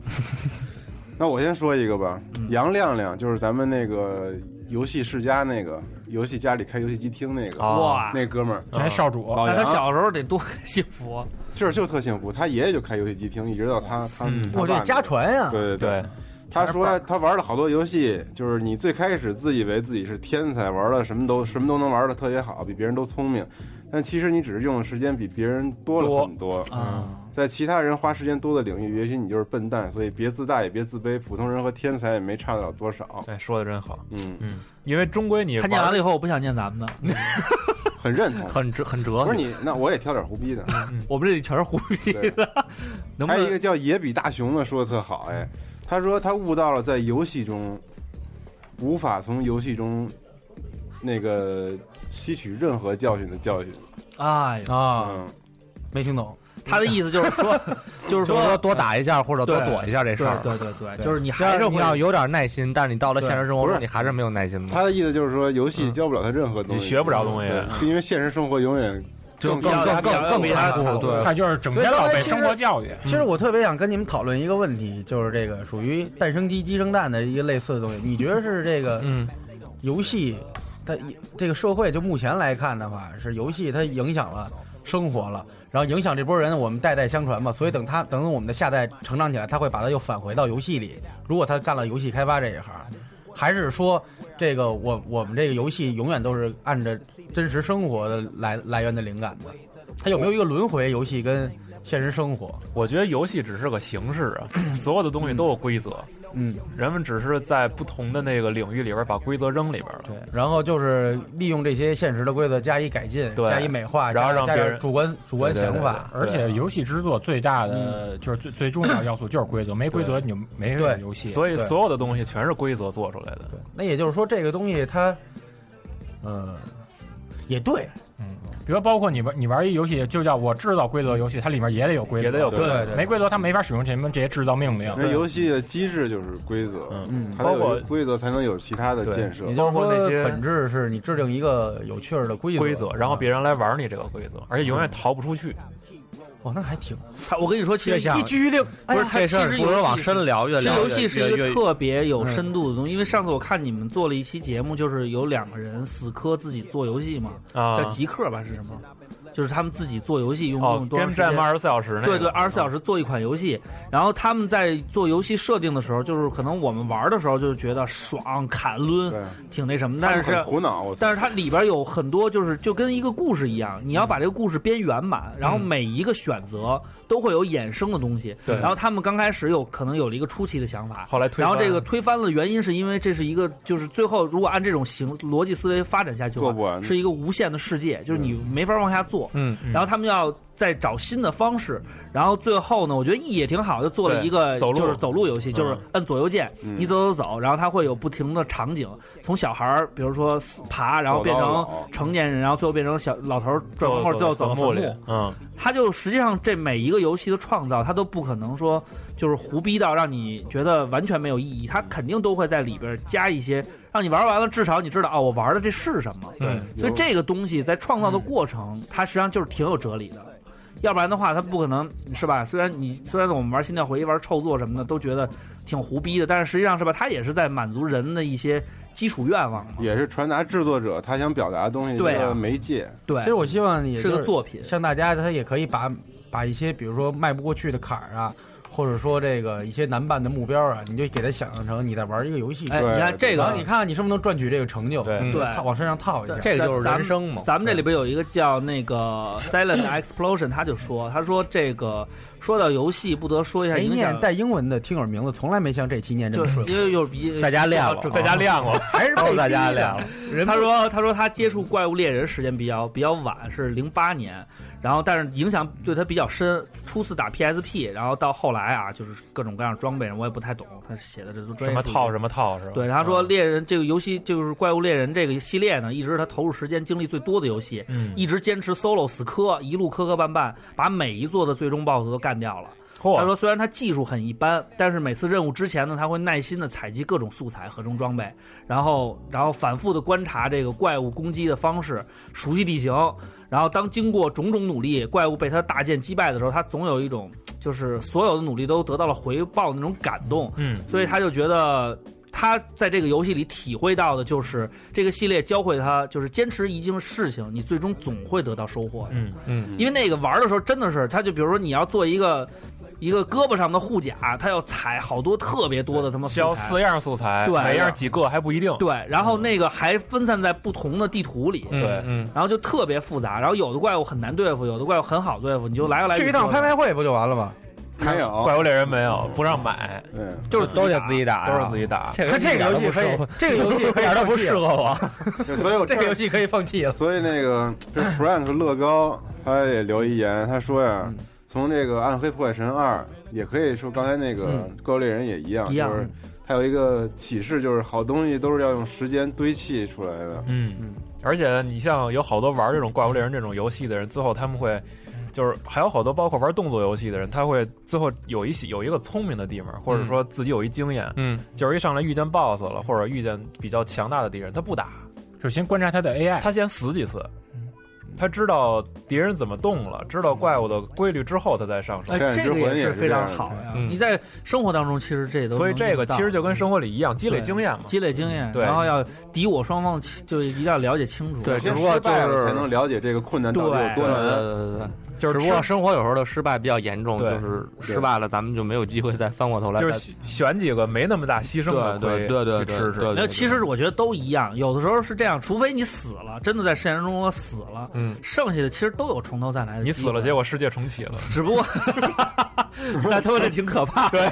S3: 那我先说一个吧，杨亮亮就是咱们那个游戏世家那个游戏家里开游戏机厅那个、
S4: 哇，
S3: 那哥们儿，
S6: 啊
S3: 啊
S5: 咱少主，
S3: 老
S4: 那他
S3: 杨
S4: 小时候得多 幸福啊！
S3: 就是就特幸福，他爷爷就开游戏机厅，一直到他他
S5: 嗯
S3: 他
S6: 我这
S3: 爸
S6: 家
S3: 那
S6: 传啊呀、
S3: 个对对对
S8: 对，
S3: 他说他玩了好多游戏，就是你最开始自以为自己是天才，玩了什么都什么都能玩的特别好，比别人都聪明，但其实你只是用的时间比别人多了很多。
S6: 嗯
S4: 啊
S3: 在其他人花时间多的领域，也许你就是笨蛋，所以别自大也别自卑，普通人和天才也没差得了多少。
S8: 哎，说的真好，
S3: 嗯，
S8: 因为终归你
S4: 他
S8: 玩
S4: 念完了以后，我不想念咱们的，
S3: 很认同。
S7: 很折很折
S3: 不是你，那我也挑点胡逼的。
S4: 我们这里全是胡逼
S3: 对
S4: 的，能不
S3: 还有一
S4: 能
S3: 个叫野比大雄的说的特好，哎，他说他悟到了在游戏中无法从游戏中那个吸取任何教训的教训。
S4: 哎呦，
S6: 啊，
S3: 嗯，
S6: 没听懂。
S4: 他的意思就是说，就是
S7: 就是说
S4: 说，
S7: 多打一下或者多
S4: 对
S7: 躲一下这事
S4: 对
S7: 儿，
S4: 对对对，就是你
S7: 但
S4: 还是
S7: 是
S4: 会
S7: 你要有点耐心，但是你到了
S4: 对
S7: 现实生活
S3: 不是
S7: 中，你还是没有耐心的。
S3: 他的意思就是说，游戏教不了他任何东西，
S8: 你学不着东西
S3: 对因为现实生活永远
S7: 就
S3: 更
S7: 更
S8: 要
S7: 更
S8: 要
S7: 更更
S8: 比他
S7: 残酷，对，
S5: 他就是整天老被生活教育。
S6: 其实我特别想跟你们讨论一个问题，就是这个属于蛋生鸡、鸡生蛋的一个类似的东西。你觉得是这个
S7: 嗯，
S6: 游戏，它这个社会就目前来看的话，是游戏它影响了生活了，然后影响这波人，我们代代相传嘛。所以等他等我们的下代成长起来，他会把它又返回到游戏里。如果他干了游戏开发这一行，还是说这个我我们这个游戏永远都是按着真实生活的来来源的灵感的？它有没有一个轮回？游戏跟现实生活，
S8: 我觉得游戏只是个形式 啊，所有的东西都有规则，
S6: 嗯。
S8: 人们只是在不同的那个领域里边把规则扔里边了。
S6: 然后就是利用这些现实的规则加以改进，
S8: 对
S6: 加以美化，
S8: 然后
S6: 加
S8: 让
S6: 加
S8: 别人
S6: 点主观主观
S8: 对对
S6: 想
S8: 对
S6: 法。
S5: 而且游戏制作最大
S4: 嗯
S5: 的就是最最重要要素就是规则，没规则你就没人有游戏。
S8: 所以
S6: 对
S8: 所有的东西全是规则做出来的。
S6: 那也就是说，这个东西它，呃，也对，
S5: 比如包括你玩你玩一游戏，就叫我制造规则游戏，它里面也得有规则，
S8: 也得有规
S6: 则对对对
S5: 没规则它没法使用这们这些制造命令。
S3: 那游戏的机制就是规则，
S6: 嗯
S3: 它得有
S8: 包括
S3: 规则才能有其他的
S8: 对
S3: 建设
S6: 也。就是
S8: 包括那
S6: 说
S8: 些
S6: 本质是你制定一个有趣儿的规则，
S8: 规则，然后别人来玩你这个规则，而且
S4: 嗯
S8: 永远逃不出去。
S6: 哦，那还挺哎
S4: 他，我跟你说，其实一
S6: 拘令，
S4: 不是
S7: 这事
S4: 其
S7: 儿不
S4: 实
S7: 是
S4: 游戏
S7: 往深聊，越
S4: 这
S7: 聊
S4: 游戏是
S7: 越
S4: 一个
S7: 越
S4: 特别有深度的东西，因为上次我看你们做了一期节目，就是有两个人死磕自己做游戏嘛，
S8: 啊
S4: 叫极客吧是什么？就是他们自己做游戏用
S8: 哦
S4: 用多长
S8: ，Game
S4: 时间
S8: Jam 二十四小时那个，啊
S4: 对对，二十四小时做一款游戏，然后他们在做游戏设定的时候，就是可能我们玩的时候就是觉得爽、砍抡
S3: 对，
S4: 挺那什么，
S3: 他
S4: 但
S3: 们
S4: 是
S3: 很苦恼，我操
S4: 但是它里边有很多就是就跟一个故事一样，你要把这个故事编圆满，然后每一个选择
S3: 嗯
S4: 都会有衍生的东西。
S8: 对
S4: 然后他们刚开始有可能有了一个初期的想法，
S8: 后来推翻
S4: 然后这个推翻了，原因是因为这是一个就是最后如果按这种行逻辑思维发展下去的话，
S3: 做不完
S4: 是一个无限的世界，就是你没法往下做。
S7: 嗯，
S4: 然后他们要再找新的方式，然后最后呢，我觉得意 E 义也挺好，就做了一个
S8: 对走路
S4: 就是走路游戏，就是摁左右键，
S3: 嗯
S4: 你走走走，然后它会有不停的场景，从小孩儿比如说爬，然后变
S3: 走到
S4: 成
S3: 老
S4: 成年人，然后最后变成小老头儿转
S8: 走
S4: 弯，或者最后走到
S8: 走墓
S4: 坟
S8: 里
S4: 墓，，
S8: 嗯，
S4: 它就实际上这每一个游戏的创造，它都不可能说就是胡逼到让你觉得完全没有意义，它肯定都会在里边加一些，让你玩完了至少你知道哦，我玩的这是什么。
S8: 对，
S4: 所以这个东西在创造的过程，它实际上就是挺有哲理的。要不然的话，它不可能是吧？虽然你虽然我们玩心跳回忆、玩臭作什么的都觉得挺胡逼的，但是实际上是吧？它也是在满足人的一些基础愿望嘛。
S3: 也是传达制作者他想表达的东西
S4: 对啊
S3: 的媒介。
S4: 对，
S6: 其实我希望也
S4: 是
S6: 就
S4: 个作品。
S6: 像大家他也可以把把一些比如说迈不过去的坎儿啊，或者说这个一些难办的目标啊，你就给它想象成你在玩一个游戏，
S4: 哎，
S3: 对
S4: 你看这
S6: 然后
S4: 个
S6: 你，看看你是不是能赚取这个成就，
S8: 对
S7: 嗯
S4: 对
S6: 套往身上套一下。
S7: 这个就是
S4: 咱
S7: 人生嘛。
S4: 咱们这里边有一个叫那个 Silent Explosion，他就说，他说这个说到游戏，不得说一下
S6: 哎，
S4: 影响
S6: 念，带英文的听友名字从来没像这期念这
S4: 就
S6: 么顺
S4: 因为有比
S7: 在家练了
S4: 准备
S8: 在家练过，
S4: 啊
S6: 还是被
S7: 大
S6: 逼
S7: 家
S6: 的
S7: 聊，
S6: 人
S4: 他说：“他说他接触《怪物猎人》时间比较比较晚，是零八年，然后但是影响对他比较深。初次打 PSP，然后到后来啊，就是各种各样的装备，我也不太懂。他写的这都专
S8: 什
S4: 业
S8: 么
S4: 术语
S8: 套什么套是吧？啊
S4: 对，他说猎人这个游戏就是《怪物猎人》这个系列呢，一直是他投入时间精力最多的游
S8: 嗯
S4: 戏，一直坚持 solo 死磕，一路磕磕绊绊，把每一座的最终 BOSS 都干掉了。
S8: 嚯
S4: 他说，虽然他技术很一般，但是每次任务之前呢，他会耐心的采集各种素材、合成装备，然后然后反复的观察这个怪物攻击的方式，熟悉地形。然后当经过种种努力，怪物被他大剑击败的时候，他总有一种就是所有的努力都得到了回报的那种感动。
S8: 嗯，
S4: 所以他就觉得他在这个游戏里体会到的就是这个系列教会他，就是坚持一件事情，你最终总会得到收获的。
S8: 嗯
S4: 因为那个玩的时候真的是，他就比如说你要做一个一个胳膊上的护甲，他要采好多特别多的他妈
S8: 需要
S4: 素材
S8: 四样素材，
S4: 对
S8: 每样几个还不一定。
S4: 对，然后那个还分散在不同的地图里。
S8: 对，
S7: 嗯，
S4: 然后就特别复杂，然后有的怪物很难对付，有的怪物很好对付，你就来回来去
S6: 去一趟
S4: 说
S6: 拍卖会不就完了吗？
S3: 没有，嗯
S8: 怪物猎人没有不让买，
S3: 对，
S4: 就是
S7: 都得自己打，
S8: 都是自己打。
S7: 这
S6: 看这个游戏可以，这个游戏可以放弃了，
S7: 合我。
S3: 就所以我
S6: 这
S3: 这
S6: 个游 戏可以放弃了。
S3: 所以那个这 Frank 乐高他也留一言，他说呀，从这个《暗黑破坏神二》也可以说刚才那个《怪物猎人》也一样，
S4: 一样
S3: 就是它有一个启示，就是好东西都是要用时间堆砌出来的。
S8: 嗯，而且你像有好多玩这种怪物猎人这种游戏的人，最后他们会。就是还有好多包括玩动作游戏的人，他会最后有一些有一个聪明的地方，或者说自己有一经验，
S7: 嗯，
S8: 就是一上来遇见 BOSS 了，或者遇见比较强大的敌人，他不打，
S5: 首先观察他的 AI，
S8: 他先死几次，
S7: 嗯
S8: 他知道敌人怎么动了，知道怪物的规律之后，他再上手。
S4: 哎，这个也是非常好呀。
S7: 嗯
S4: 你在生活当中其实这也都
S8: 所以
S4: 能
S8: 这
S4: 用
S8: 个
S4: 到
S8: 其实就跟生活里一样，积累经验嘛。
S4: 积累经验，
S8: 对
S4: 然后要敌我双方就一定要了解清楚。
S3: 对
S7: 只
S3: 先
S7: 不过
S3: 失败
S7: 就是
S3: 了才能了解这个困难到底有
S7: 对对
S3: 多难。
S7: 对对对，
S8: 呃就是
S7: 只不过生活有时候的失败比较严重，
S8: 对
S7: 就是
S3: 对
S7: 失败了，咱们就没有机会再翻过头来。
S8: 就
S7: 再
S8: 是选几个没那么大牺牲的
S7: 对对对对
S8: 亏去吃
S7: 对对
S8: 吃。
S4: 没有，其实我觉得都一样。有的时候是这样，除非你死了，真的在现实中我死了，
S7: 嗯，
S4: 剩下的其实都有从头再来的。
S8: 你死了，结
S4: 果，
S8: 果世界重启了。
S4: 只不 过 那他妈这挺可怕。对，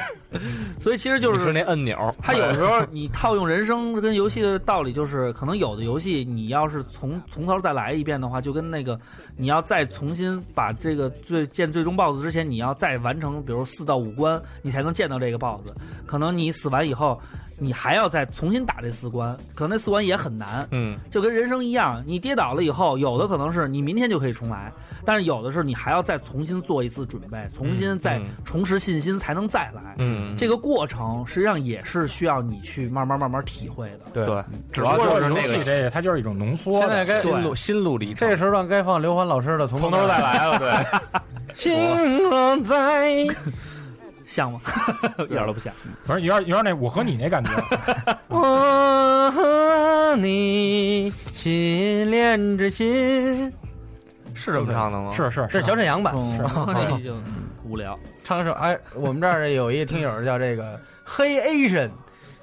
S4: 所以其实就
S7: 你是那
S4: 是。
S7: 按钮，
S4: 他有的时候，你套用人生跟游戏的道理，就是可能有的游戏，你要是从从头再来一遍的话，就跟那个你要再重新把这个最见最终 BOSS 之前，你要再完成，比如四到五关，你才能见到这个 BOSS。可能你死完以后，你还要再重新打这四关，可能那四关也很难。
S7: 嗯，
S4: 就跟人生一样，你跌倒了以后，有的可能是你明天就可以重来，但是有的是你还要再重新做一次准备，重新再
S7: 嗯
S4: 重拾信心才能再来。
S7: 嗯
S4: 这个过程实际上也是需要你去慢慢慢慢体会的。
S8: 对
S7: 对，只
S5: 只不
S7: 不过
S5: 过
S7: 是
S5: 游
S7: 那
S5: 戏
S7: 个
S5: 这个它就是一种浓缩
S6: 现
S5: 的。
S6: 在该
S7: 心路心路历程
S6: 这。时段该放刘欢老师的《从
S8: 从头再来
S7: 啊
S8: 了，对，
S6: 情了在》。
S4: 像吗？ 一点都不像。
S5: 不是有点有点那我和你那感觉，
S6: 我和你心连着心，
S7: 是这么唱的吗？
S5: 是是
S6: 这是小沈阳版。
S4: 嗯 那就无聊。
S6: 唱一首，哎，我们这儿有一听友叫这个 Hey Asian，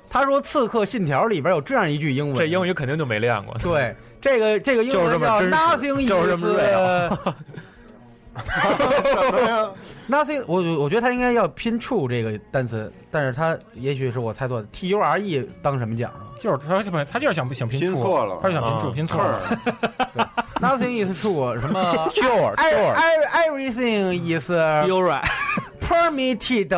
S6: 他说《刺客信条》里边有这样一句英文，
S8: 这英语肯定就没练过。
S6: 对这个这个英
S5: 就是这
S6: 文
S5: 么
S6: 叫
S5: 真实
S6: Nothing
S5: 就是这
S6: is 呃
S5: 么 real
S6: Nothing，我我我觉得他应该要拼 true 这个单词，但是他也许是我猜错的，T U R E 当什么奖了
S5: 就是他想他就是想想拼
S3: 拼
S5: 错
S3: 错了
S5: 他就想拼
S8: 啊
S5: 错拼错了。
S3: Curve，
S6: ？Nothing is true 什么
S7: Sure
S4: 哎
S6: ？I everything is
S7: 哎
S4: You're right，
S6: permitted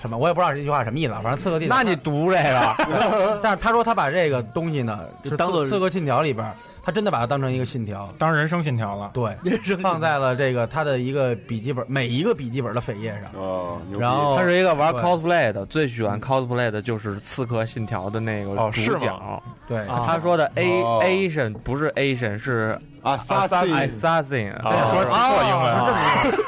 S6: 什么？我也不知道这句话什么意思，啊，反正刺客信条。
S7: 那你读这个，
S6: 但是他说他把这个东西呢，
S4: 就是当做
S6: 刺刺客信条里边儿，他真的把它当成一个信条，
S5: 当人生信条了，
S6: 对，放在了这个他的一个笔记本，每一个笔记本的扉页上。
S3: 哦，牛逼
S6: 然后
S7: 他是一个玩
S6: 对
S7: cosplay 的，最喜欢 cosplay 的就是《刺客信条》的那个
S8: 哦是
S7: 主
S8: 吗
S7: 角。
S6: 对，
S7: 他说的 A
S3: 哦
S7: Asian 不是 Asian 是
S3: 啊，萨萨
S7: assassin，
S8: 啊
S5: 说
S7: 对
S5: 错英文
S6: 这
S5: 了。
S6: 么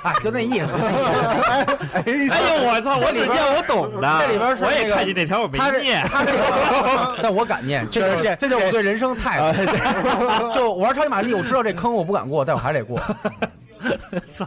S6: 啊，就那意思。
S3: 哎，
S7: 哎呦我操！ 我里面我懂的，
S6: 这里边是
S7: 我
S6: 那
S7: 也
S6: 个
S7: 看见那条我没
S6: 他
S7: 念
S6: 这，他这 个，但我敢念，这就是
S7: 这
S6: 这就是我对人生态
S7: 啊
S6: 度。 就我玩超级玛丽，我知道这坑我不敢过，但我还 得过。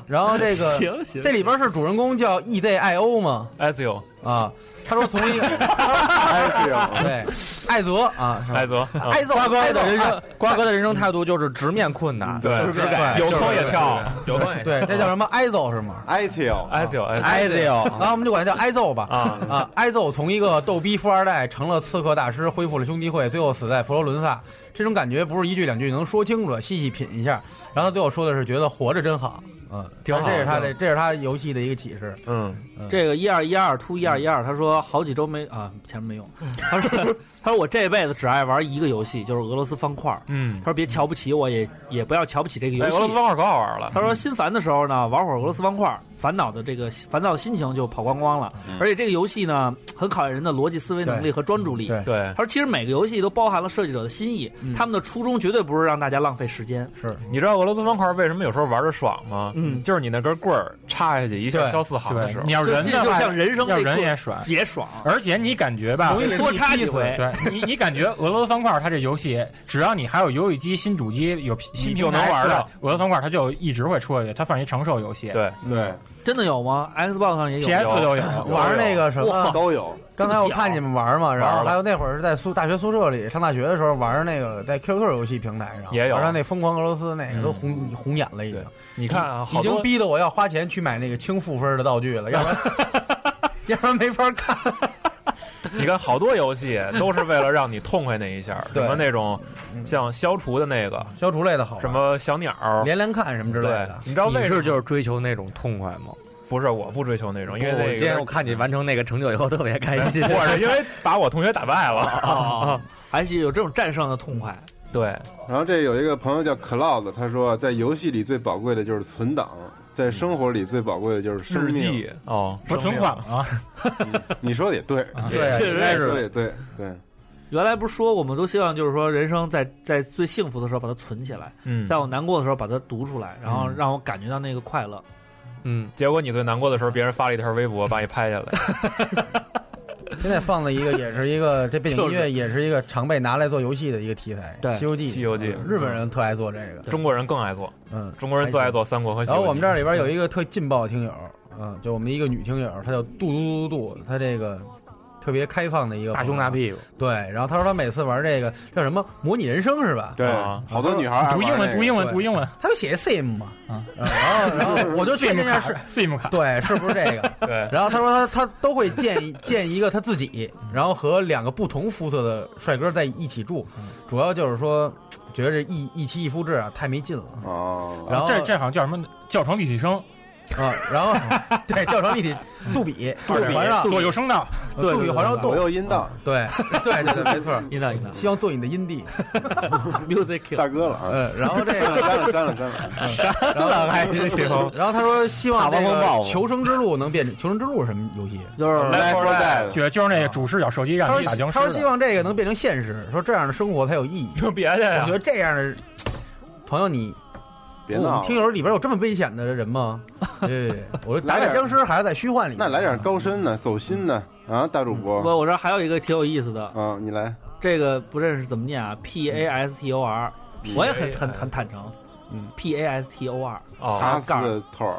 S6: 然后这个
S4: 行行，
S6: 这里边是主人公叫 E Z I O 吗？
S8: S U
S6: 啊，他说从一 个
S3: 哎呦，
S6: 对艾泽啊，
S7: 嗯哎
S6: 是吧
S8: 艾泽，
S7: 哦
S8: 啊
S6: 艾泽瓜哥艾泽啊
S7: 人 生瓜哥的人生态度就是直面困难，
S8: 对
S7: 就是直改，
S8: 有坑也跳
S7: 有坑也跳。
S6: 对，这叫什么挨揍是吗？
S3: 艾条，
S8: ，S U S，
S7: 哎对哦，
S6: 啊然后我们就管他叫挨揍吧。
S8: 啊
S6: 啊，挨揍从一个逗逼富二代成了刺客大师，恢复了兄弟会，最后死在佛罗伦萨。这种感觉不是一句两句能说清楚的，细细品一下。然后最后说的是觉得活着真好，嗯，
S8: 挺好
S6: 这是他的，这是他游戏的一个启示。
S8: 嗯，
S4: 这个一二一二 two 一二一二，他说好几周没啊，前面没用。他说他说我这辈子只爱玩一个游戏，就是俄罗斯方块。
S8: 嗯
S4: 他，说别瞧不起我，也也不要瞧不起这个
S8: 哎，
S4: 游戏
S8: 俄罗斯。方块可好玩了。
S4: 他说心烦的时候呢，玩会儿俄罗斯方块，烦恼的这个烦躁的心情就跑光光了。而且这个游戏呢，很考验人的逻辑思维能力和专注力。
S9: 对
S8: 对
S4: 他，说其实每个游戏都包含了设计者的心意，他们的初衷绝对不是让大家浪费时间。
S8: 你知道俄罗斯方块为什么有时候玩的爽吗？
S4: 嗯
S8: 就是你那根棍儿插下去一下消四行的时候
S5: 你，要
S4: 就
S5: 人
S4: 这
S5: 的
S4: 就
S5: 话，
S4: 像人生
S5: 要
S4: 这
S5: 人
S4: 棍
S5: 也爽，
S4: 也爽，
S5: 而且你感觉吧，
S4: 就多插几回。
S5: 对你，你感觉俄罗斯方块它这游戏，只要你还有游戏机、新主机、有新
S8: 你就
S5: 平台
S8: 能玩
S5: 出来
S8: 到
S5: 俄罗斯方块，它就一直会出下去，它算一长寿游戏。
S8: 对
S3: 对，
S4: 真的有吗？Xbox 上也有。
S5: ，PS 都有。
S6: 玩那个什么
S4: 哇，
S3: 都有。
S6: 刚才我看
S4: 屌
S6: 你们玩嘛，然
S3: 玩
S6: 后
S3: 了
S6: 还有那会儿是在宿大学宿舍里上大学的时候玩那个在 QQ 游戏平台上
S8: 也有嗯
S6: 玩上那疯狂俄罗斯那个都红红眼了已经，
S8: 你看啊，好
S6: 已经
S8: 多
S6: 逼得我要花钱去买那个轻负分的道具了，要不然 要不然没法看。
S8: 你看好多游戏都是为了让你痛快那一下，什
S6: 对
S8: 么那种像消除的那个，
S6: 消除类的好啊玩，嗯
S8: 什么小鸟儿，
S6: 连连看什么之类
S8: 对
S6: 的，，
S8: 你知道为
S7: 你
S8: 什么
S7: 是就是追求那种痛快吗？
S8: 不是我不追求那种，因为
S7: 我
S8: 那
S7: 今天我
S8: 个
S6: 嗯
S7: 看你完成那个成就以后特别开 心。
S8: 我是因为把我同学打败了，
S4: 哦，还是有这种战胜的痛快。
S8: 对，
S3: 然后这有一个朋友叫 Cloud，他说在游戏里最宝贵的就是存档，在生活里最宝贵的就是生
S8: 日
S3: 命。
S8: 记哦，
S5: 不是存款吗？啊
S3: 你说的也对，
S7: 对啊，
S4: 确实
S7: 应该
S3: 你说
S7: 是
S3: 的也对，对，
S4: 原来不是说我们都希望就是说人生在在最幸福的时候把它存起来，
S8: 嗯，
S4: 在我难过的时候把它读出来，然后让我感觉到那个快乐。
S7: 嗯，
S8: 结果你最难过的时候，别人发了一条微博把你拍下 来，
S6: 现在放了一个，也是一 个这背景音乐，也是一个常被拿来做游戏的一个题材，
S4: 对
S6: 《西游记》。嗯
S8: 西游记
S6: 日本人特爱做这个，
S8: 中国人更爱做，
S6: 嗯。
S8: 中国人最爱做三国和西
S6: 然后
S8: 游记。
S6: 我们这里边有一个特劲爆的听友，嗯，就我们一个女听友，她叫杜嘟嘟嘟，她这个特别开放的一个
S7: 大胸大，屁股，
S6: 对。然后她说她每次玩这个叫什么模拟人生是吧？
S3: 对
S8: 啊，
S3: 好多女孩爱
S5: 读
S3: 玩
S5: 英
S3: 那
S5: 文，
S3: 个
S5: 读英文，
S6: 对
S5: 读英文。
S6: 她就写 sim 嘛，嗯然后然后我就确定一下是
S5: SIM 卡，
S6: 对是不是这个。
S8: 对，
S6: 然后她说她她都会建议建一个她自己，然后和两个不同肤色的帅哥在一起住，主要就是说觉得这一一妻一夫制啊太没劲了。
S3: 哦，
S6: 然后
S5: 这这好像叫什么？教程立体声，
S6: 啊，然后 对教程立体，杜比，杜比环绕，呃
S5: 左右声道，
S6: 杜比环绕
S3: 左
S6: 动，
S3: 右阴道，
S6: 对对对对，没错。
S4: 引导引导
S6: 希望做你的阴蒂，
S4: ，music
S3: 大
S4: Q
S3: 哥了 啊，
S6: 嗯，然后这
S3: 删
S6: 个，
S3: 了删了删 了，
S6: 然后
S7: 还行。
S6: 然后他说希望这
S7: 怕汪峰
S6: 个
S7: 报
S6: 《求生之路》能变成《求生之路》什么游戏？
S4: 就是
S3: 来
S8: Left
S3: 回
S8: four
S3: 来，
S5: 就就是那个主视角手机
S6: 他
S5: 让你打
S6: 说
S5: 僵尸
S6: 他说希
S5: 的。
S6: 望这个能变成现实，说这样的生活才有意义。
S8: 别去
S6: 我
S8: 呀
S5: 啊
S6: 觉，得这样的朋友你，
S3: 别
S6: 我
S3: 闹
S6: 们
S3: 了，
S6: 听友里边有这么危险的人吗？对，我说打
S3: 来点
S6: 打僵尸还是在虚幻里，
S3: 那来点高深的、走心的啊，大主播
S4: 我我这儿还有一个挺有意思的，
S3: 啊，你来，
S4: 这个不认识怎么念啊？P A S T O R，我也很很很坦诚，嗯，P A S T O R
S8: 哦，
S7: 啊
S3: 哈
S8: 嗯
S3: 斯的头儿，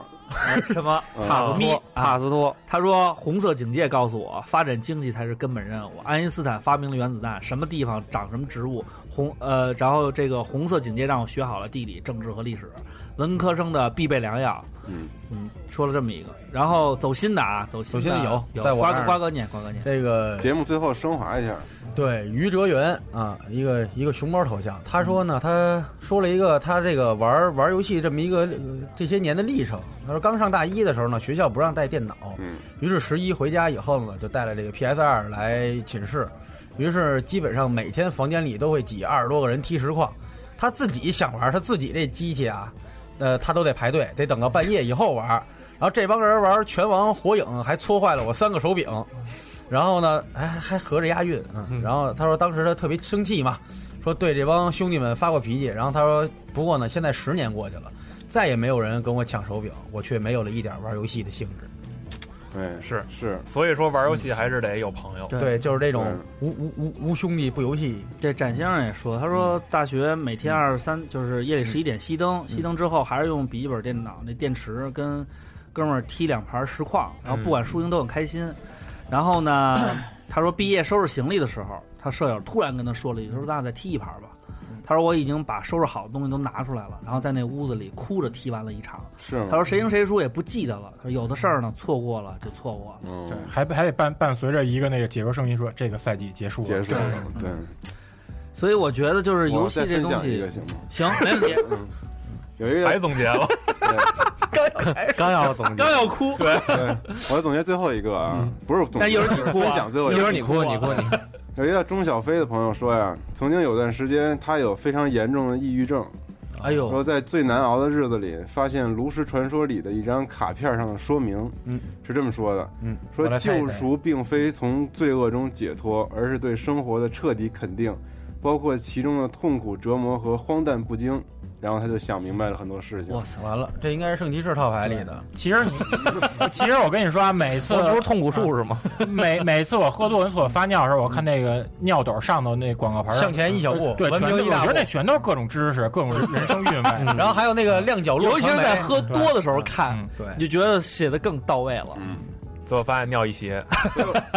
S4: 什么？
S6: 哦
S3: 啊
S7: 帕斯托，帕斯托，
S4: 他说：“红色警戒告诉我，发展经济才是根本任务。爱因斯坦发明了原子弹，什么地方长什么植物，红呃，然后这个红色警戒让我学好了地理、政治和历史，文科生的必备良药。
S3: 嗯
S4: 嗯，说了这么一个，然后走心的啊，走心
S6: 走心的有
S4: 有，
S6: 在我
S4: 瓜
S6: 那
S4: 哥
S6: 儿
S4: 瓜哥念，瓜哥念，
S6: 这个
S3: 节目最后升华一下，
S6: 对，于哲元啊，一个一个熊猫头像。他说呢，他说了一个他这个玩玩游戏这么一个、呃这些年的历程。他说刚上大一的时候呢，学校不让带电脑，
S3: 嗯
S6: 于是十一回家以后呢，就带了这个 PS 二来寝室，于是基本上每天房间里都会挤二十多个人踢实况。他自己想玩，他自己这机器啊，呃，他都得排队，得等到半夜以后玩。然后这帮人玩拳王、火影，还搓坏了我三个手柄。然后呢，还还合着押韵，嗯。然后他说当时他特别生气嘛，说对这帮兄弟们发过脾气。然后他说，不过呢，现在十年过去了，再也没有人跟我抢手柄，我却没有了一点玩游戏的兴致。
S3: 哎，
S8: 是
S3: 是，
S8: 所以说玩游戏还是得有朋友。
S4: 对
S6: 对，就是这种无无无无兄弟不游戏。
S4: 这展先生也说，他说
S3: 嗯
S4: 大学每天二十三，就是夜里十一点熄灯，熄
S3: 嗯
S4: 灯之后还是用笔记本电脑那电池跟哥们儿踢两盘实况，然后不
S3: 嗯
S4: 管输赢都很开心。然后呢， 他说毕业收拾行李的时候，他舍友突然跟他说了一
S3: 嗯
S4: 句：“说咱俩再踢一盘吧。”他说我已经把收拾好的东西都拿出来了，然后在那屋子里哭着踢完了一场。
S3: 是
S4: 他
S3: 吗？
S4: 说谁赢谁输也不记得了，他说有的事儿呢错过了就错过了。
S3: 嗯，
S5: 还还得伴伴随着一个那个解说声音说这个赛季结束了，
S3: 结束了，对。
S4: 所以我觉得就是游
S3: 我
S4: 戏
S3: 再
S4: 这
S3: 分
S4: 东
S3: 享一
S4: 西
S3: 个，行吗？
S4: 行没问题。
S3: 有一
S8: 白
S3: 个，
S8: 总结了，
S7: 刚要总结，
S4: 刚要哭，
S3: 对我总结最后一个啊，不是总结，
S4: 那一会儿你哭啊
S3: 分享最后
S7: 一
S3: 一
S7: 会
S3: 个
S7: 儿你哭，你哭，你哭
S3: 有一个钟小飞的朋友说呀，曾经有段时间他有非常严重的抑郁症，
S4: 哎呦，
S3: 说在最难熬的日子里，发现《炉石传说》里的一张卡片上的说明，
S6: 嗯，
S3: 是这么说的，
S6: 嗯，
S3: 说
S9: 我来猜一
S3: 救
S9: 猜
S3: 赎并非从罪恶中解脱，而是对生活的彻底肯定，包括其中的痛苦折磨和荒诞不经。然后他就想明白了很多事情
S4: 哇。
S9: 完了，这应该是圣骑士套牌里的。
S5: 其实你， 其实我跟你说啊，每 次
S7: 这不是痛苦
S8: 嗯
S7: 树是吗？
S5: 每每次我喝多文所发尿的时候，我看那个尿斗上头那广告牌儿，
S9: 向前一小步
S5: 对，
S9: 文
S5: 全都
S9: 明一大
S5: 我觉得
S9: 步
S5: 那全都是各种知识，各种人生韵味。
S6: 嗯
S3: 嗯
S9: 然后还有那个亮角落
S4: 尤其
S9: 传
S4: 是
S9: 媒，
S4: 在喝多的时候看，
S5: 嗯
S9: 对
S4: 你就觉得写的更到位
S3: 嗯
S4: 了。
S8: 最后发现尿一鞋，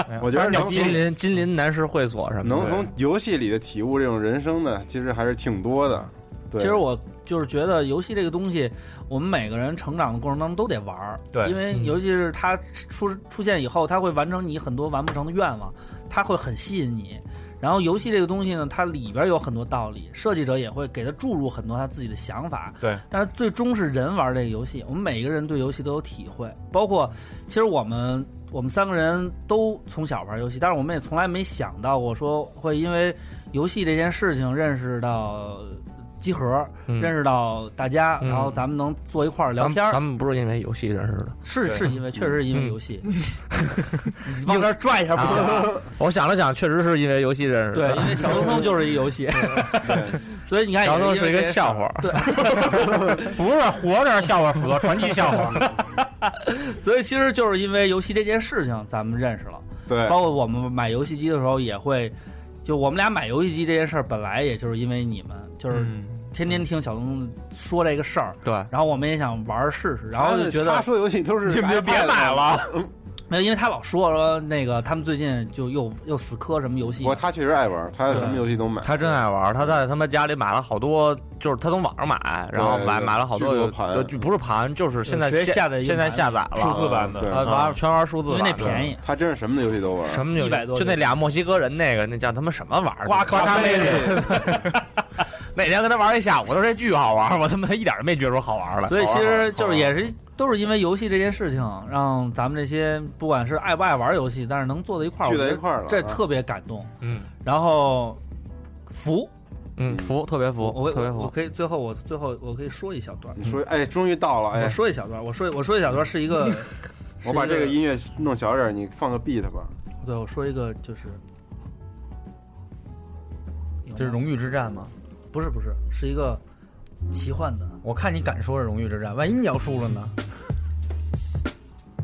S5: 哎
S3: 我觉得能
S7: 金林金林男士会所什么的？
S3: 能从游戏里的体悟这种人生的，其实还是挺多的。对，
S4: 其实我就是觉得游戏这个东西，我们每个人成长的过程当中都得玩儿，
S8: 对
S4: 因为
S5: 嗯
S4: 尤其是它出出现以后，它会完成你很多完不成的愿望，它会很吸引你。然后游戏这个东西呢，它里边有很多道理，设计者也会给它注入很多他自己的想法。
S8: 对，
S4: 但是最终是人玩这个游戏，我们每个人对游戏都有体会，包括其实我们我们三个人都从小玩游戏，但是我们也从来没想到过说会因为游戏这件事情认识到集合，
S7: 嗯
S4: 认识到大家，
S7: 嗯
S4: 然后咱们能坐一块儿聊
S7: 咱
S4: 天
S7: 们
S4: 儿，
S7: 咱们不是因为游戏认识 的。
S4: 是
S8: 对
S4: 是因为确实是因为游戏，你往这儿拽一下不行啊，
S7: 我想了想，确实是因为游戏认识
S4: 对，
S7: 的。
S4: 因为小东东就是一游戏，
S3: 对
S4: 所以你看，
S7: 然后
S4: 也
S7: 是一
S4: 因为
S7: 个
S4: 这
S7: 笑话，
S5: 不是活着笑话辅佐传奇 笑话，
S4: 所以其实就是因为游戏这件事情，咱们认识了。
S3: 对，
S4: 包括我们买游戏机的时候也会，就我们俩买游戏机这件事儿，本来也就是因为你们，就是
S8: 嗯，
S4: 天天听小东说这个事儿，
S7: 对
S4: 然后我们也想玩儿试试，然后就觉
S3: 哎他
S4: 得，
S3: 说游戏都是
S5: 你们就别买了。
S4: 没有，因为他老说说那个他们最近就又又死磕什么游
S3: iPad 的。
S4: 戏
S3: 不，过他确实爱玩，他什么游戏都买。
S7: 他真爱玩，他在他妈家里买了好多，就是他从网上买，然后
S3: 对
S7: 买
S3: 对
S7: 买了好多
S3: 巨多
S7: 有
S3: 盘
S7: 呃就不是盘，就是现在
S4: 直接
S7: 现
S4: 下载硬
S7: 现在
S4: 盘
S7: 下载了
S8: 数字版
S3: 对
S8: 的，
S7: 啊，玩全玩数字
S4: 因为
S7: 版，
S4: 那便。宜，
S3: 他真是什么游戏都玩。
S7: 什么有
S4: 100多
S7: 就那俩墨西哥人那个，那叫他妈什么玩意儿？
S5: 刮刮痧妹
S7: 那个那天跟他玩一下午，我说这巨好玩，我他妈一点儿没觉出好玩来。
S4: 所以其实就是
S7: 也。
S4: 也是都是因为游戏这件事情，让咱们这些不管是爱不爱玩游戏，但是能坐在一块儿，
S3: 聚在
S4: 我觉
S3: 一
S4: 得
S3: 块儿了
S4: 这
S3: 啊
S4: 特别感动。
S7: 嗯，
S4: 然后服，
S7: 嗯，服，特别服，
S4: 我
S7: 特别
S4: 我我
S7: 服。
S4: 可以最后我最后我可以说一小段，
S3: 你说，哎，终于到了，
S4: 我
S3: 哎，
S4: 说一小段，我说我说一小段是一个，
S3: 我把
S4: 是一
S3: 这个音乐弄小点儿，你放个 beat 吧。
S4: 对我说一个就是，
S9: 这是荣誉之战吗？
S4: 不是不是是一个奇幻的，
S9: 我看你敢说是荣誉之战，万一你要输了呢？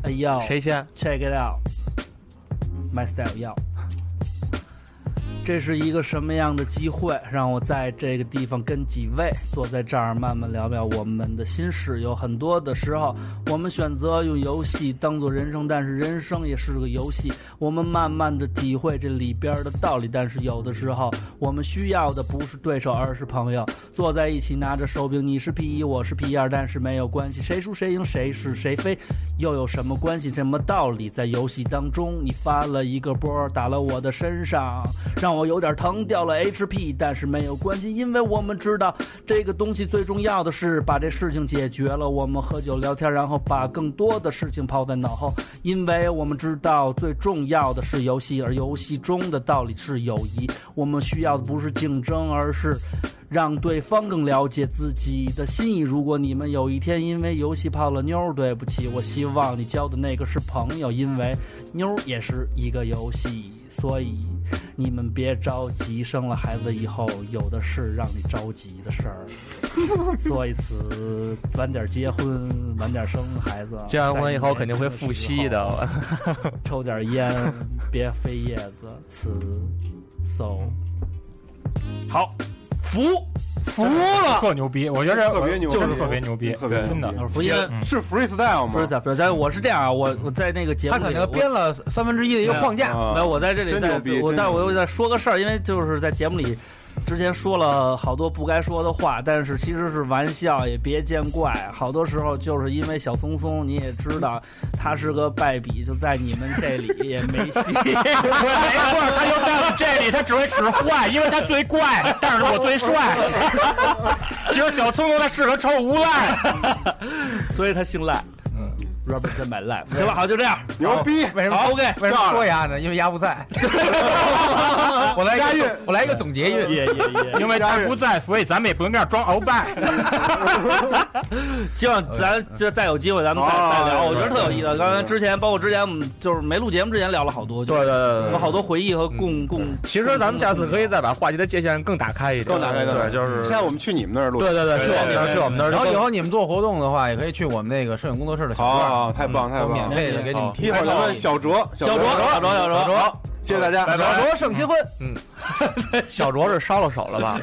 S4: 哎呀，
S7: 谁先？
S4: check it out，my style 要。这是一个什么样的机会，让我在这个地方跟几位坐在这儿慢慢聊聊我们的心事？有很多的时候，我们选择用游戏当做人生，但是人生也是个游戏。我们慢慢的体会这里边的道理，但是有的时候，我们需要的不是对手，而是朋友。坐在一起拿着手柄，你是 P 一，我是 P 二，但是没有关系，谁输谁赢，谁是谁非，又有什么关系？什么道理？在游戏当中，你发了一个波，打了我的身上，让我有点疼，掉了 HP，但是没有关系，因为我们知道这个东西最重要的是把这事情解决了。我们喝酒聊天，然后把更多的事情抛在脑后，因为我们知道最重要的是游戏，而游戏中的道理是友谊。我们需要的不是竞争，而是让对方更了解自己的心意。如果你们有一天因为游戏泡了妞儿，对不起，我希望你交的那个是朋友，因为妞儿也是一个游戏，所以你们别着急，生了孩子以后有的是让你着急的事儿。所以此晚点结婚，晚点生孩子，
S7: 结完婚以后肯定会复吸的。
S4: 抽点烟，别飞叶子。此，so，好，服，
S5: 服了，特牛逼！我觉得
S3: 特别牛逼
S5: 就是特别牛逼，
S3: 特别牛逼
S5: 真的。
S4: 我
S7: 嗯
S4: 是因为
S3: 是 freestyle
S4: 不是
S3: 吗？
S4: 在不是在，我是这样啊，我我在那个节目
S9: 他
S4: 里，
S9: 可
S4: 我
S9: 能编了三分之一的一个框架，
S3: 啊
S4: 没有，我在这里
S3: 真牛
S4: 再
S3: 逼
S4: 我
S3: 真
S4: 但
S3: 牛
S4: 我又
S3: 逼
S4: 再说个事儿，因为就是在节目里之前说了好多不该说的话，但是其实是玩笑，也别见怪。好多时候就是因为小聪聪，你也知道他是个败笔，就在你们这里也没戏。
S5: 没错，他就在我这里，他只会使坏，因为他最怪，但是我 最帅。其实小聪聪他适合抽无赖，
S4: 所以他姓赖。嗯， represent my life。行了，好，就这样。
S3: 牛逼！
S6: 为什么
S4: 好，OK，
S6: 为什么
S3: 漂
S6: 说丫呢？因为丫 不在。我来
S3: 押
S6: 一
S3: 韵
S6: 个，我来一个总结韵。
S4: 也也也，
S13: 因为他不在，所以咱们也不能这样装鳌拜。
S4: 希望
S5: 哎
S4: 咱就再有机会，咱们再
S3: 哦
S5: 啊
S4: 再聊。
S3: 对
S4: 我觉得特有意思。刚才之前，包括之前我们就是没录节目之前聊了好多，就是
S5: 对嗯
S4: 有好多回忆和共共。
S5: 其实咱们下次可以再把话题的界限更打开一点，
S3: 更打开的，
S5: 对，就是
S3: 现在我们去你们那儿录，
S5: 对对对，去我们那
S8: 对对
S5: 儿，
S8: 对
S5: 去我们那儿，
S6: 然后以后你们做活动的话，也可以去我们那个摄影工作室的小
S3: 好，
S6: 院，
S3: 好，太棒太
S6: 我
S3: 棒
S6: 免
S3: 了！
S6: 费的给你们提
S3: 一会儿咱们小卓，
S4: 嗯小卓，小卓，小卓，
S3: 好，谢谢大家，
S6: 小卓胜新婚。
S5: 小卓是烧了手了吧？